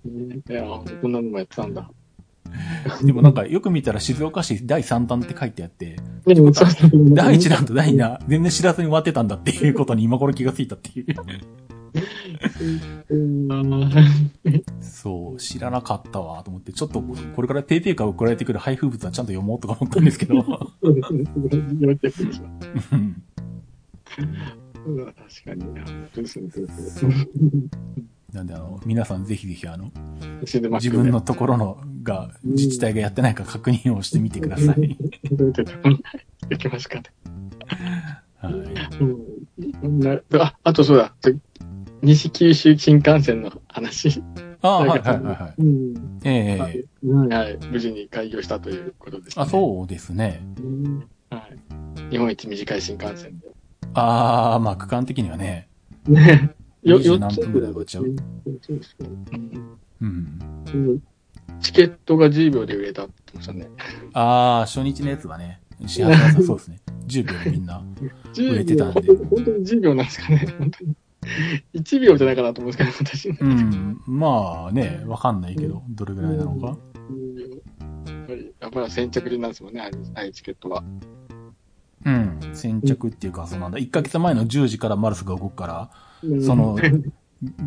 Speaker 2: ね。いや、こんなのもやってたんだ。
Speaker 1: でもなんかよく見たら静岡市第3弾って書いてあって、
Speaker 2: でも
Speaker 1: そう第
Speaker 2: 第
Speaker 1: 1弾と第2弾、全然知らずに終わってたんだっていうことに今頃気がついたっていう。そう、知らなかったわと思って、ちょっとこれから PayPay から送られてくる配布物はちゃんと読もうとか思ったんですけど。
Speaker 2: そうですね。やってくるでしょ
Speaker 1: うん
Speaker 2: うん確かに。本当ですね。そうです
Speaker 1: そう
Speaker 2: ね
Speaker 1: なんであの、皆さんぜひぜひあの、
Speaker 2: 死んでます
Speaker 1: 自
Speaker 2: よね
Speaker 1: 分のところのが、自治体がやってないか確認をしてみてください。
Speaker 2: 行きますかね。
Speaker 1: はい。
Speaker 2: うんなあ、あとそうだ。西九州新幹線の話。
Speaker 1: ああ、はいはいはいはい。
Speaker 2: うん
Speaker 1: ええ
Speaker 2: はいはい。無事に開業したということですね。
Speaker 1: あ、そうですね。
Speaker 2: うんはい。日本一短い新 幹線で。
Speaker 1: ああ、まあ区間的にはね。
Speaker 2: ねよ、
Speaker 1: 20
Speaker 2: 4
Speaker 1: 何
Speaker 2: つ
Speaker 1: 分ぐらい終わっちゃう
Speaker 2: そうですねうん
Speaker 1: うん。
Speaker 2: うんチケットが10秒で売れたって言ってましたね。
Speaker 1: ああ、初日のやつはね、始発はさそうですね。10秒でみんな。
Speaker 2: 10秒
Speaker 1: 売れてたんで
Speaker 2: 本当に10秒なんですかね、本当に。1秒じゃないかなと思うんですけど、私ね。
Speaker 1: うん。まあね、わかんないけど、どれぐらいなのか。
Speaker 2: やっぱり、やっぱり先着順なんですもんね、あれああいうチケットは。
Speaker 1: うん。先着っていうか、そうなんだ。1ヶ月前の10時からマルスが動くから、その
Speaker 2: ね、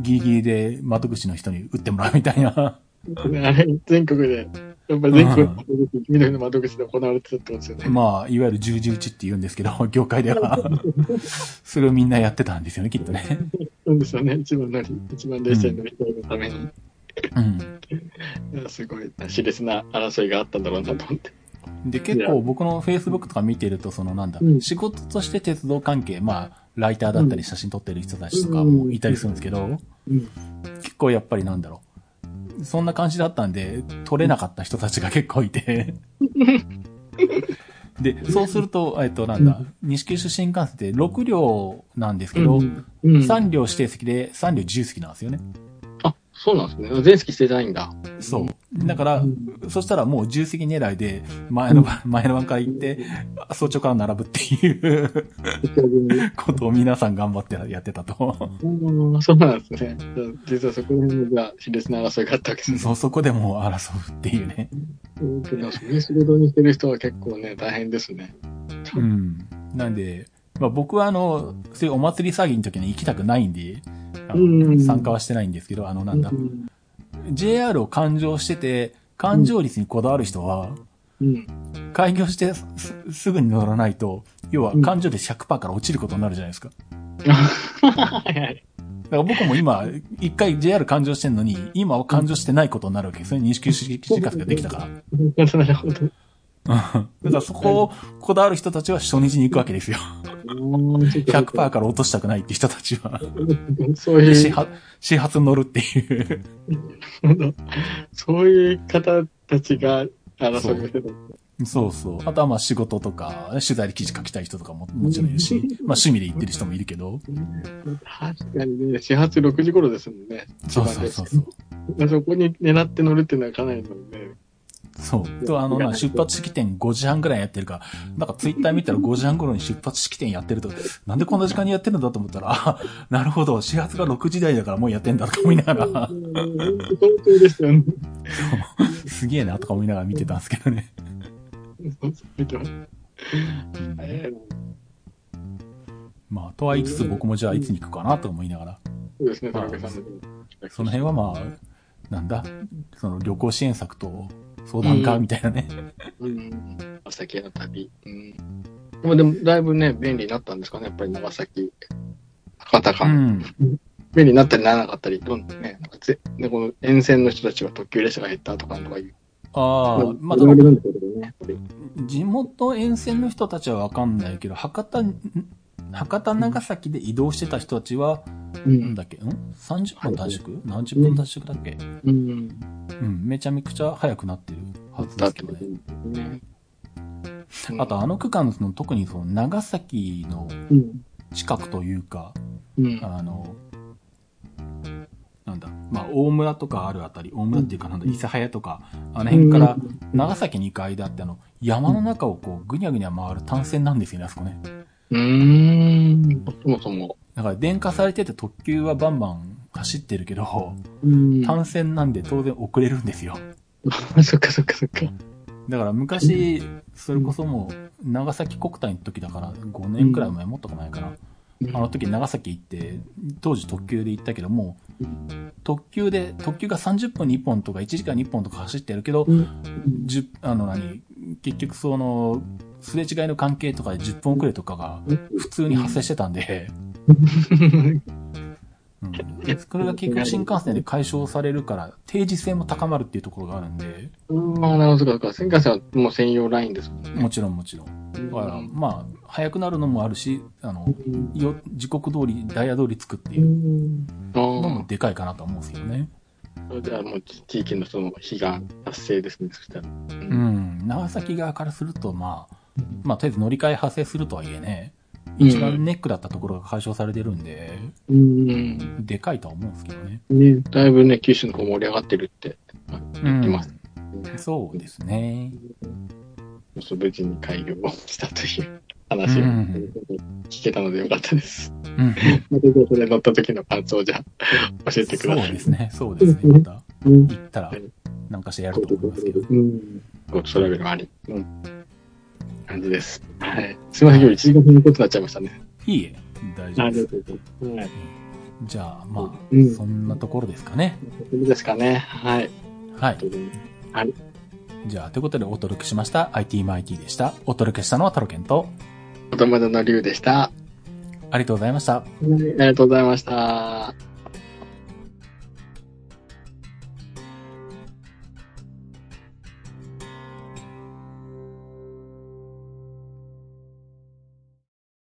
Speaker 1: ギリギリで窓口の人に打ってもらうみたい な。
Speaker 2: あれ、 全国で、やっぱり全国の窓口、緑の窓口で行われてたってことですよね。
Speaker 1: まあ、いわゆる十字打ちって言うんですけど、 業界では。それをみんなやってたんですよね、きっとね。
Speaker 2: そうですよね、一番乗り、一番列車に乗りたいのために。
Speaker 1: うん。
Speaker 2: いやすごい、熾烈な争いがあったんだろうなと思って。
Speaker 1: で、結構僕の Facebook とか見てると、そのなんだ、
Speaker 2: うん
Speaker 1: 仕事として鉄道関係、まあ、ライターだったり写真撮ってる人たちとかもいたりするんですけど、
Speaker 2: うん
Speaker 1: 結構やっぱりなんだろう。そん な感じだったんで、撮れなかった人たちが結構いて。で、そうすると、えっと、なんだ、西九州新幹線って6両なんですけど、
Speaker 2: うんうん
Speaker 1: 3両指定席で3両自由席なんですよね。
Speaker 2: あ、そうなんですね。全席してないんだ。
Speaker 1: そう。だから
Speaker 2: う、
Speaker 1: そしたらもう自由席狙いで、前の晩、前の晩から行って、早朝から並ぶっていうことを皆さん頑張ってやってたと。
Speaker 2: うんそうなんですね。じゃあ実はそこにが熾烈な争いがあったわけですね。
Speaker 1: そう、そこでもう争うっていうね。
Speaker 2: うんけどそういう仕事にしてる人は結構ね、大変ですね。
Speaker 1: うん。なんで、まあ僕はあの、そういうお祭り騒ぎの時に行きたくないんで、あ
Speaker 2: うんうんう
Speaker 1: の
Speaker 2: ん
Speaker 1: 参加はしてないんですけど、あのなんだ
Speaker 2: う、ん
Speaker 1: JR を勘定してて、勘定率にこだわる人は、
Speaker 2: うん。
Speaker 1: 開業してすすぐに乗らないと、要は勘定で100%から落ちることになるじゃないですか。
Speaker 2: はいはい。
Speaker 1: だから僕も今、一回 JR 勘定してんのに、今は勘定してないことになるわけですね。認識新幹線ができたから。うん
Speaker 2: なるほど。
Speaker 1: だからそこをこだわる人たちは初日に行くわけですよ。100%から落としたくないって人たちは。
Speaker 2: そう
Speaker 1: で
Speaker 2: い
Speaker 1: 始
Speaker 2: う、
Speaker 1: 発、始発に乗るっていう。
Speaker 2: そういう方たちが争いをしてた。
Speaker 1: そうそう。あとはまあ仕事とか、取材で記事書きたい人とかももちろんいるし、まあ趣味で行ってる人もいるけど。
Speaker 2: 確かにね、始発6時頃ですもんね。
Speaker 1: そうそうそうそう。
Speaker 2: そこに狙って乗るっていうのはかなりのね。
Speaker 1: そう。と、あのな、出発式典5時半ぐらいやってるから、なんかツイッター見たら5時半頃に出発式典やってると、なんでこんな時間にやってるんだと思ったら、あ、なるほど、始発が6時台だからもうやってんだとか思いながら、
Speaker 2: 相当ですよね。
Speaker 1: すげえなとか思いながら見てたんですけどね。まあ、とは言いつつ僕もじゃあいつに行くかなと思いながら、
Speaker 2: そうですね、田中さん
Speaker 1: その辺はまあ、なんだ、その旅行支援策と相談かみたいなね。
Speaker 2: うん、長崎の旅。うん。まあでも、だいぶね、便利になったんですかね、やっぱり長崎、博多
Speaker 1: う
Speaker 2: 間。
Speaker 1: ん。
Speaker 2: 便利になったりならなかったり、どんどんね、なんかぜねこの沿線の人たちは特急列車が減ったとかとかいう。
Speaker 1: ああ、まあ、
Speaker 2: いろいろなんだけどね、やっぱり。
Speaker 1: 地元沿線の人たちはわかんないけど、博多、ん博多長崎で移動してた人たちは、
Speaker 2: う
Speaker 1: なん
Speaker 2: ん。
Speaker 1: だっけ、ん ?30 分短縮何十分短縮だっけ
Speaker 2: うん。
Speaker 1: うん、めちゃめちゃ早くなってるはず
Speaker 2: だ
Speaker 1: です
Speaker 2: って
Speaker 1: け
Speaker 2: こ
Speaker 1: ど
Speaker 2: と
Speaker 1: ね。
Speaker 2: ね。
Speaker 1: あと、あの区間その、特にその長崎の
Speaker 2: うん。
Speaker 1: 近くというか、
Speaker 2: うん。
Speaker 1: あの、なんだ、まあ、大村とかあるあたり、大村っていうかなんだ、伊勢早とか、あの辺から
Speaker 2: うん
Speaker 1: 長崎に行く間ってあの、山の中をこう、ぐにゃぐにゃ回る単線なんですよね、あそこね。
Speaker 2: うーん。そもそも。
Speaker 1: だから電化されてて特急はバンバン走ってるけど、
Speaker 2: うん
Speaker 1: 単線なんで当然遅れるんですよ。
Speaker 2: そっかそっかそっか。
Speaker 1: だから昔、それこそもう、長崎国体の時だから、5年くらい前もっとかないかな。あの時長崎行って、当時特急で行ったけども
Speaker 2: う、
Speaker 1: 特急で、特急が30分に1本とか1時間に1本とか走ってるけど、
Speaker 2: うん
Speaker 1: 10あの何、結局その、すれ違いの関係とかで10分遅れとかが普通に発生してたんで、うん、それが結局新幹線で解消されるから、定時性も高まるっていうところがあるんで、
Speaker 2: うん、あなるほど、そうか、新幹線はもう専用ラインですもんね。
Speaker 1: もちろんもちろん。だから、まあ、早くなるのもあるし、あの、
Speaker 2: うん
Speaker 1: よ時刻通り、ダイヤ通りつくって
Speaker 2: う
Speaker 1: いうんのも
Speaker 2: あ
Speaker 1: でかいかなとは思うんですけどね。
Speaker 2: あ、それではもう地域のその悲願達成ですね、そしたら。
Speaker 1: う。
Speaker 2: うん
Speaker 1: 長崎側からすると、まあ、まあ、とりあえず乗り換え発生するとはいえね、
Speaker 2: うん
Speaker 1: 一番ネックだったところが解消されてるんで、
Speaker 2: ん。
Speaker 1: でかいとは思うんですけどね。
Speaker 2: ね、だいぶね、九州の方盛り上がってるって言ってます。
Speaker 1: そうですね。
Speaker 2: もう無事に開業をしたという話を
Speaker 1: うん
Speaker 2: 聞けたのでよかったです。
Speaker 1: うん。
Speaker 2: またそれ乗った時の感想をじゃあ教えてく
Speaker 1: そう
Speaker 2: ださい。
Speaker 1: ですね。そうですね。また、
Speaker 2: うん
Speaker 1: 行ったら、なんかしてやると思いますけど。
Speaker 2: うん。ゴトラベルもあり。うん。感じです。はい。すみません、今日1時間分のことになっちゃいましたね。
Speaker 1: いいえ、大丈夫です。
Speaker 2: とうございます。はい。
Speaker 1: じゃあ、まあ、
Speaker 2: うん
Speaker 1: そんなところですかね。
Speaker 2: それですかね。はい。
Speaker 1: はい。
Speaker 2: ということで
Speaker 1: じゃあ、ということでお届けしました。ITMIT でした。お届けしたのはタロケンと、
Speaker 2: お友達のりゅうでした。はい
Speaker 1: ありがとうございました。
Speaker 2: ありがとうございました。